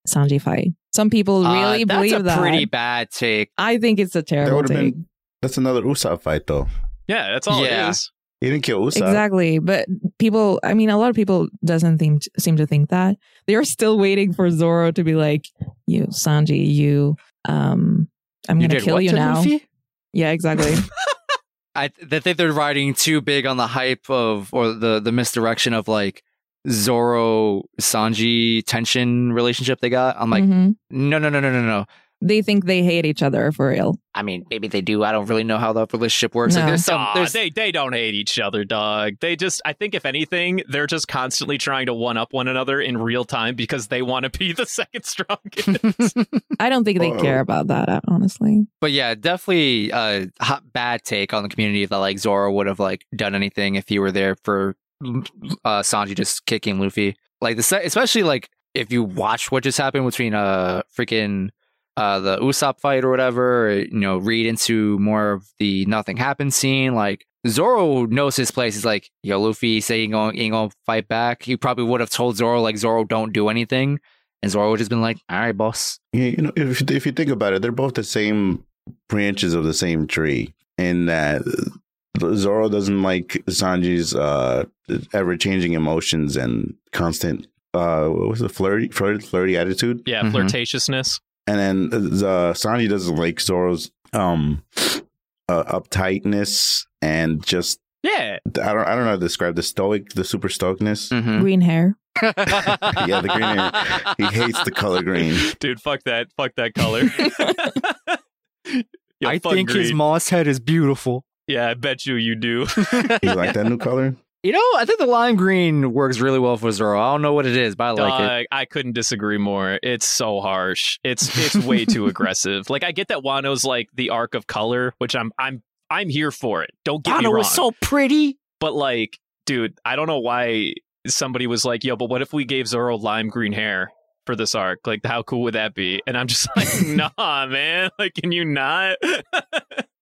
Speaker 3: Sanji fight. Some people really
Speaker 7: Uh, that's
Speaker 3: believe
Speaker 7: a
Speaker 3: that.
Speaker 7: pretty bad take.
Speaker 3: I think it's a
Speaker 2: That
Speaker 3: terrible
Speaker 2: would
Speaker 3: take.
Speaker 2: have been. That's another Usopp fight, though.
Speaker 5: Yeah, that's all
Speaker 7: Yeah.
Speaker 5: it is.
Speaker 2: He didn't kill Usopp.
Speaker 3: Exactly, but people. I mean, a lot of people doesn't seem to, seem to think that they are still waiting for Zoro to be like, "You, Sanji, you, um, I'm
Speaker 7: You
Speaker 3: gonna
Speaker 7: did
Speaker 3: kill
Speaker 7: what
Speaker 3: you
Speaker 7: to
Speaker 3: now."
Speaker 7: Luffy?
Speaker 3: Yeah, exactly.
Speaker 7: I th- I think they're riding too big on the hype of or the the misdirection of like Zoro Sanji tension relationship they got. I'm like,
Speaker 3: Mhm.
Speaker 7: no, no, no, no, no, no.
Speaker 3: They think they hate each other for real.
Speaker 7: I mean, maybe they do. I don't really know how that relationship works.
Speaker 3: No.
Speaker 7: Like, there's some.
Speaker 5: Aw,
Speaker 7: Um, There's,
Speaker 5: they they don't hate each other, dog. They just I think if anything, they're just constantly trying to one up one another in real time because they want to be the second strongest.
Speaker 3: I don't think they
Speaker 2: Uh-oh.
Speaker 3: care about that, uh, honestly.
Speaker 7: but yeah, definitely a hot, bad take on the community that like Zoro would have like done anything if he were there for uh, Sanji just kicking Luffy. Like the se- especially like if you watch what just happened between uh freaking uh the Usopp fight or whatever, or, you know, read into more of the nothing happened scene. Like Zoro knows his place. He's like, yo, Luffy, say you gonna, you ain't gonna fight back. He probably would have told Zoro like Zoro don't do anything, and Zoro would just been like, all right, boss.
Speaker 2: Yeah, you know, if if you think about it, they're both the same branches of the same tree, in that Zoro doesn't like Sanji's uh, ever-changing emotions and constant uh, what was it, flirty, flirty, flirty attitude,
Speaker 5: yeah,
Speaker 7: Mhm.
Speaker 5: flirtatiousness.
Speaker 2: and then the Sanji doesn't like Zoro's um, uh, uptightness and just
Speaker 5: Yeah.
Speaker 2: I don't I don't know how to describe the stoic, the super stoicness.
Speaker 7: Mm-hmm.
Speaker 3: Green hair.
Speaker 7: yeah,
Speaker 2: the green hair. He hates the color green.
Speaker 5: Dude, fuck that. Fuck that color. You'll
Speaker 7: I
Speaker 5: fun
Speaker 7: think his
Speaker 5: green.
Speaker 7: moss head is beautiful.
Speaker 5: Yeah, I bet you you do.
Speaker 2: You like that new color?
Speaker 7: You know, I think the lime green works really well for Zoro. I don't know what it is, but I like it.
Speaker 5: Dog, I couldn't disagree more. It's so harsh. It's it's way too aggressive. Like I get that Wano's like the arc of color, which I'm I'm I'm here for it. Don't get me
Speaker 7: Wano
Speaker 5: wrong.
Speaker 7: was so pretty.
Speaker 5: But like, dude, I don't know why somebody was like, "Yo, but what if we gave Zoro lime green hair for this arc? Like, how cool would that be?" And I'm just like, "Nah, man. Like, can you not?"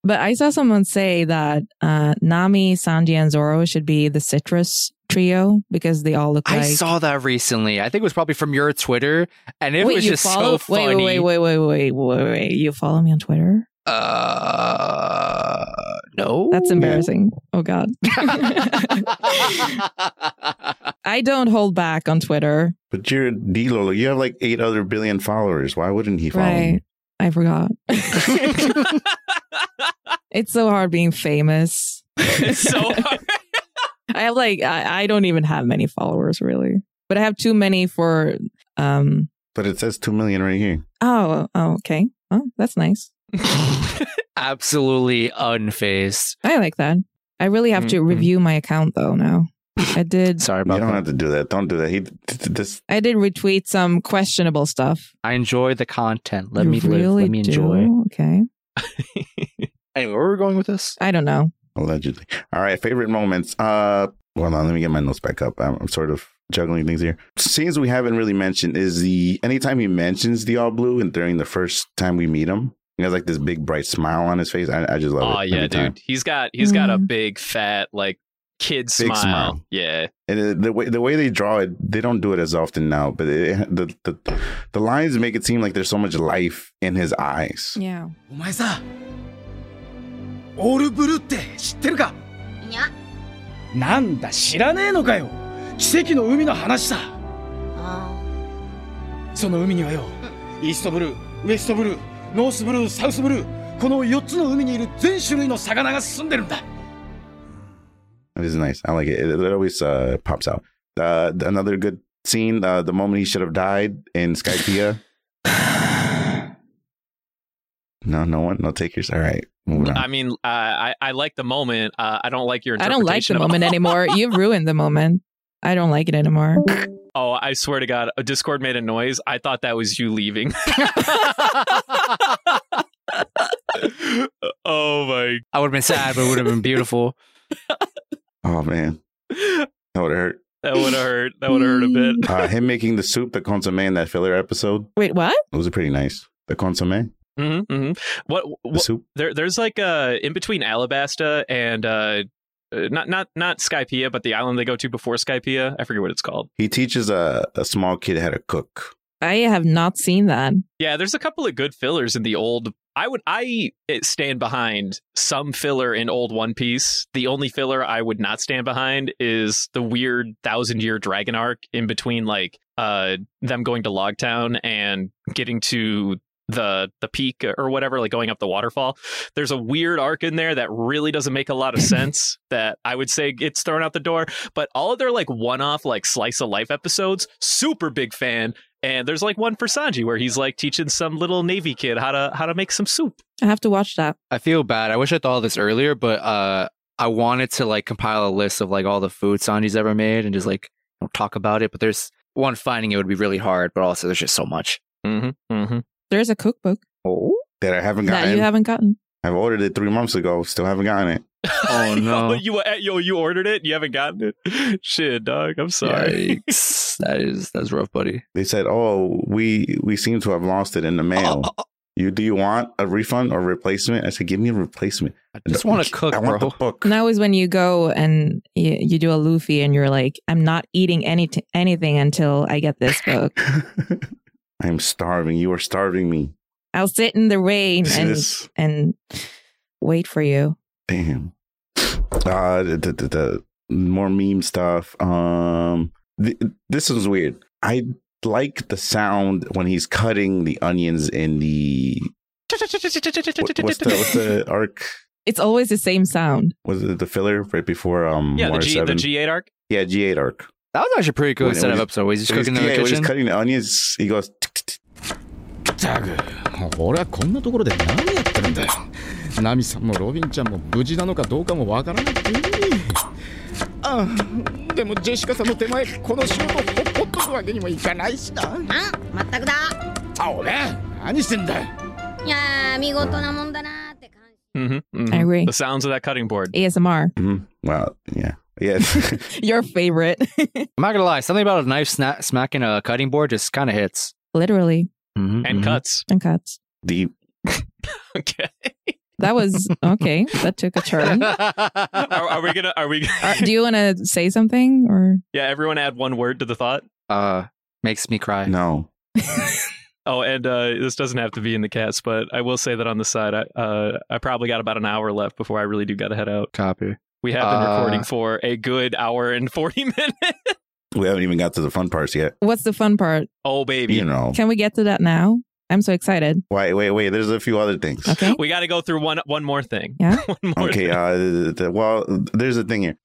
Speaker 3: But I saw someone say that uh, Nami, Sanji, and Zoro should be the citrus trio because they all look
Speaker 7: I
Speaker 3: like.
Speaker 7: saw that recently. I think it was probably from your Twitter, and it
Speaker 3: Wait,
Speaker 7: was
Speaker 3: you
Speaker 7: just
Speaker 3: follow-
Speaker 7: so funny.
Speaker 3: Wait, wait, wait, wait, wait, wait, wait, wait. You follow me on Twitter?
Speaker 7: Uh, no.
Speaker 3: That's embarrassing. Oh God. I don't hold back on Twitter.
Speaker 2: But you're D-Lo. like, You have like eight other billion followers. Why wouldn't he follow?
Speaker 3: Right.
Speaker 2: you?
Speaker 3: I forgot. it's so hard being famous.
Speaker 5: It's so hard.
Speaker 3: I have like I, I don't even have many followers really. But I have too many for um
Speaker 2: But it says two million right here.
Speaker 3: oh, oh okay. Oh, that's nice.
Speaker 7: Absolutely unfazed.
Speaker 3: I like that. I really have to
Speaker 7: Mhm.
Speaker 3: review my account though now. I did
Speaker 7: Sorry
Speaker 2: You
Speaker 7: about
Speaker 2: don't
Speaker 7: that.
Speaker 2: have to do that. Don't do that. He th- th- this.
Speaker 3: I did retweet some questionable stuff.
Speaker 7: I enjoy the content. Let
Speaker 3: You
Speaker 7: me live.
Speaker 3: really
Speaker 7: Let me
Speaker 3: do?
Speaker 7: enjoy.
Speaker 3: Okay.
Speaker 7: Anyway, where are we going with this?
Speaker 3: I don't know.
Speaker 2: Allegedly. All right. Favorite moments. Uh, hold on. Let me get my notes back up. I'm, I'm sort of juggling things here. Scenes we haven't really mentioned is the anytime he mentions the all blue and during the first time we meet him, he has like this big bright smile on his face. I, I just love it.
Speaker 5: Oh yeah,
Speaker 2: every
Speaker 5: dude.
Speaker 2: time.
Speaker 5: He's got he's got
Speaker 7: Mm-hmm.
Speaker 5: a big fat like kid
Speaker 2: Big
Speaker 5: smile.
Speaker 2: smile.
Speaker 5: Yeah.
Speaker 2: And the- the way the way they draw it, they don't do it as often now. But it, the, the the lines make it seem like there's so much life in his eyes.
Speaker 3: Yeah.
Speaker 8: お前さオールブルって知ってるか
Speaker 10: にゃ
Speaker 11: なんだ知らねえのかよ奇跡の海の話だその海にはよイーストブルーウエストブルーノースブルーサウスブルーこの4つの海にいる全種類の魚が住んでるんだ
Speaker 2: It is nice. I like it. It, it always uh, pops out. Uh, th- another good scene. Uh, the moment he should have died in Skypea. no, no one. No takers. All right, moving on.
Speaker 5: I mean, uh, I I like the moment. Uh, I don't like your.
Speaker 3: I don't like
Speaker 5: interpretation
Speaker 3: the
Speaker 5: of-
Speaker 3: moment anymore. You've ruined the moment. I don't like it anymore.
Speaker 5: Oh, I swear to God, Discord made a noise. I thought that was you leaving. oh my!
Speaker 7: I would have been sad, but it would have been beautiful.
Speaker 2: Oh man, that would have hurt.
Speaker 5: That would have hurt. That would have hurt a bit.
Speaker 2: Uh, him making the soup, the consomme, in that filler episode.
Speaker 3: Wait, what?
Speaker 2: It was pretty nice. The consomme,
Speaker 5: hmm hmm What?
Speaker 2: the
Speaker 5: what
Speaker 2: soup.
Speaker 5: there, there's like uh in between Alabasta and uh, uh, not not not Skypea, but the island they go to before Skypea. I forget what it's called.
Speaker 2: He teaches a, a small kid how to cook.
Speaker 3: I have not seen that.
Speaker 5: Yeah, there's a couple of good fillers in the old. I would I eh, stand behind some filler in old One Piece. The only filler I would not stand behind is the weird thousand year dragon arc in between like uh them going to Logtown and getting to the the peak or whatever like going up the waterfall there's a weird arc in there that really doesn't make a lot of sense that i would say gets thrown out the door but all of their like one-off like slice of life episodes super big fan and there's like one for Sanji where he's like teaching some little Navy kid how to how to make some soup.
Speaker 3: I have to watch that.
Speaker 7: I feel bad. I wish I thought of this earlier, but uh, I wanted to like compile a list of like all the food Sanji's ever made and just like you know, talk about it. But there's one finding it would be really hard, but also there's just so much.
Speaker 5: Mm-hmm. Mm-hmm.
Speaker 3: There's a cookbook
Speaker 7: Oh,
Speaker 2: That I haven't
Speaker 3: that
Speaker 2: gotten.
Speaker 3: you haven't gotten.
Speaker 2: I've ordered it three months ago. Still haven't gotten it.
Speaker 7: oh
Speaker 5: Oh,
Speaker 7: no!
Speaker 5: you eh, yo, you ordered it? You haven't gotten it? Shit, dog. I'm sorry.
Speaker 7: Yikes. that is that's rough, buddy.
Speaker 2: They said, "Oh, we we seem to have lost it in the mail."
Speaker 7: Oh,
Speaker 2: You do you want a refund or replacement? I said, give me a replacement.
Speaker 7: I just want to cook,
Speaker 2: I want
Speaker 7: bro.
Speaker 2: the book.
Speaker 3: And that was when you go and you, you do a Luffy and you're like, I'm not eating any anything until I get this book.
Speaker 2: I'm starving. You are starving me.
Speaker 3: I'll sit in the rain and
Speaker 2: Yes.
Speaker 3: and wait for you.
Speaker 2: Damn. Uh, the, the, the- the more meme stuff. Um, th- this is weird. I like the sound when he's cutting the onions in the what- what's the what's the arc?
Speaker 3: It's always the same sound.
Speaker 2: Was it the filler right before um
Speaker 5: yeah, the
Speaker 2: Water
Speaker 5: G the
Speaker 2: Seven?
Speaker 5: G8 arc.
Speaker 2: yeah, G eight arc.
Speaker 7: That was actually pretty cool
Speaker 2: When-
Speaker 7: setup
Speaker 2: when-
Speaker 7: episode. He's just
Speaker 2: When
Speaker 7: cooking in
Speaker 2: yeah,
Speaker 7: the
Speaker 2: when
Speaker 7: kitchen.
Speaker 2: He's cutting the onions. He goes. tick, tick, tick.
Speaker 13: ったく俺はこんなところで何やってるんだよナミさんもロビンちゃんも無事なのかどうかもわからなくていいああでもジェシカさんの手前この仕事ほっぽっとくわけにもいかないしな
Speaker 14: まったくだ
Speaker 13: あおめえ何してんだよ
Speaker 14: いやー見事なもんだなって
Speaker 5: Mm-hmm,
Speaker 3: I agree.
Speaker 5: The sounds of that cutting board.
Speaker 3: ASMR.
Speaker 2: Wow. Yeah. Yeah.
Speaker 3: Your favorite.
Speaker 7: I'm not gonna lie, something about a knife sna- smacking a cutting board just kind of hits Mm-hmm,
Speaker 3: Literally.
Speaker 2: Mm-hmm.
Speaker 7: and
Speaker 5: cuts
Speaker 3: And cuts.
Speaker 2: deep.
Speaker 3: That was okay. That took a turn.
Speaker 5: are, are we gonna? Are we?
Speaker 3: Uh, do you want to say something or?
Speaker 5: Yeah, everyone add one word to the thought.
Speaker 7: Uh, makes me cry.
Speaker 2: No.
Speaker 5: Oh, and uh, this doesn't have to be in the cast, but I will say that on the side, I uh, I probably got about an hour left before I really do got to head out.
Speaker 7: Copy.
Speaker 5: We have been
Speaker 2: Uh,
Speaker 5: recording for a good hour and forty minutes.
Speaker 2: We haven't even got to the fun parts yet.
Speaker 3: What's the fun part?
Speaker 5: Oh, baby.
Speaker 2: You know.
Speaker 3: Can we get to that now? I'm so excited.
Speaker 2: Wait, wait, wait. There's a few other things.
Speaker 3: Okay.
Speaker 5: We got to go through one one more thing.
Speaker 3: Yeah.
Speaker 5: one more.
Speaker 2: Okay. Uh, the, the- well, there's a thing here.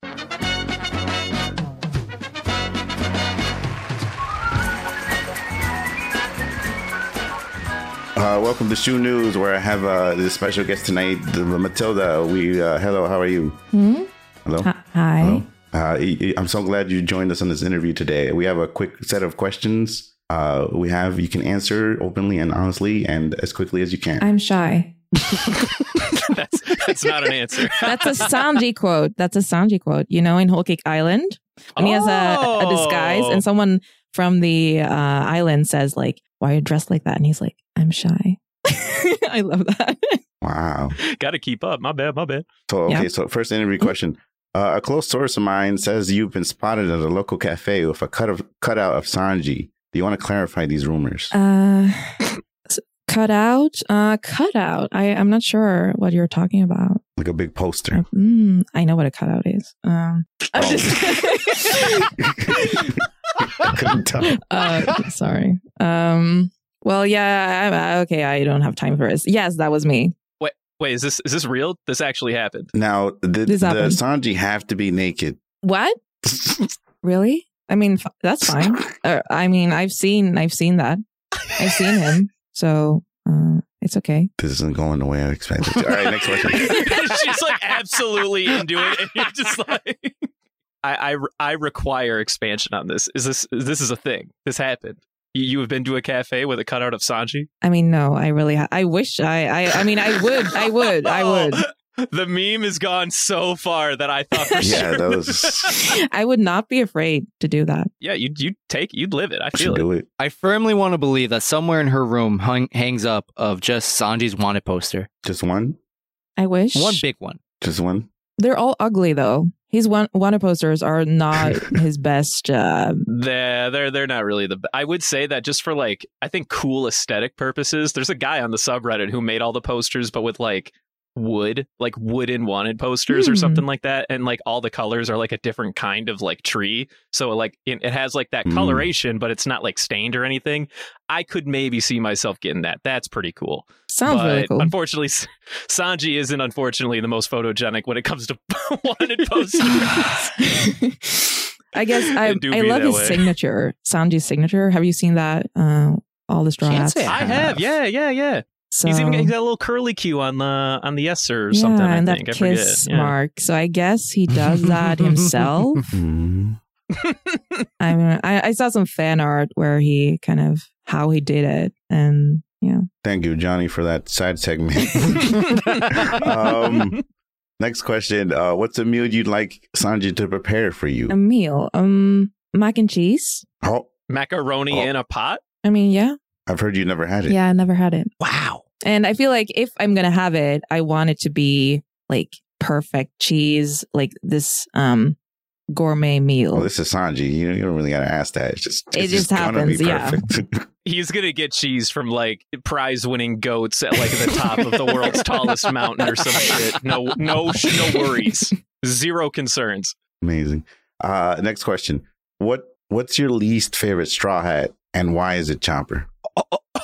Speaker 2: Uh, welcome to Shoe News, where I have uh, this special guest tonight, the- the Matilda. We uh, hello, how are you?
Speaker 3: Hmm?
Speaker 2: Oh. Hello.
Speaker 3: Hi. hi.
Speaker 2: Uh, y- y- I'm so glad you joined us on this interview today. We have a quick set of questions. Uh, we have you can answer openly and honestly and as quickly as you can.
Speaker 3: I'm shy.
Speaker 5: that's that's not an answer.
Speaker 3: That's a Sanji quote. That's a Sanji quote. You know, in Whole Cake Island, when he has a, a disguise,
Speaker 5: Oh.
Speaker 3: and someone from the uh, island says, "Like, why are you dressed like that?" And he's like, "I'm shy." I love that.
Speaker 2: Wow.
Speaker 5: got to keep up. My bad. My bad.
Speaker 2: So okay,
Speaker 5: Yeah.
Speaker 2: so first interview
Speaker 3: Mm-hmm.
Speaker 2: question. Uh, a close source of mine says you've been spotted at a local cafe with a cut of cutout of Sanji. Do you want to clarify these rumors?
Speaker 3: Uh, s- cut out. Uh, cut out. I I'm not sure what you're talking about.
Speaker 2: Like a big poster.
Speaker 3: Mm, I know what a cutout is. Um, I'm
Speaker 2: I couldn't tell.
Speaker 3: uh, sorry. Um, well, yeah. I, I- okay, I don't have time for this. Yes, that was me.
Speaker 5: Wait, wait. Is this is this real? This actually happened.
Speaker 2: Now, did the
Speaker 3: This happened.
Speaker 2: Sanji have to be naked?
Speaker 3: What? really? I mean, f- that's fine. Uh, I mean, I've seen, I've seen that. I've seen him, so uh, it's okay.
Speaker 2: This isn't going the way I expected. All right, next question.
Speaker 5: She's like absolutely into it, and you're just like, I, I, I require expansion on this. Is this this is a thing? This happened. You, you have been to a cafe with a cutout of Sanji.
Speaker 3: I mean, no, I really, ha- I wish, I, I, I mean, I would, I would, I
Speaker 5: Oh.
Speaker 3: would,
Speaker 5: The meme has gone so far that I thought for
Speaker 2: Yeah,
Speaker 5: sure.
Speaker 2: that was.
Speaker 3: I would not be afraid to do that.
Speaker 5: yeah, you you take you'd live it. I feel it.
Speaker 7: I firmly want to believe that somewhere in her room hung, hangs up of just Sanji's wanted poster.
Speaker 2: Just one?
Speaker 3: I wish
Speaker 7: One big one.
Speaker 2: Just one?
Speaker 3: They're all ugly though. His one wanted posters are not his best. Uh,
Speaker 5: They're, they're they're not really the. b- I would say that just for like I think cool aesthetic purposes. There's a guy on the subreddit who made all the posters, but with like wood, like wooden wanted posters or
Speaker 15: Hmm.
Speaker 5: something like that, and like all the colors are like a different kind of like tree. So like it, it has like that
Speaker 15: Hmm.
Speaker 5: coloration, but it's not like stained or anything. I could maybe see myself getting that. That's pretty cool.
Speaker 3: Sounds
Speaker 5: but
Speaker 3: really cool.
Speaker 5: Unfortunately, S- Sanji isn't unfortunately the most photogenic when it comes to wanted posters.
Speaker 3: I guess I,
Speaker 5: It do
Speaker 3: I
Speaker 5: be
Speaker 3: love
Speaker 5: that
Speaker 3: his
Speaker 5: way.
Speaker 3: signature, Sanji's signature. Have you seen that? Uh, all the straw hats.
Speaker 5: I have, yeah, yeah, yeah. he's even
Speaker 3: So-
Speaker 5: got, he's got a little curly Q on the on the yes or
Speaker 3: yeah,
Speaker 5: something. I
Speaker 3: and
Speaker 5: think
Speaker 3: that
Speaker 5: I forget.
Speaker 3: kiss
Speaker 5: Yeah.
Speaker 3: mark. So I guess he does that himself. I mean, I, I saw some fan art where he kind of how he did it, and yeah.
Speaker 2: Thank you, Johnny, for that side segment. um, next question. Uh, what's a meal you'd like Sanji to prepare for you?
Speaker 3: A meal, um, mac and cheese.
Speaker 2: Oh,
Speaker 5: Macaroni
Speaker 7: uh,
Speaker 5: in a pot.
Speaker 3: I mean, yeah,
Speaker 2: I've heard you never had it.
Speaker 3: yeah. I never had it.
Speaker 7: Wow.
Speaker 3: And I feel like if I'm gonna have it, I want it to be like perfect cheese, like this um gourmet meal.
Speaker 2: Well, Oh, this is Sanji. You, you don't really gotta ask that. It's just
Speaker 3: It
Speaker 2: it's
Speaker 3: just
Speaker 2: gonna
Speaker 3: happens,
Speaker 2: be
Speaker 3: yeah.
Speaker 2: perfect.
Speaker 5: He's gonna get cheese from like prize winning goats at like the top of the world's tallest mountain or some shit. No, no, sh- no worries. Zero concerns.
Speaker 2: Amazing. Uh, next question. What What's your least favorite straw hat, and why is it Chomper?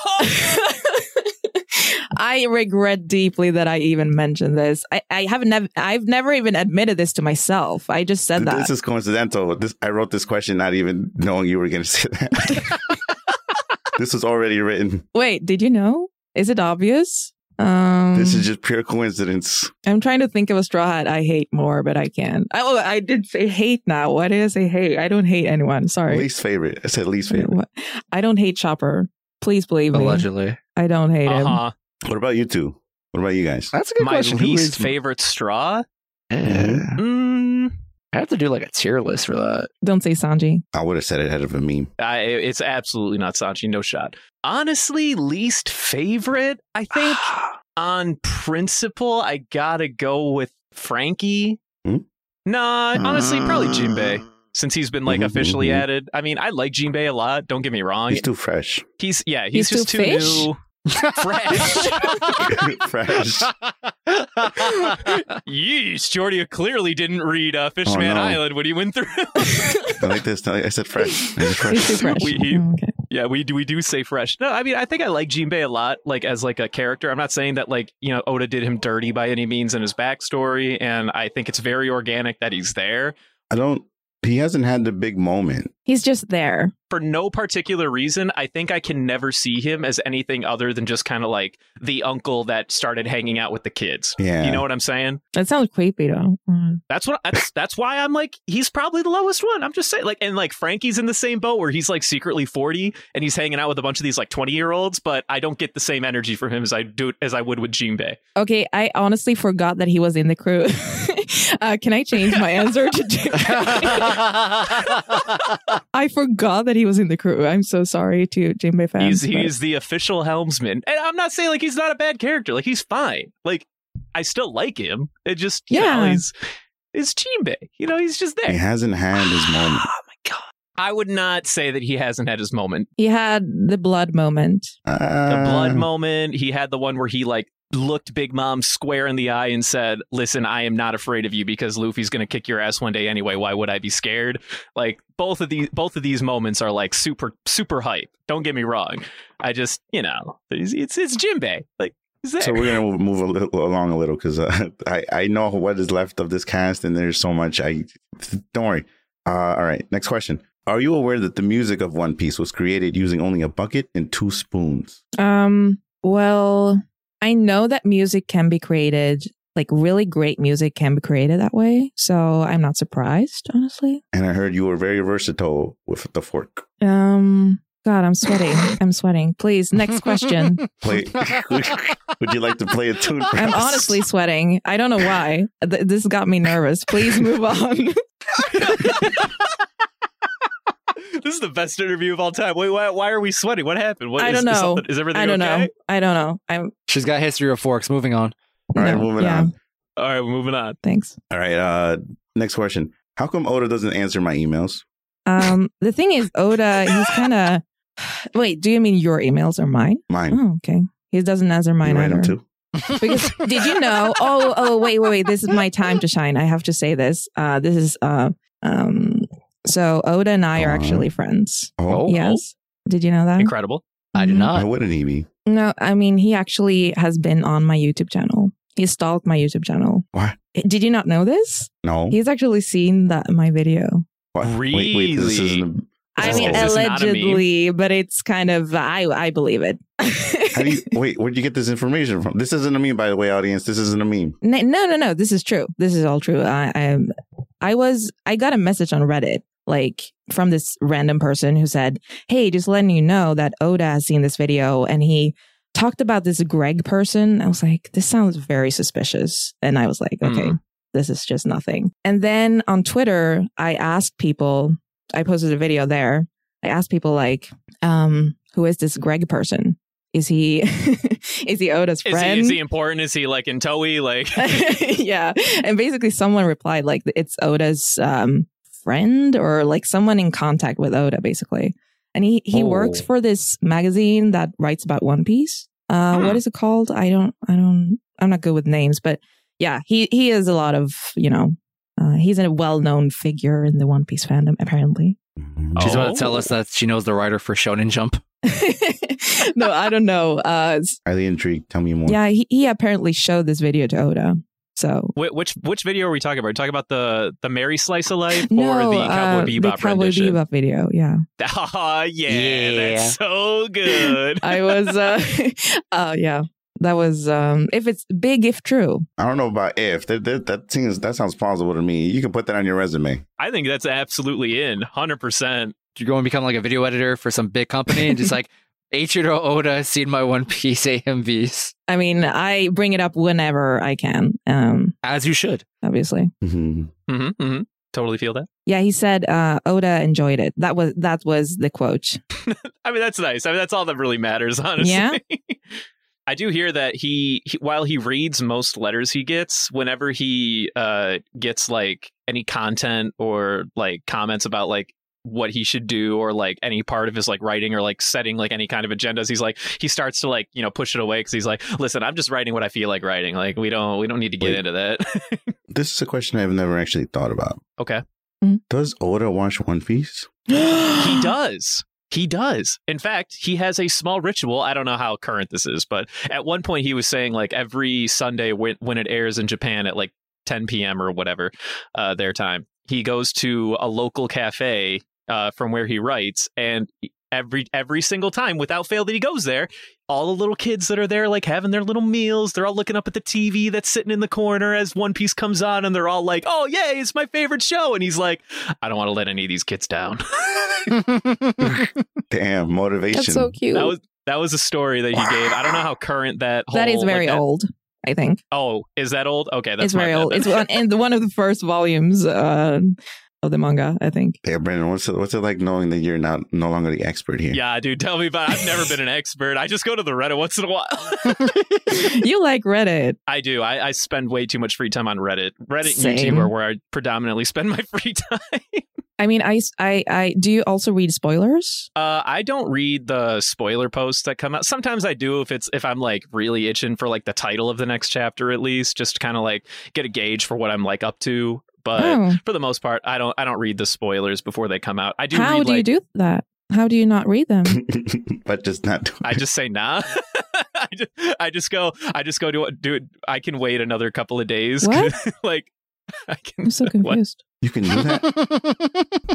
Speaker 3: I regret deeply that I even mentioned this. I, I have never, I've never even admitted this to myself. I just said that.
Speaker 2: This is coincidental. This I wrote this question not even knowing you were gonna say that. This is already written.
Speaker 3: Wait, did you know? Is it obvious? Um,
Speaker 2: This is just pure coincidence.
Speaker 3: I'm trying to think of a straw hat I hate more, but I can't. I, oh, I did say hate now. What did I say hate? I don't hate anyone. Sorry.
Speaker 2: Least favorite. I said least favorite.
Speaker 3: What? I don't hate Chopper. Please believe me.
Speaker 2: Allegedly.
Speaker 3: I don't hate
Speaker 5: Uh-huh.
Speaker 3: him.
Speaker 2: What about you two? What about you guys?
Speaker 7: That's a good
Speaker 5: My
Speaker 7: question. Who
Speaker 5: least
Speaker 7: is-
Speaker 5: favorite straw? Hmm,
Speaker 7: Mm, I have to do like a tier list for that.
Speaker 3: Don't say Sanji.
Speaker 2: I would have said it ahead of a meme.
Speaker 5: I, it's absolutely not Sanji. No shot. Honestly, least favorite. I think on principle, I gotta go with Frankie.
Speaker 2: Hmm?
Speaker 5: Nah, honestly, probably Jinbei. Since he's been like officially added, I mean, I like Jinbei a lot. Don't get me wrong.
Speaker 2: Mm-hmm, He's too fresh.
Speaker 5: He's yeah,
Speaker 2: He's
Speaker 5: he's, just
Speaker 2: too
Speaker 5: too,
Speaker 2: fish?
Speaker 5: new.
Speaker 2: fresh.
Speaker 5: Yeesh, Jordy clearly didn't read uh, Fishman
Speaker 2: Oh, no.
Speaker 5: Island when he went through.
Speaker 2: I like this. I said fresh. I said fresh.
Speaker 5: We, he-
Speaker 3: Oh,
Speaker 5: Yeah, we do we do say fresh. No, I mean I think I like Jinbei a lot, like as like a character. I'm not saying that like, you know, Oda did him dirty by any means in his backstory, and I think it's very organic that he's there.
Speaker 2: I don't. He hasn't had the big moment.
Speaker 3: He's just there.
Speaker 5: For no particular reason, I think I can never see him as anything other than just kind of like the uncle that started hanging out with the kids.
Speaker 2: Yeah.
Speaker 5: You know what I'm saying?
Speaker 3: That sounds creepy though. Mm.
Speaker 5: That's what that's that's why I'm like he's probably the lowest one. I'm just saying like and like Frankie's in the same boat where he's like secretly 40 and he's hanging out with a bunch of these like 20 year olds, but I don't get the same energy from him as I do as I would with Jinbei.
Speaker 3: Okay, I honestly forgot that he was in the crew. uh, can I change my answer to Jinbei? I forgot that he was in the crew. I'm so sorry to Jinbei fans.
Speaker 5: He's he's the official helmsman. And I'm not saying like he's not a bad character. Like he's fine. Like I still like him. It just you yeah.
Speaker 3: Yeah.
Speaker 5: know, he's it's Jinbei. You know, he's just
Speaker 2: He
Speaker 5: there. Ah,
Speaker 2: hasn't had his moment.
Speaker 5: I would not say that he hasn't had his moment.
Speaker 3: He had the blood moment.
Speaker 5: the blood
Speaker 7: Um,
Speaker 5: moment. He had the one where he like looked Big Mom square in the eye and said, "Listen, I am not afraid of you because Luffy's going to kick your ass one day anyway. Why would I be scared?" Like both of these both of these moments are like super super hype. Don't get me wrong. I just, you know, it's it's, it's Jinbei. Like he's there.
Speaker 2: So we're gonna move a little, along a little because uh, I I know what is left of this cast and there's so much. I don't worry. Uh, all right, next question. Are you aware that the music of One Piece was created using only a bucket and two spoons?
Speaker 3: Um, well, I know that music can be created, like really great music can be created that way. So I'm not surprised, honestly.
Speaker 2: And I heard you were very versatile with the fork.
Speaker 3: Um, God, I'm sweating. I'm sweating. Please, next question.
Speaker 2: Play. would you like to play a tune? For
Speaker 3: I'm
Speaker 2: us?
Speaker 3: honestly sweating. I don't know why. Th- this got me nervous. Please move on.
Speaker 5: this is the best interview of all time. Wait, why, why are we sweating? What happened? What,
Speaker 3: I
Speaker 5: is-
Speaker 3: don't
Speaker 5: is
Speaker 3: know.
Speaker 5: something- Is everything
Speaker 3: I don't
Speaker 5: okay?
Speaker 3: know. I don't know. I'm
Speaker 7: She's got history of forks. Moving on.
Speaker 2: All right, moving
Speaker 3: yeah.
Speaker 2: on.
Speaker 5: All right, we're moving on.
Speaker 3: Thanks.
Speaker 2: All right. Uh, next question. How come Oda doesn't answer my emails?
Speaker 3: Um, the thing is, Oda, he's kind of. Wait, do you mean your emails or mine?
Speaker 2: Mine.
Speaker 3: Oh, okay. He doesn't answer mine
Speaker 2: write
Speaker 3: either.
Speaker 2: them too?
Speaker 3: Because did you know? Oh, oh, wait, wait, wait. This is my time to shine. I have to say this. Uh, this is uh, um. So Oda and I are actually friends.
Speaker 2: Oh.
Speaker 3: yes. Did you know that?
Speaker 5: Incredible.
Speaker 7: I did
Speaker 5: Uh,
Speaker 2: Why wouldn't he be?
Speaker 3: No, I mean he actually has been on my YouTube channel. He stalked my YouTube channel.
Speaker 2: What?
Speaker 3: Did you not know this?
Speaker 2: No.
Speaker 3: He's actually seen that my video.
Speaker 2: What? Wait, wait. This
Speaker 5: Really?
Speaker 2: isn't. A,
Speaker 3: I mean,
Speaker 2: Oh.
Speaker 3: allegedly, but it's kind of I I believe it.
Speaker 2: How do you, wait, where'd you get this information from? This isn't a meme, by the way, audience. This isn't a meme.
Speaker 3: No, no, no, no. This is true. This is all true. I, I, I was, I got a message on Reddit, like from this random person who said, "Hey, just letting you know that Oda has seen this video, and he talked about this Greg person." I was like, "This sounds very suspicious," and I was like, "Okay,
Speaker 5: Mm.
Speaker 3: this is just nothing." And then on Twitter, I asked people. I posted a video there. I asked people like, um, "Who is this Greg person? Is he, is he Oda's
Speaker 5: Is
Speaker 3: friend?"
Speaker 5: he, is he important? Is he like in Toei? Like
Speaker 3: yeah. And basically, someone replied like it's Oda's um, friend or like someone in contact with Oda, basically. And he he
Speaker 5: Oh.
Speaker 3: works for this magazine that writes about One Piece. Uh, What is it called? I don't. I don't. I'm not good with names, but yeah, he he is a lot of you know. Uh, he's a well-known figure in the One Piece fandom, apparently.
Speaker 7: She's about to tell
Speaker 5: Oh.
Speaker 7: us that she knows the writer for Shonen Jump.
Speaker 3: no, I don't know. Uh,
Speaker 2: Highly intrigued. Tell me more.
Speaker 3: yeah, he, he apparently showed this video to Oda. So
Speaker 5: Wh- which which video are we talking about? Are we talking about the the Mary Slice of Life
Speaker 3: no,
Speaker 5: or the Cowboy
Speaker 3: uh,
Speaker 5: Bebop
Speaker 3: the Cowboy
Speaker 5: rendition?
Speaker 3: Bebop video. Yeah.
Speaker 5: Oh, yeah, that's so good.
Speaker 3: I was uh uh yeah. That was um if it's big if true.
Speaker 2: I don't know about if that that, that seems that sounds plausible to me. You can put that on your resume.
Speaker 5: I think that's absolutely in, hundred percent.
Speaker 7: You're going to become like a video editor for some big company and just like Eiichiro Oda seen my One Piece AMVs.
Speaker 3: I mean, I bring it up whenever I can. Um
Speaker 7: as you should.
Speaker 3: Obviously.
Speaker 5: hmm hmm Totally feel that.
Speaker 3: Yeah, he said uh Oda enjoyed it. That was that was the quote.
Speaker 5: I mean, that's nice. I mean, that's all that really matters, honestly.
Speaker 3: Yeah.
Speaker 5: I do hear that he, he- while he reads most letters he gets, whenever he uh, gets like any content or like comments about like what he should do or like any part of his like writing or like setting like any kind of agendas, he's like he starts to like you know push it away because he's like, listen, I'm just writing what I feel like writing. Like we don't we don't need to get into that.
Speaker 2: This is a question I've never actually thought about.
Speaker 5: okay.
Speaker 3: Mm.
Speaker 2: Does Oda watch One Piece?
Speaker 5: he does. He does. In fact, he has a small ritual. I don't know how current this is, but at one point he was saying like every Sunday when, when it airs in Japan at like 10 p.m. or whatever uh, their time, he goes to a local cafe uh, from where he writes, and every every single time, without fail, that he goes there, all the little kids that are there like having their little meals, they're all looking up at the TV that's sitting in the corner as One Piece comes on, and they're all like, "Oh yay, it's my favorite show!" And he's like, "I don't want to let any of these kids down."
Speaker 2: Damn motivation.
Speaker 5: That was that was a story that he gave. I don't know how current that. Whole,
Speaker 3: that is
Speaker 5: like,
Speaker 3: very old, I think.
Speaker 5: Oh, is that old? Okay, that's
Speaker 3: it's
Speaker 5: my
Speaker 3: very
Speaker 5: bad
Speaker 3: old.
Speaker 5: then.
Speaker 3: It's one and one of the first volumes uh, of the manga, I think.
Speaker 2: Damn, Brandon, what's it, what's it like knowing that you're not no longer the expert here?
Speaker 5: yeah, dude, tell me about. It. I've never been an expert. I just go to the Reddit once in a while.
Speaker 3: you like Reddit.
Speaker 5: I do. I, I spend way too much free time on Reddit. Reddit,
Speaker 3: Same.
Speaker 5: YouTube are where I predominantly spend my free time.
Speaker 3: I mean, I, I, I do you also read spoilers?
Speaker 5: Uh, I don't read the spoiler posts that come out. Sometimes I do if it's if I'm like really itching for like the title of the next chapter at least, just to kind of like get a gauge for what I'm like up to. But
Speaker 3: Oh.
Speaker 5: for the most part, I don't I don't read the spoilers before they come out. I do.
Speaker 3: How
Speaker 5: read,
Speaker 3: do
Speaker 5: like,
Speaker 3: you do that? How do you not read them?
Speaker 2: but just not do
Speaker 5: I just say nah. I, just, I just go. I just go to do it. I can wait another couple of days.
Speaker 3: What?
Speaker 5: like
Speaker 3: I'm so confused.
Speaker 2: You can do that.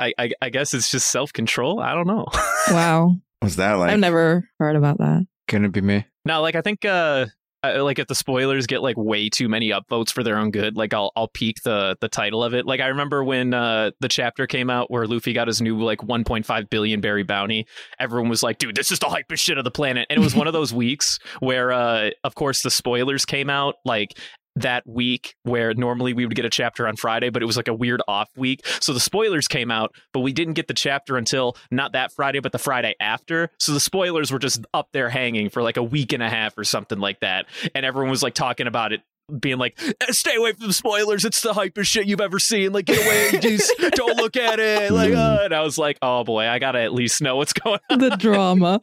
Speaker 5: I, I I guess it's just self control. I don't know.
Speaker 3: Wow,
Speaker 2: What's that like?
Speaker 3: I've never heard about that.
Speaker 7: Gonna be me.
Speaker 5: No, like I think uh uh, like if the spoilers get like way too many upvotes for their own good, like I'll I'll peek the the title of it. Like I remember when uh the chapter came out where Luffy got his new like 1.5 billion berry bounty, everyone was like, "Dude, this is the hypest shit of the planet." And it was one of those weeks where uh of course the spoilers came out like that week where normally we would get a chapter on Friday, but it was like a weird off week. So the spoilers came out, but we didn't get the chapter until not that Friday, but the Friday after. So the spoilers were just up there hanging for like a week and a half or something like that. And everyone was like talking about it. Being like, "Eh, stay away from the spoilers. It's the hypest shit you've ever seen. Like, get away. Just don't look at it. Like, uh, and I was like, oh boy, I gotta at least know what's going on.
Speaker 3: The drama.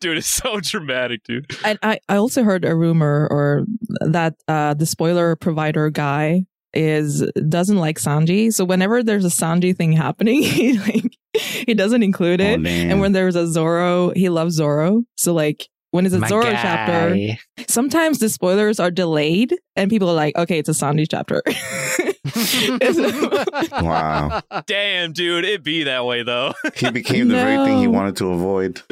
Speaker 5: dude, it's so dramatic, dude.
Speaker 3: And I, I also heard a rumor or that uh, the spoiler provider guy is doesn't like Sanji. So whenever there's a Sanji thing happening, he like he doesn't include
Speaker 2: oh,
Speaker 3: it. and when there's a Zoro, he loves Zoro. So like when it's a
Speaker 7: My
Speaker 3: Zoro
Speaker 7: guy.
Speaker 3: chapter, sometimes the spoilers are delayed and people are like, okay, it's a Sanji chapter.
Speaker 2: Wow.
Speaker 5: Damn, dude, it be that way though.
Speaker 2: He became the very thing he
Speaker 3: No.
Speaker 2: wanted to avoid.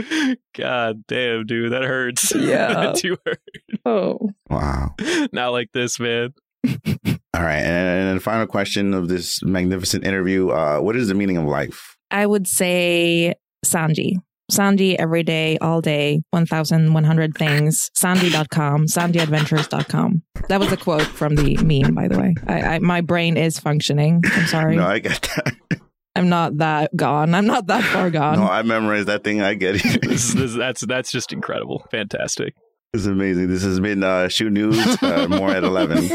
Speaker 5: God damn, dude, that hurts.
Speaker 3: Yeah.
Speaker 5: that do hurt.
Speaker 3: Oh.
Speaker 2: Wow.
Speaker 5: Not like this, man.
Speaker 2: All right. And, and then final question of this magnificent interview. Uh, what is the meaning of life?
Speaker 3: I would say Sanji. Sanji every day, all day, 1,100 things. Sanji.com, sanjiadventures.com. That was a quote from the meme, by the way. I, I, my brain is functioning. I'm sorry.
Speaker 2: No, I got that.
Speaker 3: I'm not that gone. I'm not that far gone.
Speaker 2: No, I memorized that thing. I get it.
Speaker 5: This, this, that's that's just incredible, fantastic.
Speaker 2: It's amazing. This has been uh, Shoot News. Uh, more at 11.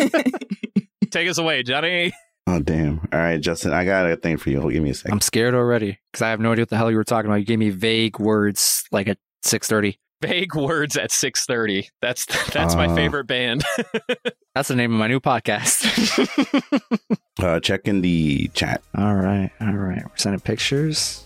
Speaker 5: Take us away, Johnny.
Speaker 2: Oh, damn. All right, Justin, I got a thing for you. Hold- Give me a second.
Speaker 7: I'm scared already because I have no idea what the hell you were talking about. You gave me vague words like at 6:30.
Speaker 5: Vague words at six thirty. That's that's
Speaker 7: Uh.
Speaker 5: my favorite band.
Speaker 7: That's the name of my new podcast.
Speaker 2: Uh, check in the chat.
Speaker 7: All right, all right. We're sending pictures.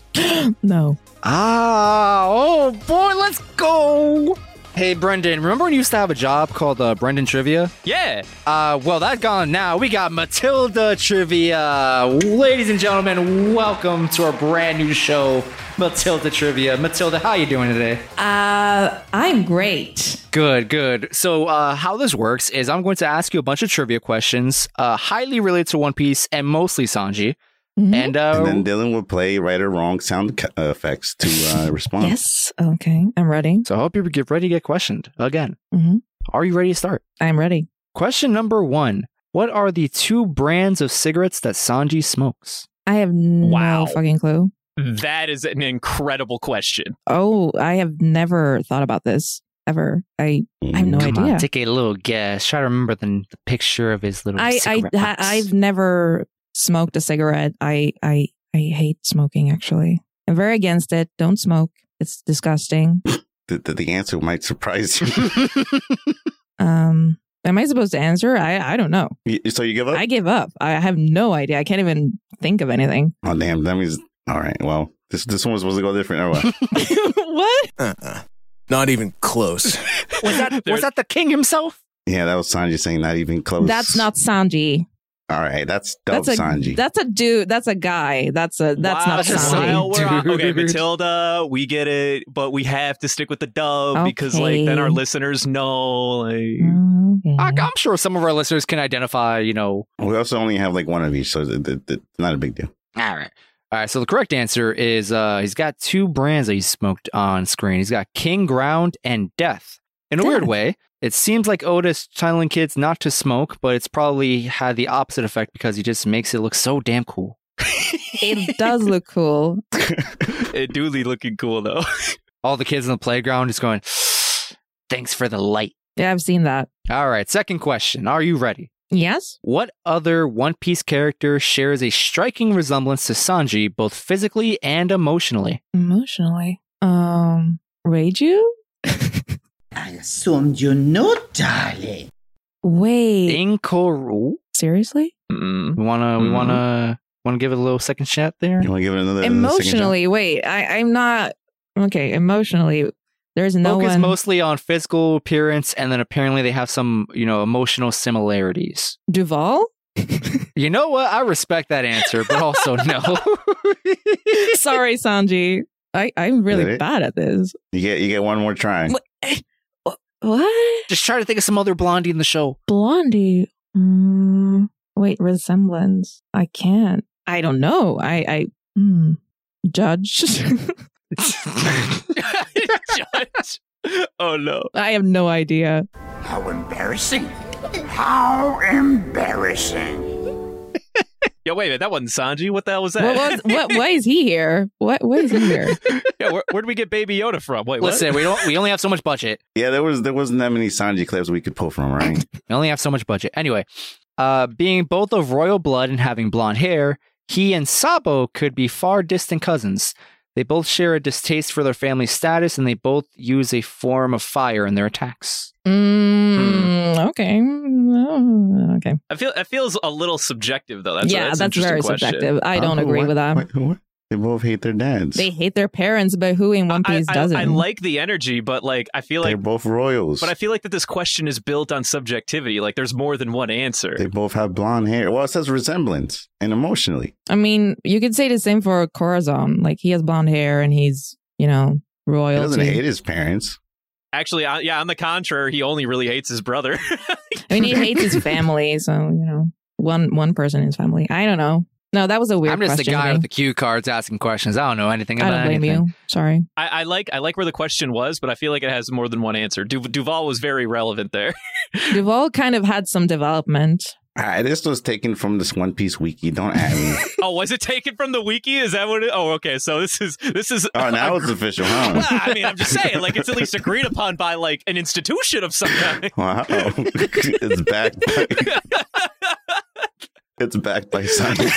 Speaker 3: no.
Speaker 7: Ah, oh boy, let's go. Hey, Brendan, remember when you used to have a job called uh, Brendan Trivia?
Speaker 5: Yeah.
Speaker 7: Uh, well, that's gone now. We got Matilda Trivia. Ladies and gentlemen, welcome to our brand new show, Matilda Trivia. Matilda, how you doing today?
Speaker 3: Uh, I'm great.
Speaker 7: Good, good. So, uh, how this works is I'm going to ask you a bunch of trivia questions, uh, highly related to One Piece and mostly Sanji.
Speaker 3: Mm-hmm.
Speaker 7: And, uh,
Speaker 2: and
Speaker 3: Oh.
Speaker 2: then Dylan would play right or wrong sound ca- uh, effects to uh, respond.
Speaker 3: Yes. Okay. I'm ready.
Speaker 7: So I hope you get ready to get questioned again.
Speaker 3: hmm
Speaker 7: Are you ready to start?
Speaker 3: I'm ready.
Speaker 7: Question number one What are the two brands of cigarettes that Sanji smokes?
Speaker 3: I have no fucking clue.
Speaker 5: That is an incredible question.
Speaker 3: Oh, I have never thought about this ever. I
Speaker 2: Mm,
Speaker 3: I have no
Speaker 7: Come
Speaker 3: idea.
Speaker 7: on, take a little guess. Try to remember the, the picture of his little
Speaker 3: I I
Speaker 7: cigarette
Speaker 3: ha-
Speaker 7: box.
Speaker 3: I've never smoked a cigarette. I I I hate smoking. Actually, I'm very against it. Don't smoke. It's disgusting.
Speaker 2: The, the, the answer might surprise you.
Speaker 3: Um, am I supposed to answer? I I don't know.
Speaker 2: You- so you give
Speaker 7: Oh.
Speaker 2: up?
Speaker 3: I give up. I have no idea. I can't even think of anything.
Speaker 2: oh, damn. That means. All right. Well, this this one was supposed to go different. Oh, Or what?
Speaker 3: what?
Speaker 2: uh-uh. Not even close.
Speaker 7: was that was that the king himself?
Speaker 2: yeah, that was Sanji saying not even close.
Speaker 3: That's not Sanji.
Speaker 2: All right. That's dope,
Speaker 3: that's a
Speaker 2: Sanji.
Speaker 3: that's a dude. That's a guy. That's a that's
Speaker 5: Wow,
Speaker 3: not
Speaker 5: Kyle,
Speaker 3: Sanji.
Speaker 5: we're on- okay, Matilda, we get it, but we have to stick with the dub because, like, then our
Speaker 7: Okay.
Speaker 5: listeners know. Like,
Speaker 7: I,
Speaker 3: Mm-hmm.
Speaker 7: I'm sure some of our listeners can identify. You know,
Speaker 2: we also only have like one of each, so th- th- th- not a big deal.
Speaker 7: All right. All right. So the correct answer is uh, he's got two brands that he smoked on screen. He's got King Ground and Death. In a weird way, it seems like Otis telling kids not to smoke, but it's probably had the opposite effect because he just makes it look so damn cool.
Speaker 3: It does look cool.
Speaker 5: it duly looking cool though.
Speaker 7: All the kids in the playground just going, "Thanks for the light."
Speaker 3: Yeah, I've seen that.
Speaker 7: All right. Second question. Are you ready?
Speaker 3: Yes.
Speaker 7: What other One Piece character shares a striking resemblance to Sanji, both physically and emotionally?
Speaker 3: Emotionally. Um, Reiju?
Speaker 15: I assumed you knew, darling.
Speaker 3: Wait.
Speaker 7: Incoru?
Speaker 3: Seriously?
Speaker 5: mm.
Speaker 7: We wanna we
Speaker 3: Mhm.
Speaker 7: wanna wanna give it a little second shot there.
Speaker 2: You wanna give it another
Speaker 3: emotionally. Wait, I, I'm not. Okay, emotionally. There's no
Speaker 7: Focus
Speaker 3: one.
Speaker 7: mostly on physical appearance, and then apparently they have some you know emotional similarities.
Speaker 3: Duval?
Speaker 7: You know what? I respect that answer, but also no.
Speaker 3: Sorry, Sanji. I, I'm really bad at this. eh,
Speaker 2: You get you get one more try.
Speaker 3: What?
Speaker 7: Just try to think of some other blondie in the show.
Speaker 3: Blondie. Mm, wait, resemblance. I can't. I don't know. I. I hmm. Judge.
Speaker 5: oh no.
Speaker 3: I have no idea.
Speaker 8: How embarrassing. How embarrassing.
Speaker 5: Yo, wait a minute, that wasn't Sanji. What the hell was that?
Speaker 3: What was? What? Why is he here? What? Why is he here?
Speaker 5: yeah, where, where did we get Baby Yoda from? Wait, what?
Speaker 7: Listen, we don't we only have so much budget.
Speaker 2: Yeah, there was there wasn't that many Sanji clips we could pull from, right?
Speaker 7: We only have so much budget. Anyway, uh, being both of royal blood and having blonde hair, he and Sabo could be far distant cousins. They both share a distaste for their family status, and they both use a form of fire in their attacks.
Speaker 5: Hmm.
Speaker 3: Mm, okay. Mm, Okay.
Speaker 5: I feel it feels a little subjective though. That's
Speaker 3: Yeah,
Speaker 5: that's, an
Speaker 3: that's
Speaker 5: interesting
Speaker 3: very
Speaker 5: question. Um,
Speaker 3: subjective. I don't agree with that.
Speaker 2: They both hate their dads.
Speaker 3: They hate their parents, but who in One
Speaker 5: I,
Speaker 3: Piece
Speaker 5: I-
Speaker 3: doesn't?
Speaker 5: I like the energy, but like I feel
Speaker 2: They're
Speaker 5: like,
Speaker 2: both royals.
Speaker 5: but I feel like that this question is built on subjectivity. Like there's more than one answer.
Speaker 2: They both have blonde hair. Well, it says resemblance and emotionally.
Speaker 3: I mean, you could say the same for Corazon. Like he has blonde hair and he's, you know,
Speaker 2: He
Speaker 3: royalty.
Speaker 2: doesn't hate his parents.
Speaker 5: Actually, I, yeah, on the contrary, he only really hates his brother.
Speaker 3: I mean, he hates his family, so you know, one one person in his family. I don't know. No, that was a weird
Speaker 7: I'm just the
Speaker 3: question.
Speaker 7: guy
Speaker 3: to me.
Speaker 7: with the cue cards asking questions. I don't know anything
Speaker 3: I
Speaker 7: about
Speaker 3: don't blame
Speaker 7: anything.
Speaker 3: you. Sorry.
Speaker 5: I, I like I like where the question was, but I feel like it has more than one answer. Du- Duval was very relevant there.
Speaker 3: Duval kind of had some development.
Speaker 2: All right, Ah, this was taken from this One Piece wiki. Don't add me.
Speaker 5: oh, was it taken from the wiki? Is that what? It, oh, okay. So this is this is.
Speaker 2: Oh, now it's official, huh?
Speaker 5: Well, I mean, I'm just saying, like it's at least agreed upon by like an institution of some kind.
Speaker 2: Wow, it's backed. By, it's backed by science.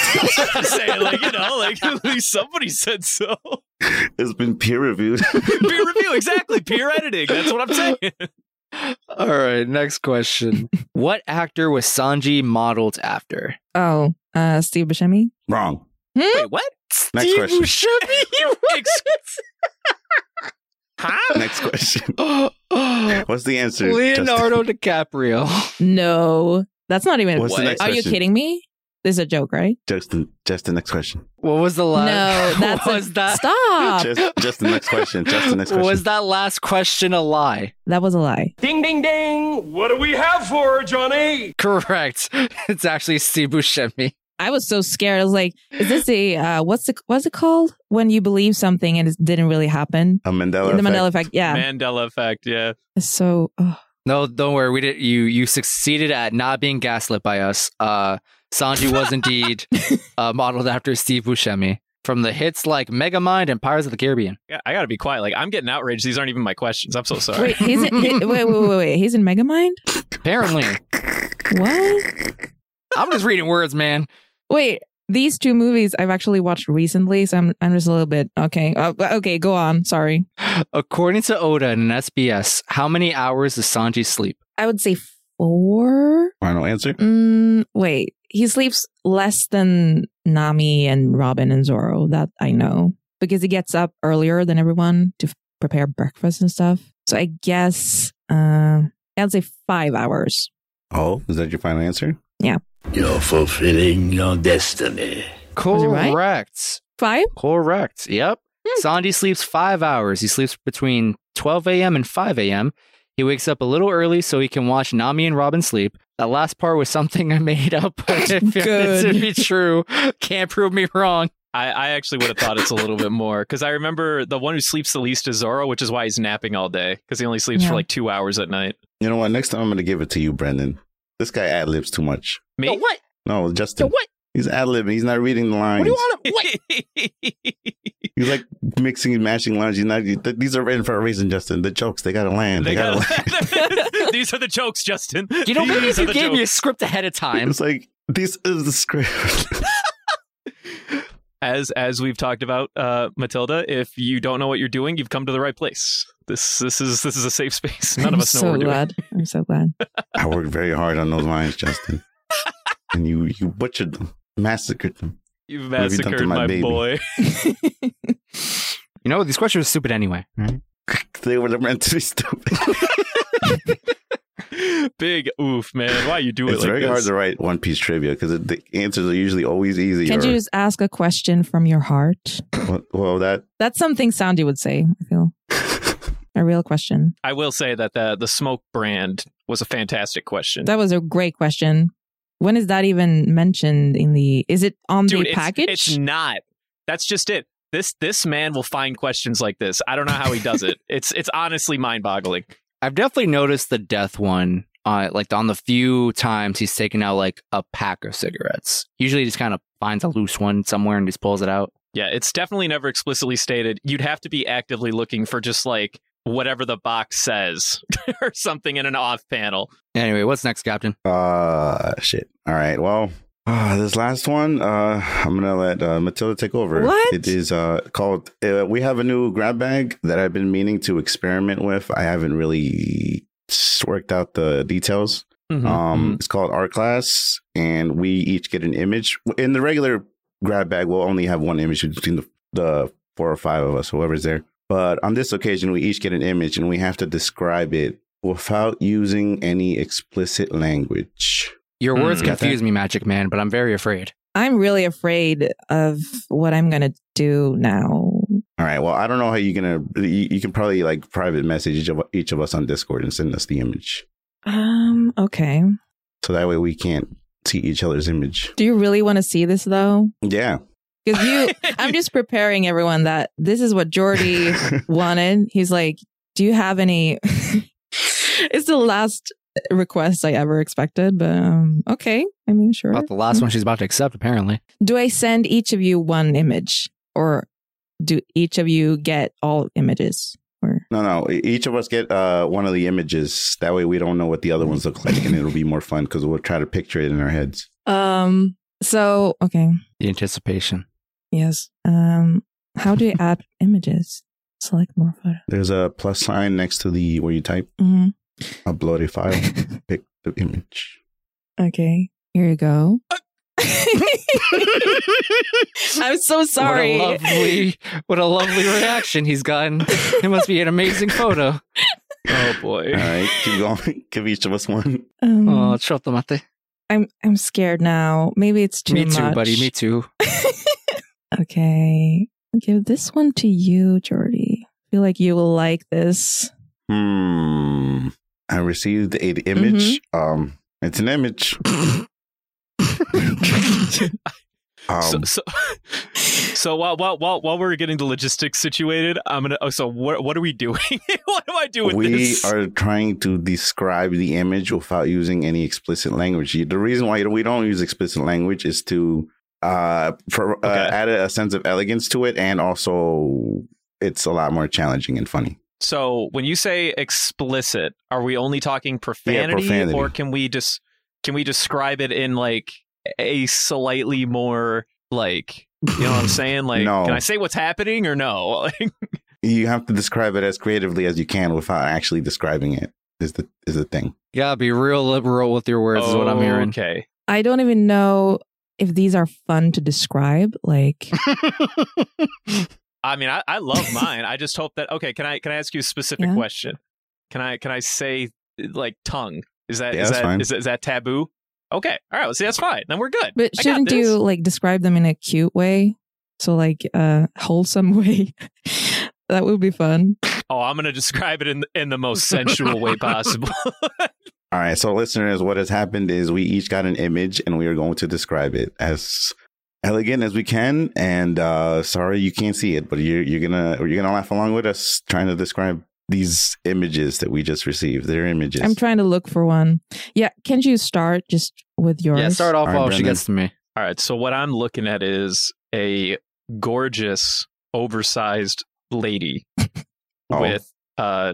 Speaker 5: I'm saying, like you know, like at least somebody said so.
Speaker 2: It's been peer reviewed.
Speaker 5: peer review, exactly. Peer editing. That's what I'm saying.
Speaker 7: All right, next question. what actor was Sanji modeled after?
Speaker 3: Oh, uh, Steve Buscemi.
Speaker 2: Wrong.
Speaker 3: Hmm?
Speaker 5: Wait, what?
Speaker 7: Next Steve question.
Speaker 5: Ex-
Speaker 7: huh?
Speaker 2: Next question. What's the answer?
Speaker 7: Leonardo DiCaprio.
Speaker 3: No, that's not even.
Speaker 2: What's the next
Speaker 3: Are you
Speaker 2: question?
Speaker 3: kidding me? This is a joke, right?
Speaker 2: Justin, just the next question.
Speaker 7: What was the
Speaker 3: No,
Speaker 7: last?
Speaker 3: that's a-
Speaker 7: was that?
Speaker 3: stop.
Speaker 2: Just, just the next question. Just the next question.
Speaker 7: Was that last question a lie?
Speaker 3: That was a lie.
Speaker 16: Ding, ding, ding. What do we have for her, Johnny?
Speaker 7: Correct. It's actually Steve Buscemi.
Speaker 3: I was so scared. I was like, "Is this a uh, what's the what's it called when you believe something and it didn't really happen?"
Speaker 2: A Mandela
Speaker 3: the Mandela effect. Yeah.
Speaker 5: Mandela effect. Yeah.
Speaker 3: It's so ugh.
Speaker 7: No, don't worry. We did. You you succeeded at not being gaslit by us. Uh, Sanji was indeed uh, modeled after Steve Buscemi from the hits like Megamind and Pirates of the Caribbean.
Speaker 5: Yeah, I gotta be quiet. Like I'm getting outraged. These aren't even my questions. I'm so sorry.
Speaker 3: wait, he's in, he, wait, wait, wait, wait. He's in Megamind.
Speaker 7: Apparently,
Speaker 3: What?
Speaker 7: I'm just reading words, man.
Speaker 3: Wait, these two movies I've actually watched recently, so I'm I'm just a little bit okay. Uh, okay, go on. Sorry.
Speaker 7: According to Oda and SBS, how many hours does Sanji sleep?
Speaker 3: I would say four.
Speaker 2: Final answer.
Speaker 3: Mm, wait, he sleeps less than Nami and Robin and Zoro. That I know because he gets up earlier than everyone to f- prepare breakfast and stuff. So I guess uh, I'd say five hours.
Speaker 2: Oh, is that your final answer?
Speaker 3: Yeah.
Speaker 17: You're fulfilling your destiny.
Speaker 7: Correct.
Speaker 3: right? Five.
Speaker 7: Correct. Yep. Sandy sleeps five hours. He sleeps between 12 a.m. and 5 a.m. He wakes up a little early so he can watch Nami and Robin sleep. That last part was something I made up, but if it's to
Speaker 5: Good.
Speaker 7: be true, can't prove me wrong.
Speaker 5: I, I actually would have thought it's a little bit more because I remember the one who sleeps the least is Zoro, which is why he's napping all day because he only sleeps
Speaker 2: Yeah.
Speaker 5: for like two hours at night.
Speaker 2: You know what? Next time I'm going to give it to you, Brendan. This guy ad libs too much.
Speaker 5: Me?
Speaker 7: what?
Speaker 2: No, Justin. what? He's ad libbing. He's not reading the lines.
Speaker 7: What?
Speaker 2: He's like mixing and matching lines. He's not, th- these are written for a reason, Justin. The jokes, they got to land. They,
Speaker 5: They
Speaker 2: got to land.
Speaker 5: These are the jokes, Justin.
Speaker 7: You know, maybe if
Speaker 5: These are
Speaker 7: you
Speaker 5: the
Speaker 7: gave
Speaker 5: jokes.
Speaker 7: me a script ahead of time.
Speaker 2: It's like, this is the script.
Speaker 5: as as we've talked about, uh, Matilda, if you don't know what you're doing, you've come to the right place. This this is this is a safe space. None
Speaker 3: I'm
Speaker 5: of us know
Speaker 3: so
Speaker 5: what we're
Speaker 3: glad. I'm so glad.
Speaker 2: I worked very hard on those lines, Justin. and you, you butchered them, massacred them.
Speaker 5: doing. You've
Speaker 2: What have you done to
Speaker 5: massacred my,
Speaker 2: my baby?
Speaker 5: boy.
Speaker 7: You know, these questions are stupid anyway.
Speaker 2: They were meant to be stupid.
Speaker 5: Big oof, man. Why you do it
Speaker 2: It's
Speaker 5: like
Speaker 2: very
Speaker 5: this?
Speaker 2: hard to write One Piece trivia because the answers are usually always easy.
Speaker 3: Can't
Speaker 2: or-
Speaker 3: you just ask a question from your heart?
Speaker 2: well, well, that
Speaker 3: That's something Sandy would say. I feel a real question.
Speaker 5: I will say that the the smoke brand was a fantastic question.
Speaker 3: That was a great question. When is that even mentioned in the? Is it on
Speaker 5: Dude,
Speaker 3: the
Speaker 5: it's-
Speaker 3: package?
Speaker 5: It's, not. That's just it. This this man will find questions like this. I don't know how he does it. It's it's honestly mind boggling.
Speaker 7: I've definitely noticed the death one, uh, like on the few times he's taken out like a pack of cigarettes. Usually, he just kind of finds a loose one somewhere and just pulls it out.
Speaker 5: Yeah, it's definitely never explicitly stated. You'd have to be actively looking for just like whatever the box says or something in an off panel.
Speaker 7: Anyway, what's next, Captain?
Speaker 2: Uh, shit. All right. Well, uh, this last one, uh, I'm gonna let uh, Matilda take over.
Speaker 18: What?
Speaker 2: It is uh called. Uh, we have a new grab bag that I've been meaning to experiment with. I haven't really s- worked out the details.
Speaker 18: Mhm,
Speaker 5: Mm-hmm.
Speaker 2: um, it's called Art Class, and we each get an image. In the regular grab bag, we'll only have one image between the, the four or five of us, whoever's there. But on this occasion, we each get an image, and we have to describe it without using any explicit language.
Speaker 7: Your words
Speaker 2: Got that?
Speaker 7: confuse me, Magic Man, but I'm very afraid.
Speaker 3: I'm really afraid of what I'm gonna do now.
Speaker 2: All right. Well, I don't know how you're gonna. You, you can probably like private message each of, each of us on Discord and send us the image,
Speaker 3: Um. Okay.
Speaker 2: so that way we can't see each other's image.
Speaker 3: Do you really want to see this though?
Speaker 2: Yeah.
Speaker 3: Because you, I'm just preparing everyone that this is what Jordy wanted. He's like, "Do you have any?" it's the last request I ever expected, but um, okay. I mean, sure.
Speaker 7: About the last
Speaker 2: Hmm?
Speaker 7: one she's about to accept, apparently.
Speaker 3: Do I send each of you one image, or do each of you get all images?
Speaker 2: No, no. e- Each of us get uh, one of the images. That way, we don't know what the other ones look like, and it'll be more fun because we'll try to picture it in our heads.
Speaker 3: Um. So okay.
Speaker 7: The anticipation.
Speaker 3: Yes. Um. How do you add images? Select more photo.
Speaker 2: There's a plus sign next to the where you type
Speaker 3: Mhm.
Speaker 2: upload a file, pick the image.
Speaker 3: Okay. Here you go. I'm so sorry.
Speaker 7: What a lovely, what a lovely reaction he's gotten. It must be an amazing photo.
Speaker 5: Oh boy!
Speaker 2: All right, keep going. Give each of us one.
Speaker 3: Um,
Speaker 7: Uh, Oh, choto mate.
Speaker 3: I'm I'm scared now. Maybe it's too
Speaker 7: Me
Speaker 3: much.
Speaker 7: too, buddy. Me too.
Speaker 3: Okay. I'll Give this one to you, Jordy. I feel like you will like this.
Speaker 2: Hmm. I received an image. Um, it's an image. um,
Speaker 5: Mm. so, so, so while, while while while we're getting the logistics situated, I'm gonna. Oh, so what what are we doing? what do I do with
Speaker 2: we
Speaker 5: this?
Speaker 2: are trying to describe the image without using any explicit language. You- The reason why we don't use explicit language is to uh, pro- uh, add a, a sense of elegance to it, and also it's a lot more challenging and funny.
Speaker 5: so when you say explicit, are we only talking profanity,
Speaker 2: profanity.
Speaker 5: or can we just can we describe it in like a slightly more like you know what I'm saying? Like,
Speaker 2: No.
Speaker 5: can I say what's happening or no? Like,
Speaker 2: You have to describe it as creatively as you can without actually describing it. Is the is the thing?
Speaker 7: Yeah, be real liberal with your words. is what I'm hearing.
Speaker 5: Okay.
Speaker 3: I don't even know if these are fun to describe. Like,
Speaker 5: I mean, I, I love mine. I just hope that okay. Can I can I ask you a specific
Speaker 3: Yeah.
Speaker 5: question? Can I can I say like tongue? Is that is
Speaker 2: Yeah, that's
Speaker 5: that
Speaker 2: fine.
Speaker 5: is that, is that taboo? Okay, all right. Let's see. That's fine. Then we're good.
Speaker 3: but
Speaker 5: I got
Speaker 3: shouldn't
Speaker 5: this.
Speaker 3: you like describe them in a cute way? So like a wholesome way. that would be fun.
Speaker 5: Oh, I'm gonna describe it in in the most sensual way possible.
Speaker 2: All right, so listeners, what has happened is we each got an image and we are going to describe it as elegant as we can. And uh, sorry you can't see it, but you're you're gonna you're gonna laugh along with us trying to describe these images that we just received. They're images.
Speaker 3: I'm trying to look for one. Yeah, can't you start just with yours?
Speaker 7: me.
Speaker 5: All right. So what I'm looking at is a gorgeous, oversized lady
Speaker 2: Oh.
Speaker 5: with uh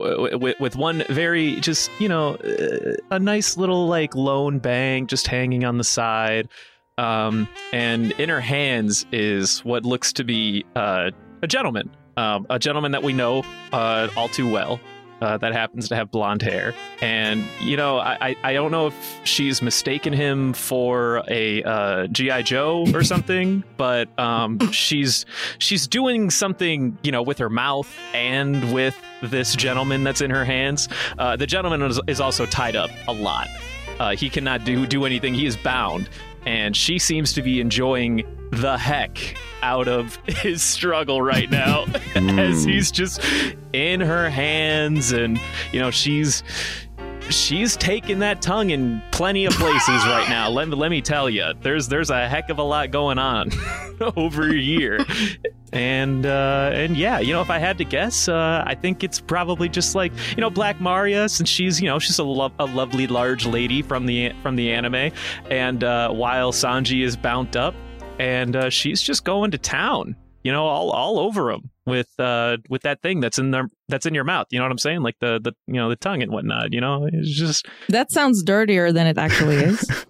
Speaker 5: with, with one very just you know uh, a nice little like lone bang just hanging on the side um and in her hands is what looks to be uh a gentleman um a gentleman that we know uh all too well uh, that happens to have blonde hair and you know i i, I don't know if she's mistaken him for a uh gi joe or something but um she's she's doing something you know with her mouth and with this gentleman that's in her hands uh, the gentleman is, is also tied up a lot uh, he cannot do do anything he is bound and she seems to be enjoying the heck out of his struggle right now as he's just in her hands and you know she's she's taking that tongue in plenty of places right now. Let me let me tell you, there's there's a heck of a lot going on over here, and uh, and yeah, you know, if I had to guess, uh, I think it's probably just like you know Black Maria, since she's you know she's a, lo- a lovely large lady from the from the anime, and uh, while Sanji is bound up, and uh, she's just going to town. You know, all, all over him with uh with that thing that's in their that's in your mouth. You know what I'm saying? Like the the you know the tongue and whatnot. You know, it's just
Speaker 3: That sounds dirtier than it actually is.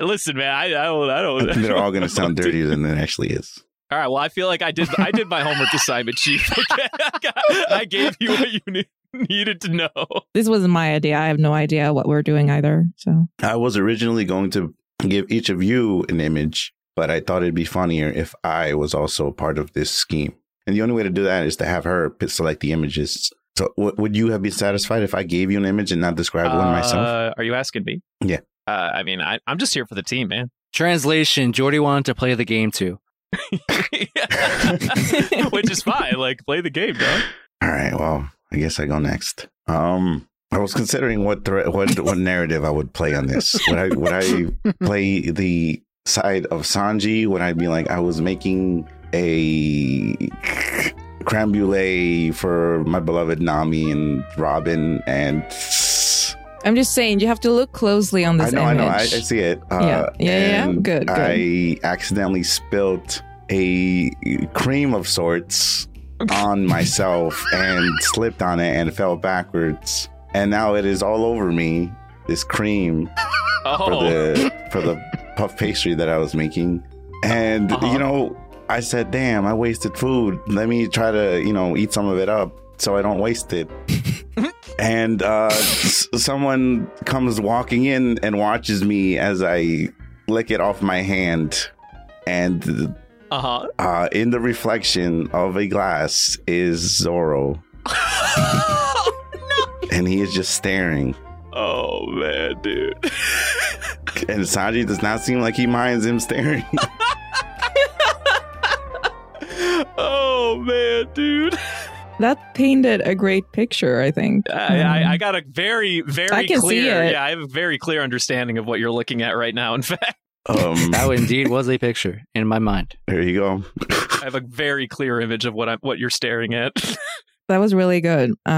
Speaker 5: Listen, man, I, I don't, I don't.
Speaker 2: They're all gonna sound dirtier than it actually is.
Speaker 5: All right, well, I feel like I did, I did my homework assignment, Chief. Okay? I, got- I gave you what you ne- needed to know.
Speaker 3: this wasn't my idea. I have no idea what we're doing either. So
Speaker 2: I was originally going to give each of you an image, but I thought it'd be funnier if I was also part of this scheme. And the only way to do that is to have her p- select the images. So, w- would you have been satisfied if I gave you an image and not described one myself?
Speaker 5: Uh, are you asking me?
Speaker 2: Yeah.
Speaker 5: Uh, I mean, I, I'm just here for the team, man.
Speaker 7: Translation: Jordy wanted to play the game too.
Speaker 5: Which is fine. Like, play the game, dog.
Speaker 2: All right. Well, I guess I go next. Um, I was considering what thre- what what narrative I would play on this. Would I would I play the side of Sanji? Would I be like I was making a creme brulee for my beloved Nami and Robin and
Speaker 3: I'm just saying you have to look closely on
Speaker 2: I
Speaker 3: this
Speaker 2: know, I
Speaker 3: image.
Speaker 2: know, I, I see it. Uh,
Speaker 3: Yeah. Yeah, yeah, yeah.
Speaker 2: and
Speaker 3: Good, good.
Speaker 2: I accidentally spilt a cream of sorts on myself and slipped on it and fell backwards, and now it is all over me. This cream for
Speaker 5: Oh,
Speaker 2: the for the puff pastry that I was making, and you know, I said, "Damn, I wasted food. Let me try to you know eat some of it up so I don't waste it." and uh, s- someone comes walking in and watches me as I lick it off my hand, and
Speaker 5: uh-huh.
Speaker 2: uh, in the reflection of a glass is Zoro. And he is just staring.
Speaker 5: Oh man, dude.
Speaker 2: And Sanji does not seem like he minds him staring.
Speaker 5: oh man, dude.
Speaker 3: That painted a great picture, I think.
Speaker 5: I, I, I got a very, very
Speaker 3: Mm-hmm. I can see
Speaker 5: clear.
Speaker 3: it.
Speaker 5: Yeah, I have a very clear understanding of what you're looking at right now. In fact,
Speaker 7: Um, that indeed was a picture in my mind.
Speaker 2: There you go.
Speaker 5: I have a very clear image of what I'm, what you're staring at.
Speaker 3: That was really good.
Speaker 5: Mm-hmm.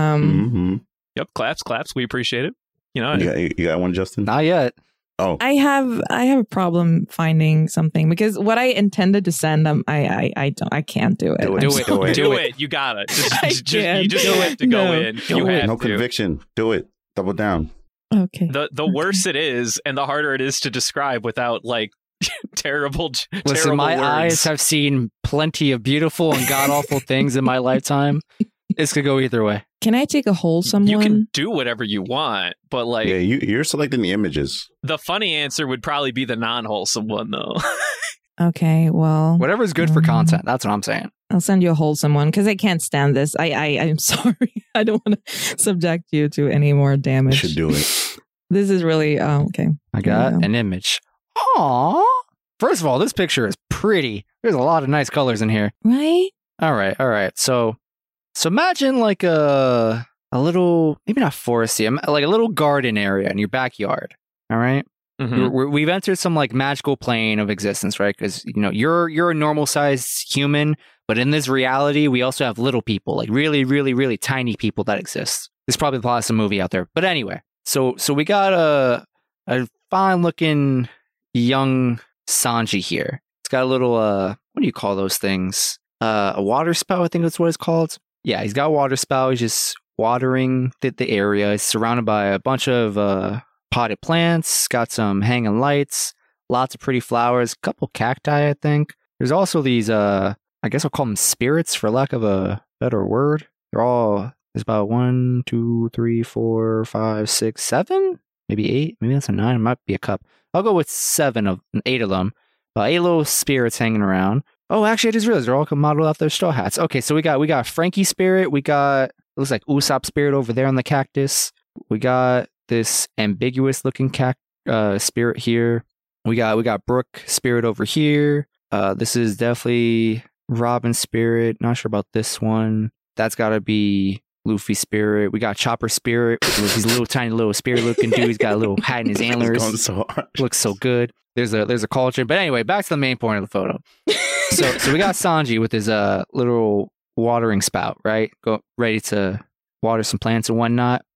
Speaker 3: Um,
Speaker 5: yep, claps, claps. We appreciate it. You know,
Speaker 2: You Mm-hmm. got, you got one, Justin?
Speaker 7: Not yet.
Speaker 2: Oh,
Speaker 3: I have I have a problem finding something because what I intended to send them, I I I don't I can't do it. I'm
Speaker 5: do it,
Speaker 3: sorry.
Speaker 5: do it, You got it. Just, just, just, you just
Speaker 3: can't.
Speaker 5: have to go
Speaker 3: No.
Speaker 5: in.
Speaker 2: Do
Speaker 5: you
Speaker 2: it.
Speaker 5: have
Speaker 2: no
Speaker 5: to.
Speaker 2: conviction. Do it. Double down.
Speaker 3: Okay.
Speaker 5: The the worse it is, and the harder it is to describe without like terrible. j-
Speaker 7: Listen,
Speaker 5: terrible
Speaker 7: my
Speaker 5: words.
Speaker 7: eyes have seen plenty of beautiful and god awful things in my lifetime. This could go either way.
Speaker 3: Can I take a hold someone?
Speaker 5: You can do whatever you want, but like
Speaker 2: yeah, you, you're selecting the images.
Speaker 5: the funny answer would probably be the non wholesome one though.
Speaker 3: Okay, well,
Speaker 7: Whatever's good for content. That's what I'm saying.
Speaker 3: I'll send you a wholesome one because I can't stand this. I I I'm sorry. I don't want to subject you to any more damage.
Speaker 2: Should do it.
Speaker 3: This is really oh, okay.
Speaker 7: I got an image. Aww. First of all, this picture is pretty. There's a lot of nice colors in here.
Speaker 3: Right?
Speaker 7: All right, all right. So, so imagine like a a little maybe not foresty, im- like a little garden area in your backyard. All right?
Speaker 5: Mm-hmm.
Speaker 7: We're- we're- we've entered some like magical plane of existence, right? Because you know you're you're a normal sized human, but in this reality, we also have little people, like really, really, really tiny people that exist. There's probably probably some movie out there, but anyway. So so we got a a fine looking young Sanji here. It's got a little uh what do you call those things? Uh a water spout, I think that's what it's called. Yeah, he's got a water spout, he's just watering the, the area. He's surrounded by a bunch of uh potted plants, got some hanging lights, lots of pretty flowers, couple cacti, I think. There's also these uh I guess I'll call them spirits for lack of a better word. They're all there's about one, two, three, four, five, six, seven, maybe eight. Maybe that's a nine. It might be a cup. I'll go with seven of eight of them. But eight little spirits hanging around. Oh, actually, I just realized they're all modeled off their straw hats. Okay, so we got we got Frankie spirit. We got looks like Usopp spirit over there on the cactus. We got this ambiguous looking cac- uh, spirit here. We got we got Brook spirit over here. Uh, this is definitely Robin spirit. Not sure about this one. That's got to be Luffy spirit. We got Chopper spirit. He's a little tiny little spirit looking dude. He's got a little hat in his antlers.
Speaker 2: going so hard.
Speaker 7: Looks so good. There's a there's a culture. But anyway, back to the main point of the photo. so so we got Sanji with his uh little watering spout, right? Go ready to water some plants and whatnot.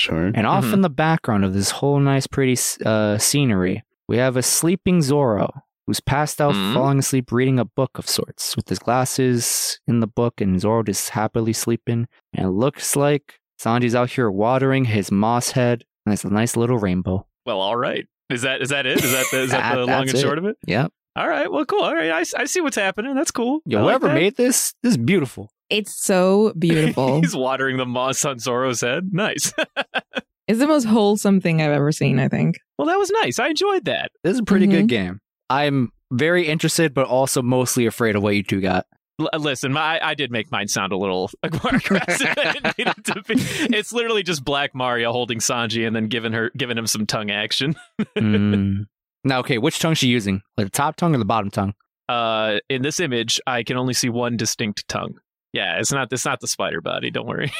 Speaker 2: Sure.
Speaker 7: And off in the background of this whole nice, pretty uh, scenery, we have a sleeping Zoro who's passed out,
Speaker 5: Mhm.
Speaker 7: falling asleep, reading a book of sorts with his glasses in the book, and Zoro just happily sleeping. And it looks like Sanji's out here watering his moss head, and it's a nice little rainbow.
Speaker 5: Well, all right. Is that is that it? Is that the, is that the
Speaker 7: That-
Speaker 5: long
Speaker 7: that's
Speaker 5: and short of it?
Speaker 7: Yep.
Speaker 5: All right. Well, cool. All right. I, s- I see what's happening. That's cool.
Speaker 7: Yo,
Speaker 5: I like
Speaker 7: whoever
Speaker 5: that.
Speaker 7: made this, this is beautiful.
Speaker 3: It's so beautiful.
Speaker 5: He's watering the moss on Zoro's head. Nice.
Speaker 3: it's the most wholesome thing I've ever seen. I think.
Speaker 5: well, that was nice. I enjoyed that.
Speaker 7: This is a pretty
Speaker 3: Mhm.
Speaker 7: good game. I'm very interested, but also mostly afraid of what you two got.
Speaker 5: L- uh, listen, my, I did make mine sound a little more aggressive than it needed to be. It's literally just Black Mario holding Sanji and then giving her giving him some tongue action.
Speaker 7: Mm. Now, okay, which tongue is she using? Like the top tongue or the bottom tongue?
Speaker 5: Uh, in this image, I can only see one distinct tongue. Yeah, it's not it's not the spider body. Don't worry.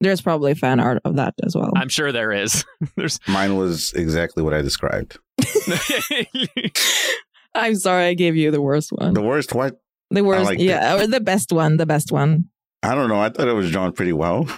Speaker 3: There's probably fan art of that as well.
Speaker 5: I'm sure there is. There's
Speaker 2: Mine was exactly what I described.
Speaker 3: I'm sorry I gave you the worst one.
Speaker 2: The worst what?
Speaker 3: The
Speaker 2: I
Speaker 3: worst,
Speaker 2: like
Speaker 3: yeah, or the best one. The best one.
Speaker 2: I don't know. I thought it was drawn pretty well.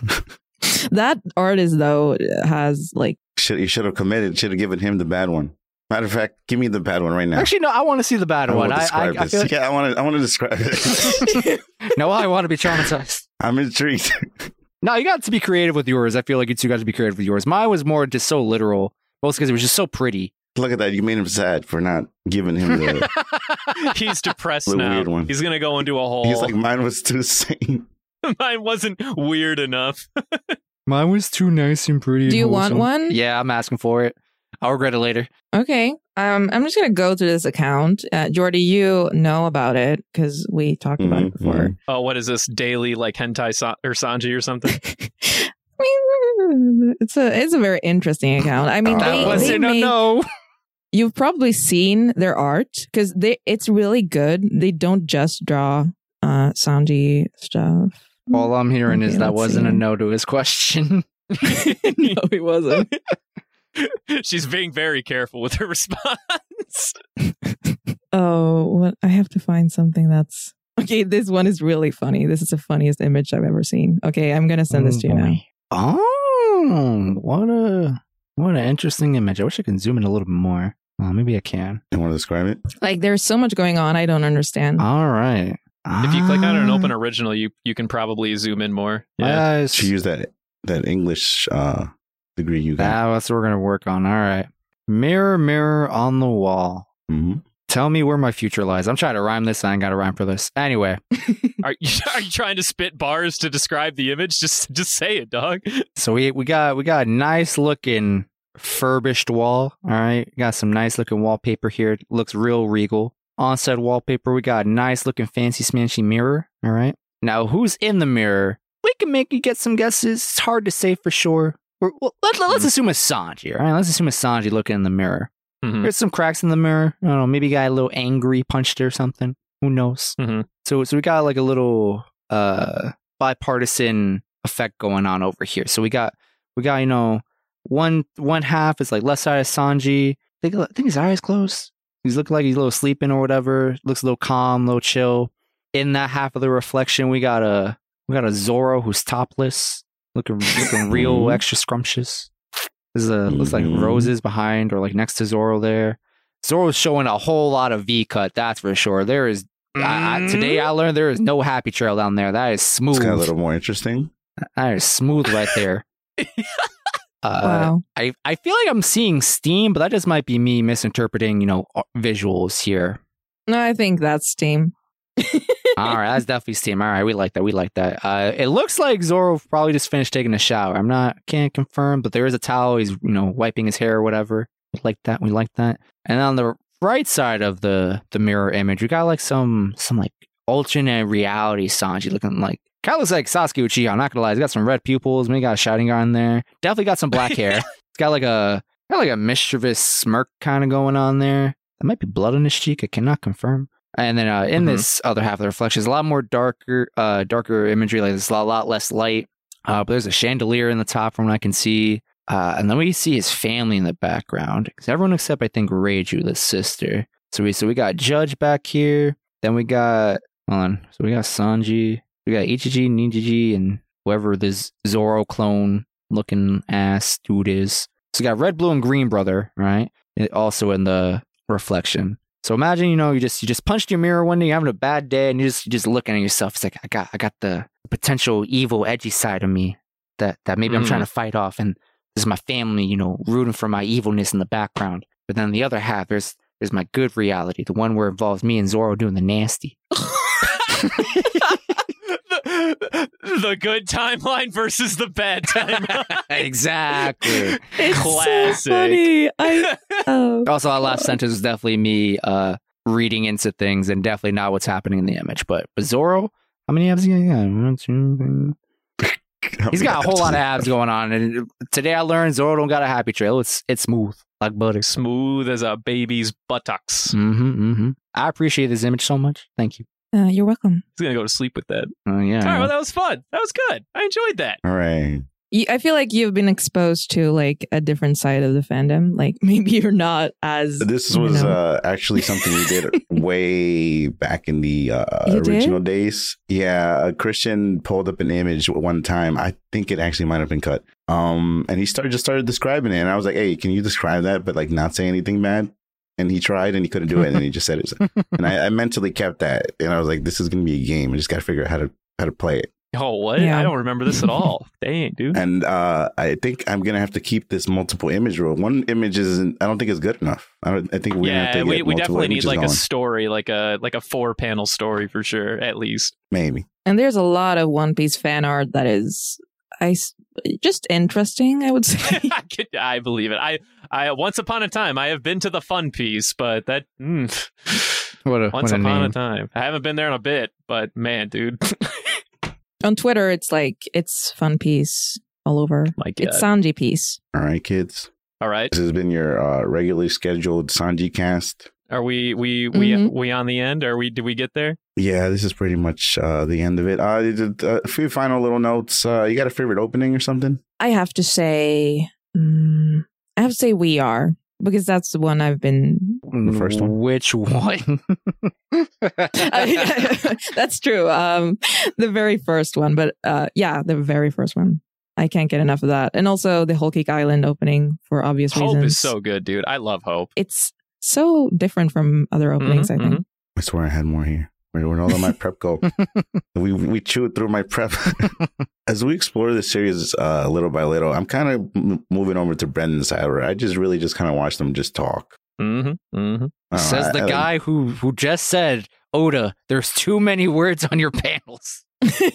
Speaker 3: That artist though has like
Speaker 2: Should you should have committed? Should have given him the bad one. Matter of fact, give me the bad one right now.
Speaker 7: Actually, no, I want to see the bad
Speaker 2: I
Speaker 7: one.
Speaker 2: will
Speaker 7: I, I,
Speaker 2: describe
Speaker 7: I
Speaker 2: this.
Speaker 7: feel like-
Speaker 2: yeah, I want to. I want to describe it.
Speaker 7: no, I want to be traumatized.
Speaker 2: I'm intrigued.
Speaker 7: No, you got to be creative with yours. I feel like you two got to be creative with yours. Mine was more just so literal, mostly because it was just so pretty.
Speaker 2: Look at that. You made him sad for not giving him the.
Speaker 5: he's depressed
Speaker 2: The
Speaker 5: now.
Speaker 2: weird one.
Speaker 5: He's gonna go into a hole.
Speaker 7: Oh.
Speaker 2: He's like mine was too sane.
Speaker 5: Mine wasn't weird enough.
Speaker 7: Mine was too nice and pretty.
Speaker 3: Do you want one?
Speaker 7: Yeah, I'm asking for it. I'll regret it later.
Speaker 3: Okay, Um, I'm just gonna go to this account. Uh, Jordy, you know about it because we talked about
Speaker 2: Mm-hmm,
Speaker 3: it before.
Speaker 5: Oh, what is this daily like hentai Sa- or Sanji or something?
Speaker 3: mm-hmm. It's a it's a very interesting account. I mean,
Speaker 5: That
Speaker 3: they,
Speaker 5: was
Speaker 3: they
Speaker 5: in a
Speaker 3: make- You've probably seen their art because they it's really good. They don't just draw uh Sanji stuff.
Speaker 7: All I'm hearing
Speaker 3: Okay,
Speaker 7: is that
Speaker 3: let's
Speaker 7: wasn't a
Speaker 3: see.
Speaker 7: no to his question.
Speaker 3: no, he wasn't.
Speaker 5: She's being very careful with her response.
Speaker 3: Oh, what I have to find something that's okay. This one is really funny. This is the funniest image I've ever seen. Okay, I'm gonna send this to you now.
Speaker 7: Oh, what a what an interesting image. I wish I could zoom in a little bit more. Uh, maybe I can.
Speaker 2: You want to describe it?
Speaker 3: Like, there's so much going on. I don't understand.
Speaker 2: Uh,
Speaker 7: All right. Ah,
Speaker 5: If you click on an
Speaker 2: Ah.
Speaker 5: open original, you you can probably zoom in more.
Speaker 2: uh,
Speaker 5: Yeah.
Speaker 2: She used that that English uh degree you got.
Speaker 7: Ah, that's what we're gonna work on. All right. Mirror, mirror on the wall.
Speaker 2: Mm-hmm.
Speaker 7: Tell me where my future lies. I'm trying to rhyme this. I ain't got a rhyme for this. Anyway,
Speaker 5: Are you are you trying to spit bars to describe the image? Just just say it, dog.
Speaker 7: so we we got we got a nice looking furbished wall. All right, got some nice looking wallpaper here. Looks real regal. On said wallpaper, we got a nice looking fancy smanchy mirror. All right. Now, who's in the mirror? We can make you get some guesses. It's hard to say for sure. We're, well, let, let, us assume it's Sanji. All right, let's assume it's Sanji looking in the mirror.
Speaker 5: Mm-hmm.
Speaker 7: There's some cracks in the mirror. I don't know. Maybe he got a little angry, punched or something. Who knows? So, so we got like a little uh bipartisan effect going on over here. So we got we got you know one one half is like left side of Sanji. I think, I think his eyes closed. He's looking like he's a little sleeping or whatever. Looks a little calm, a little chill. In that half of the reflection, we got a we got a Zoro who's topless, looking looking real extra scrumptious. There's a looks like
Speaker 2: Mm-hmm.
Speaker 7: roses behind or like next to Zoro there. Zoro's showing a whole lot of V cut, that's for sure. There is I, I, today I learned there is no happy trail down there. That is smooth.
Speaker 2: It's got a little more interesting.
Speaker 7: That is smooth right there. Uh, I I feel like I'm seeing steam, but that just might be me misinterpreting, you know, uh, visuals here.
Speaker 3: No, I think that's Steam.
Speaker 7: All right, that's definitely steam. All right, we like that. We like that. Uh, it looks like Zoro probably just finished taking a shower. I'm not can't confirm, but there is a towel. He's you know wiping his hair or whatever. We like that. We like that. And on the right side of the the mirror image, we got like some some like alternate reality Sanji looking like. Kind of looks like Sasuke Uchiha. I'm not gonna lie, he's got some red pupils. Maybe got a shouting gun there. Definitely got some black hair. It's got like a got like a mischievous smirk kind of going on there. There might be blood on his cheek. I cannot confirm. And then uh, in
Speaker 5: Mhm.
Speaker 7: this other half of the reflection, is a lot more darker, uh, darker imagery. Like there's a lot, lot less light. Uh, but there's a chandelier in the top from what I can see. Uh, and then we see his family in the background. 'Cause everyone except I think Reiju, the sister. So we so we got Judge back here. Then we got hold on. So we got Sanji. We got Ichiji, Ninjiji, and whoever this Zoro clone looking ass dude is. So you got red, blue, and green, brother, right? It- also in the reflection. So imagine, you know, you just you just punched your mirror one day, you're having a bad day, and you just you're just looking at yourself. It's like I got I got the potential evil, edgy side of me that that maybe I'm
Speaker 5: Mm.
Speaker 7: trying to fight off, and there's my family, you know, rooting for my evilness in the background. But then the other half, there's there's my good reality, the one where it involves me and Zoro doing the nasty.
Speaker 5: The, the good timeline versus the bad timeline.
Speaker 7: exactly.
Speaker 5: It's so Classic.
Speaker 3: funny. I oh.
Speaker 7: Also, that last sentence is definitely me uh, reading into things and definitely not what's happening in the image. But, but Zoro, how many abs he got? One, two, three. He's got a whole lot of abs going on. And uh, today I learned Zoro don't got a happy trail. It's it's smooth like butter.
Speaker 5: Smooth as a baby's buttocks.
Speaker 2: Hmm.
Speaker 7: Mm-hmm, mm-hmm. I appreciate this image so much. Thank you.
Speaker 3: Uh, you're welcome.
Speaker 5: He's gonna go to sleep with that.
Speaker 7: Oh yeah.
Speaker 5: All right, well, that was fun. That was good. I enjoyed that.
Speaker 2: All right.
Speaker 3: You, I feel like you've been exposed to like a different side of the fandom. Like maybe you're not as
Speaker 2: This
Speaker 3: you
Speaker 2: was
Speaker 3: know.
Speaker 2: uh, actually something we did way back in the uh,
Speaker 3: You did?
Speaker 2: original days. Yeah, uh, Christian pulled up an image one time. I think it actually might have been cut. Um, and he started just started describing it, and I was like, "Hey, can you describe that?" But like, not say anything bad. And he tried, and he couldn't do it, and then he just said it. And I, I mentally kept that, and I was like, "This is gonna be a game. I just gotta figure out how to how to play it."
Speaker 5: Oh, what?
Speaker 2: Yeah.
Speaker 5: I don't remember this at all. Dang, dude.
Speaker 2: And uh, I think I'm gonna have to keep this multiple image rule. One image isn't. I don't think it's good enough. I don't. I think we're gonna have
Speaker 5: yeah,
Speaker 2: to get
Speaker 5: we, we
Speaker 2: multiple
Speaker 5: definitely need
Speaker 2: images
Speaker 5: like a
Speaker 2: going.
Speaker 5: story, like a like a four panel story for sure, at least.
Speaker 2: maybe.
Speaker 3: and there's a lot of One Piece fan art that is I s- just interesting, I would say.
Speaker 5: I, could- I believe it. I, I once upon a time I have been to the fun piece, but that mm,
Speaker 7: What a,
Speaker 5: once
Speaker 7: what a
Speaker 5: upon a
Speaker 7: name.
Speaker 5: time I haven't been there in a bit, but man, dude,
Speaker 3: On Twitter, it's like it's fun piece all over.
Speaker 5: Like
Speaker 3: it's
Speaker 2: God.
Speaker 3: Sanji piece.
Speaker 2: All right, kids.
Speaker 5: All right.
Speaker 2: This has been your uh, regularly scheduled Sanji cast.
Speaker 5: are we we we
Speaker 3: Mm-hmm.
Speaker 5: we on the end? Are we? Did we get there?
Speaker 2: Yeah, this is pretty much uh, the end of it. Uh, did- uh, a few final little notes. Uh, you got a favorite opening or something?
Speaker 3: I have to say, mm, I have to say, we are because that's the one I've been.
Speaker 2: The first one.
Speaker 7: Which one?
Speaker 3: that's true. Um, the very first one, but uh, yeah, the very first one. I can't get enough of that, and also the Whole Cake Island opening for obvious
Speaker 5: Hope
Speaker 3: reasons.
Speaker 5: is so good, dude. I love Hope.
Speaker 3: it's so different from other openings.
Speaker 5: Mm-hmm,
Speaker 3: I think.
Speaker 2: I swear I had more here. Where where all of my prep go? we we chewed through my prep. As we explore the series uh, little by little, I'm kind of m- moving over to Brendan's side where I just really just kind of watch them just talk.
Speaker 5: Mm-hmm.
Speaker 2: I
Speaker 5: Mm-hmm.
Speaker 2: don't know,
Speaker 7: Says
Speaker 2: I-
Speaker 7: the
Speaker 2: I-
Speaker 7: guy who who just said, "Oda, there's too many words on your panels."
Speaker 5: mm-hmm.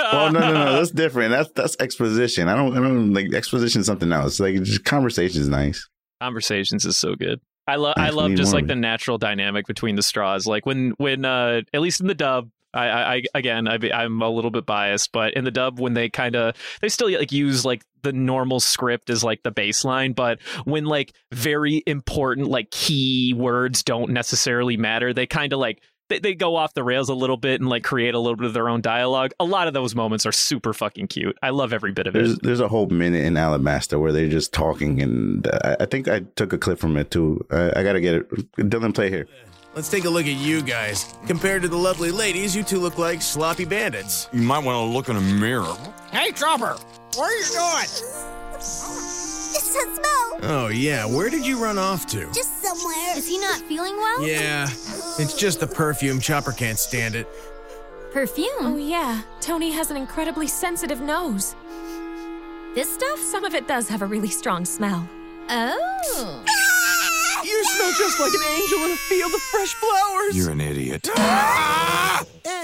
Speaker 2: well, Oh, no, no, no. That's different. That's that's exposition. I don't, I don't like exposition. Is something else. Like just conversation is nice.
Speaker 5: Conversations is so good. I love I
Speaker 2: Nice, we
Speaker 5: love
Speaker 2: need
Speaker 5: just
Speaker 2: more
Speaker 5: like
Speaker 2: of
Speaker 5: the natural dynamic between the straws. Like when when uh at least in the dub I, I, I again I, I'm a little bit biased, but in the dub when they kind of they still like use like the normal script as like the baseline, but when like very important like key words don't necessarily matter, they kind of like they, they go off the rails a little bit and like create a little bit of their own dialogue. A lot of those moments are super fucking cute. I love every bit of it.
Speaker 2: There's there's a whole minute in Alabasta where they're just talking, and uh, I I think I took a clip from it too. I, I gotta get it. Dylan, play here.
Speaker 18: Let's take a look at you guys. Compared to the lovely ladies, you two look like sloppy bandits.
Speaker 19: You might want to look in a mirror.
Speaker 18: Hey, Chopper, where are you going?
Speaker 20: It's a smell.
Speaker 18: Oh, yeah, where did you run off to?
Speaker 20: Just somewhere. Is he not feeling well?
Speaker 18: Yeah, it's just the perfume. Chopper can't stand it.
Speaker 20: Perfume? Oh, yeah. Tony has an incredibly sensitive nose. This stuff? Some of it does have a really strong smell. Oh.
Speaker 18: You smell just like an angel in a field of fresh flowers.
Speaker 19: You're an idiot.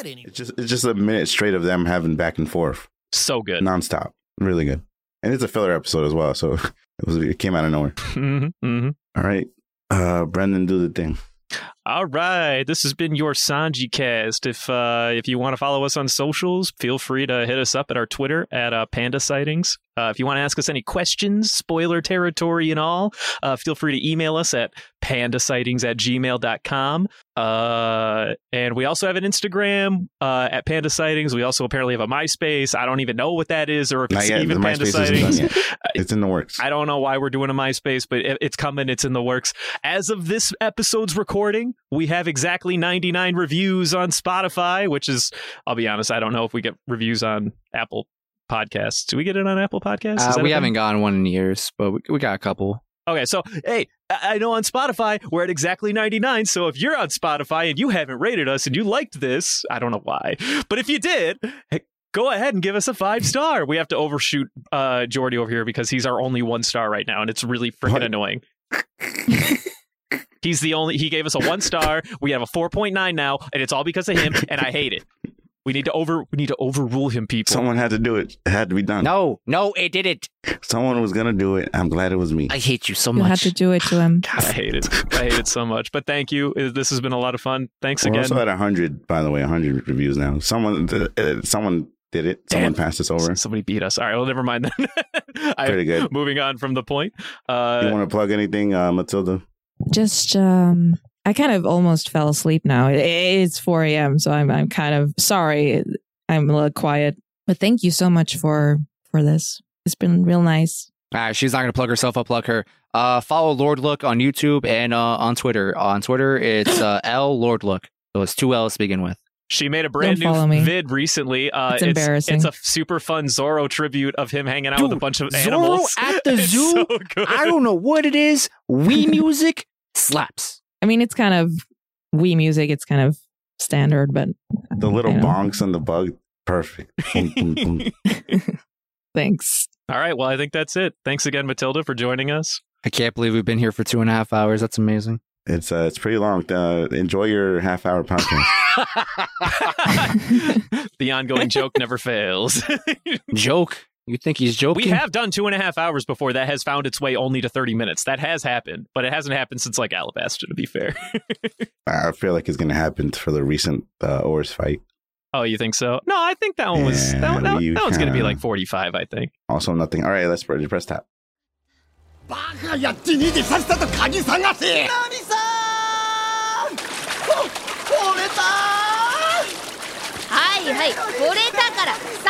Speaker 2: It's just it's just a minute straight of them having back and forth.
Speaker 5: So good,
Speaker 2: nonstop, really good. And it's a filler episode as well, so it was it came out of nowhere.
Speaker 5: Mm-hmm, mm-hmm.
Speaker 2: All right, uh, Brendan, do the thing.
Speaker 5: All right, this has been your Sanji cast. If uh, if you want to follow us on socials, feel free to hit us up at our Twitter at uh, Panda Sightings. Uh, if you want to ask us any questions, spoiler territory and all, uh, feel free to email us at pandasightings at gmail.com. Uh, and we also have an Instagram uh, at Panda Sightings. We also apparently have a MySpace. I don't even know what that is or if
Speaker 2: Not
Speaker 5: it's
Speaker 2: yet. The
Speaker 5: even Panda
Speaker 2: MySpace isn't done
Speaker 5: Sightings.
Speaker 2: yet. It's in the works.
Speaker 5: I don't know why we're doing a MySpace, but it, it's coming. It's in the works. As of this episode's recording, we have exactly 99 reviews on Spotify, which is, I'll be honest, I don't know if we get reviews on Apple Podcasts. Do we get it on Apple Podcasts? Is
Speaker 7: Uh,
Speaker 5: that a
Speaker 7: we
Speaker 5: thing?
Speaker 7: haven't gotten one in years, but we, we got a couple.
Speaker 5: Okay, so hey, I I know on Spotify we're at exactly 99. So if you're on Spotify and you haven't rated us and you liked this, I don't know why, but if you did, hey, go ahead and give us a five star. We have to overshoot uh, Jordy over here because he's our only one star right now, and it's really freaking annoying. he's the only. He gave us a one star. We have a 4.9 now, and it's all because of him. And I hate it. We need to over. We need to overrule him, people.
Speaker 2: Someone had to do it. It had to be done.
Speaker 7: No, no, it didn't.
Speaker 2: Someone was gonna do it. I'm glad it was me.
Speaker 7: I hate you so
Speaker 3: You had to do it to him.
Speaker 5: God, I hate it. I hate it so much. But thank you. This has been a lot of fun. Thanks
Speaker 2: We're
Speaker 5: again.
Speaker 2: also at hundred, by the way, hundred reviews now. Someone, uh, someone did it. Someone passed us over.
Speaker 5: Somebody beat us. All right. Well, never mind then. I-
Speaker 2: Pretty good.
Speaker 5: Moving on from the point. Uh,
Speaker 2: you want to plug anything, uh, Matilda?
Speaker 3: Just um, I kind of almost fell asleep now. It, it's 4 a.m., so I'm I'm kind of sorry. I'm a little quiet, but thank you so much for for this. It's been real nice.
Speaker 7: All right, she's not gonna plug herself. I'll plug her. Uh, follow Lord Look on YouTube and uh, on Twitter. On Twitter, it's uh, L Lord Look. So it's two L's to begin with.
Speaker 5: she made a brand
Speaker 7: Don't follow
Speaker 5: new
Speaker 7: me.
Speaker 5: vid recently. Uh,
Speaker 7: It's embarrassing.
Speaker 5: It's a super fun Zorro tribute of him hanging out with a bunch of animals.
Speaker 7: Zorro at the zoo. I don't know what it is. We music slaps.
Speaker 3: I mean, it's kind of Wii music. It's kind of standard, but
Speaker 2: The little
Speaker 3: I don't know.
Speaker 2: bonks and the bug, perfect. Boom, boom, boom.
Speaker 3: Thanks.
Speaker 5: All right. Well, I think that's it. Thanks again, Matilda, for joining us.
Speaker 7: I can't believe we've been here for two and a half hours. That's amazing.
Speaker 2: It's uh, it's pretty long. Uh, enjoy your half hour podcast.
Speaker 5: The ongoing joke never fails.
Speaker 7: Joke You think he's joking?
Speaker 5: We have done two and a half hours before that has found its way only to 30 minutes. That has happened, but it hasn't happened since like Alabasta, to be fair.
Speaker 2: I feel like it's going to happen for the recent uh, Oris fight.
Speaker 5: oh, you think so? No, I think that one was, that, one- that, one-
Speaker 2: you
Speaker 5: that one's going to be
Speaker 2: kinda-
Speaker 5: like 45, I think.
Speaker 2: Also, nothing. All right, let's press, press tap.
Speaker 8: バカやって逃げさせたと鍵探せナミさんこ、これだ
Speaker 14: はいはいこれだからさ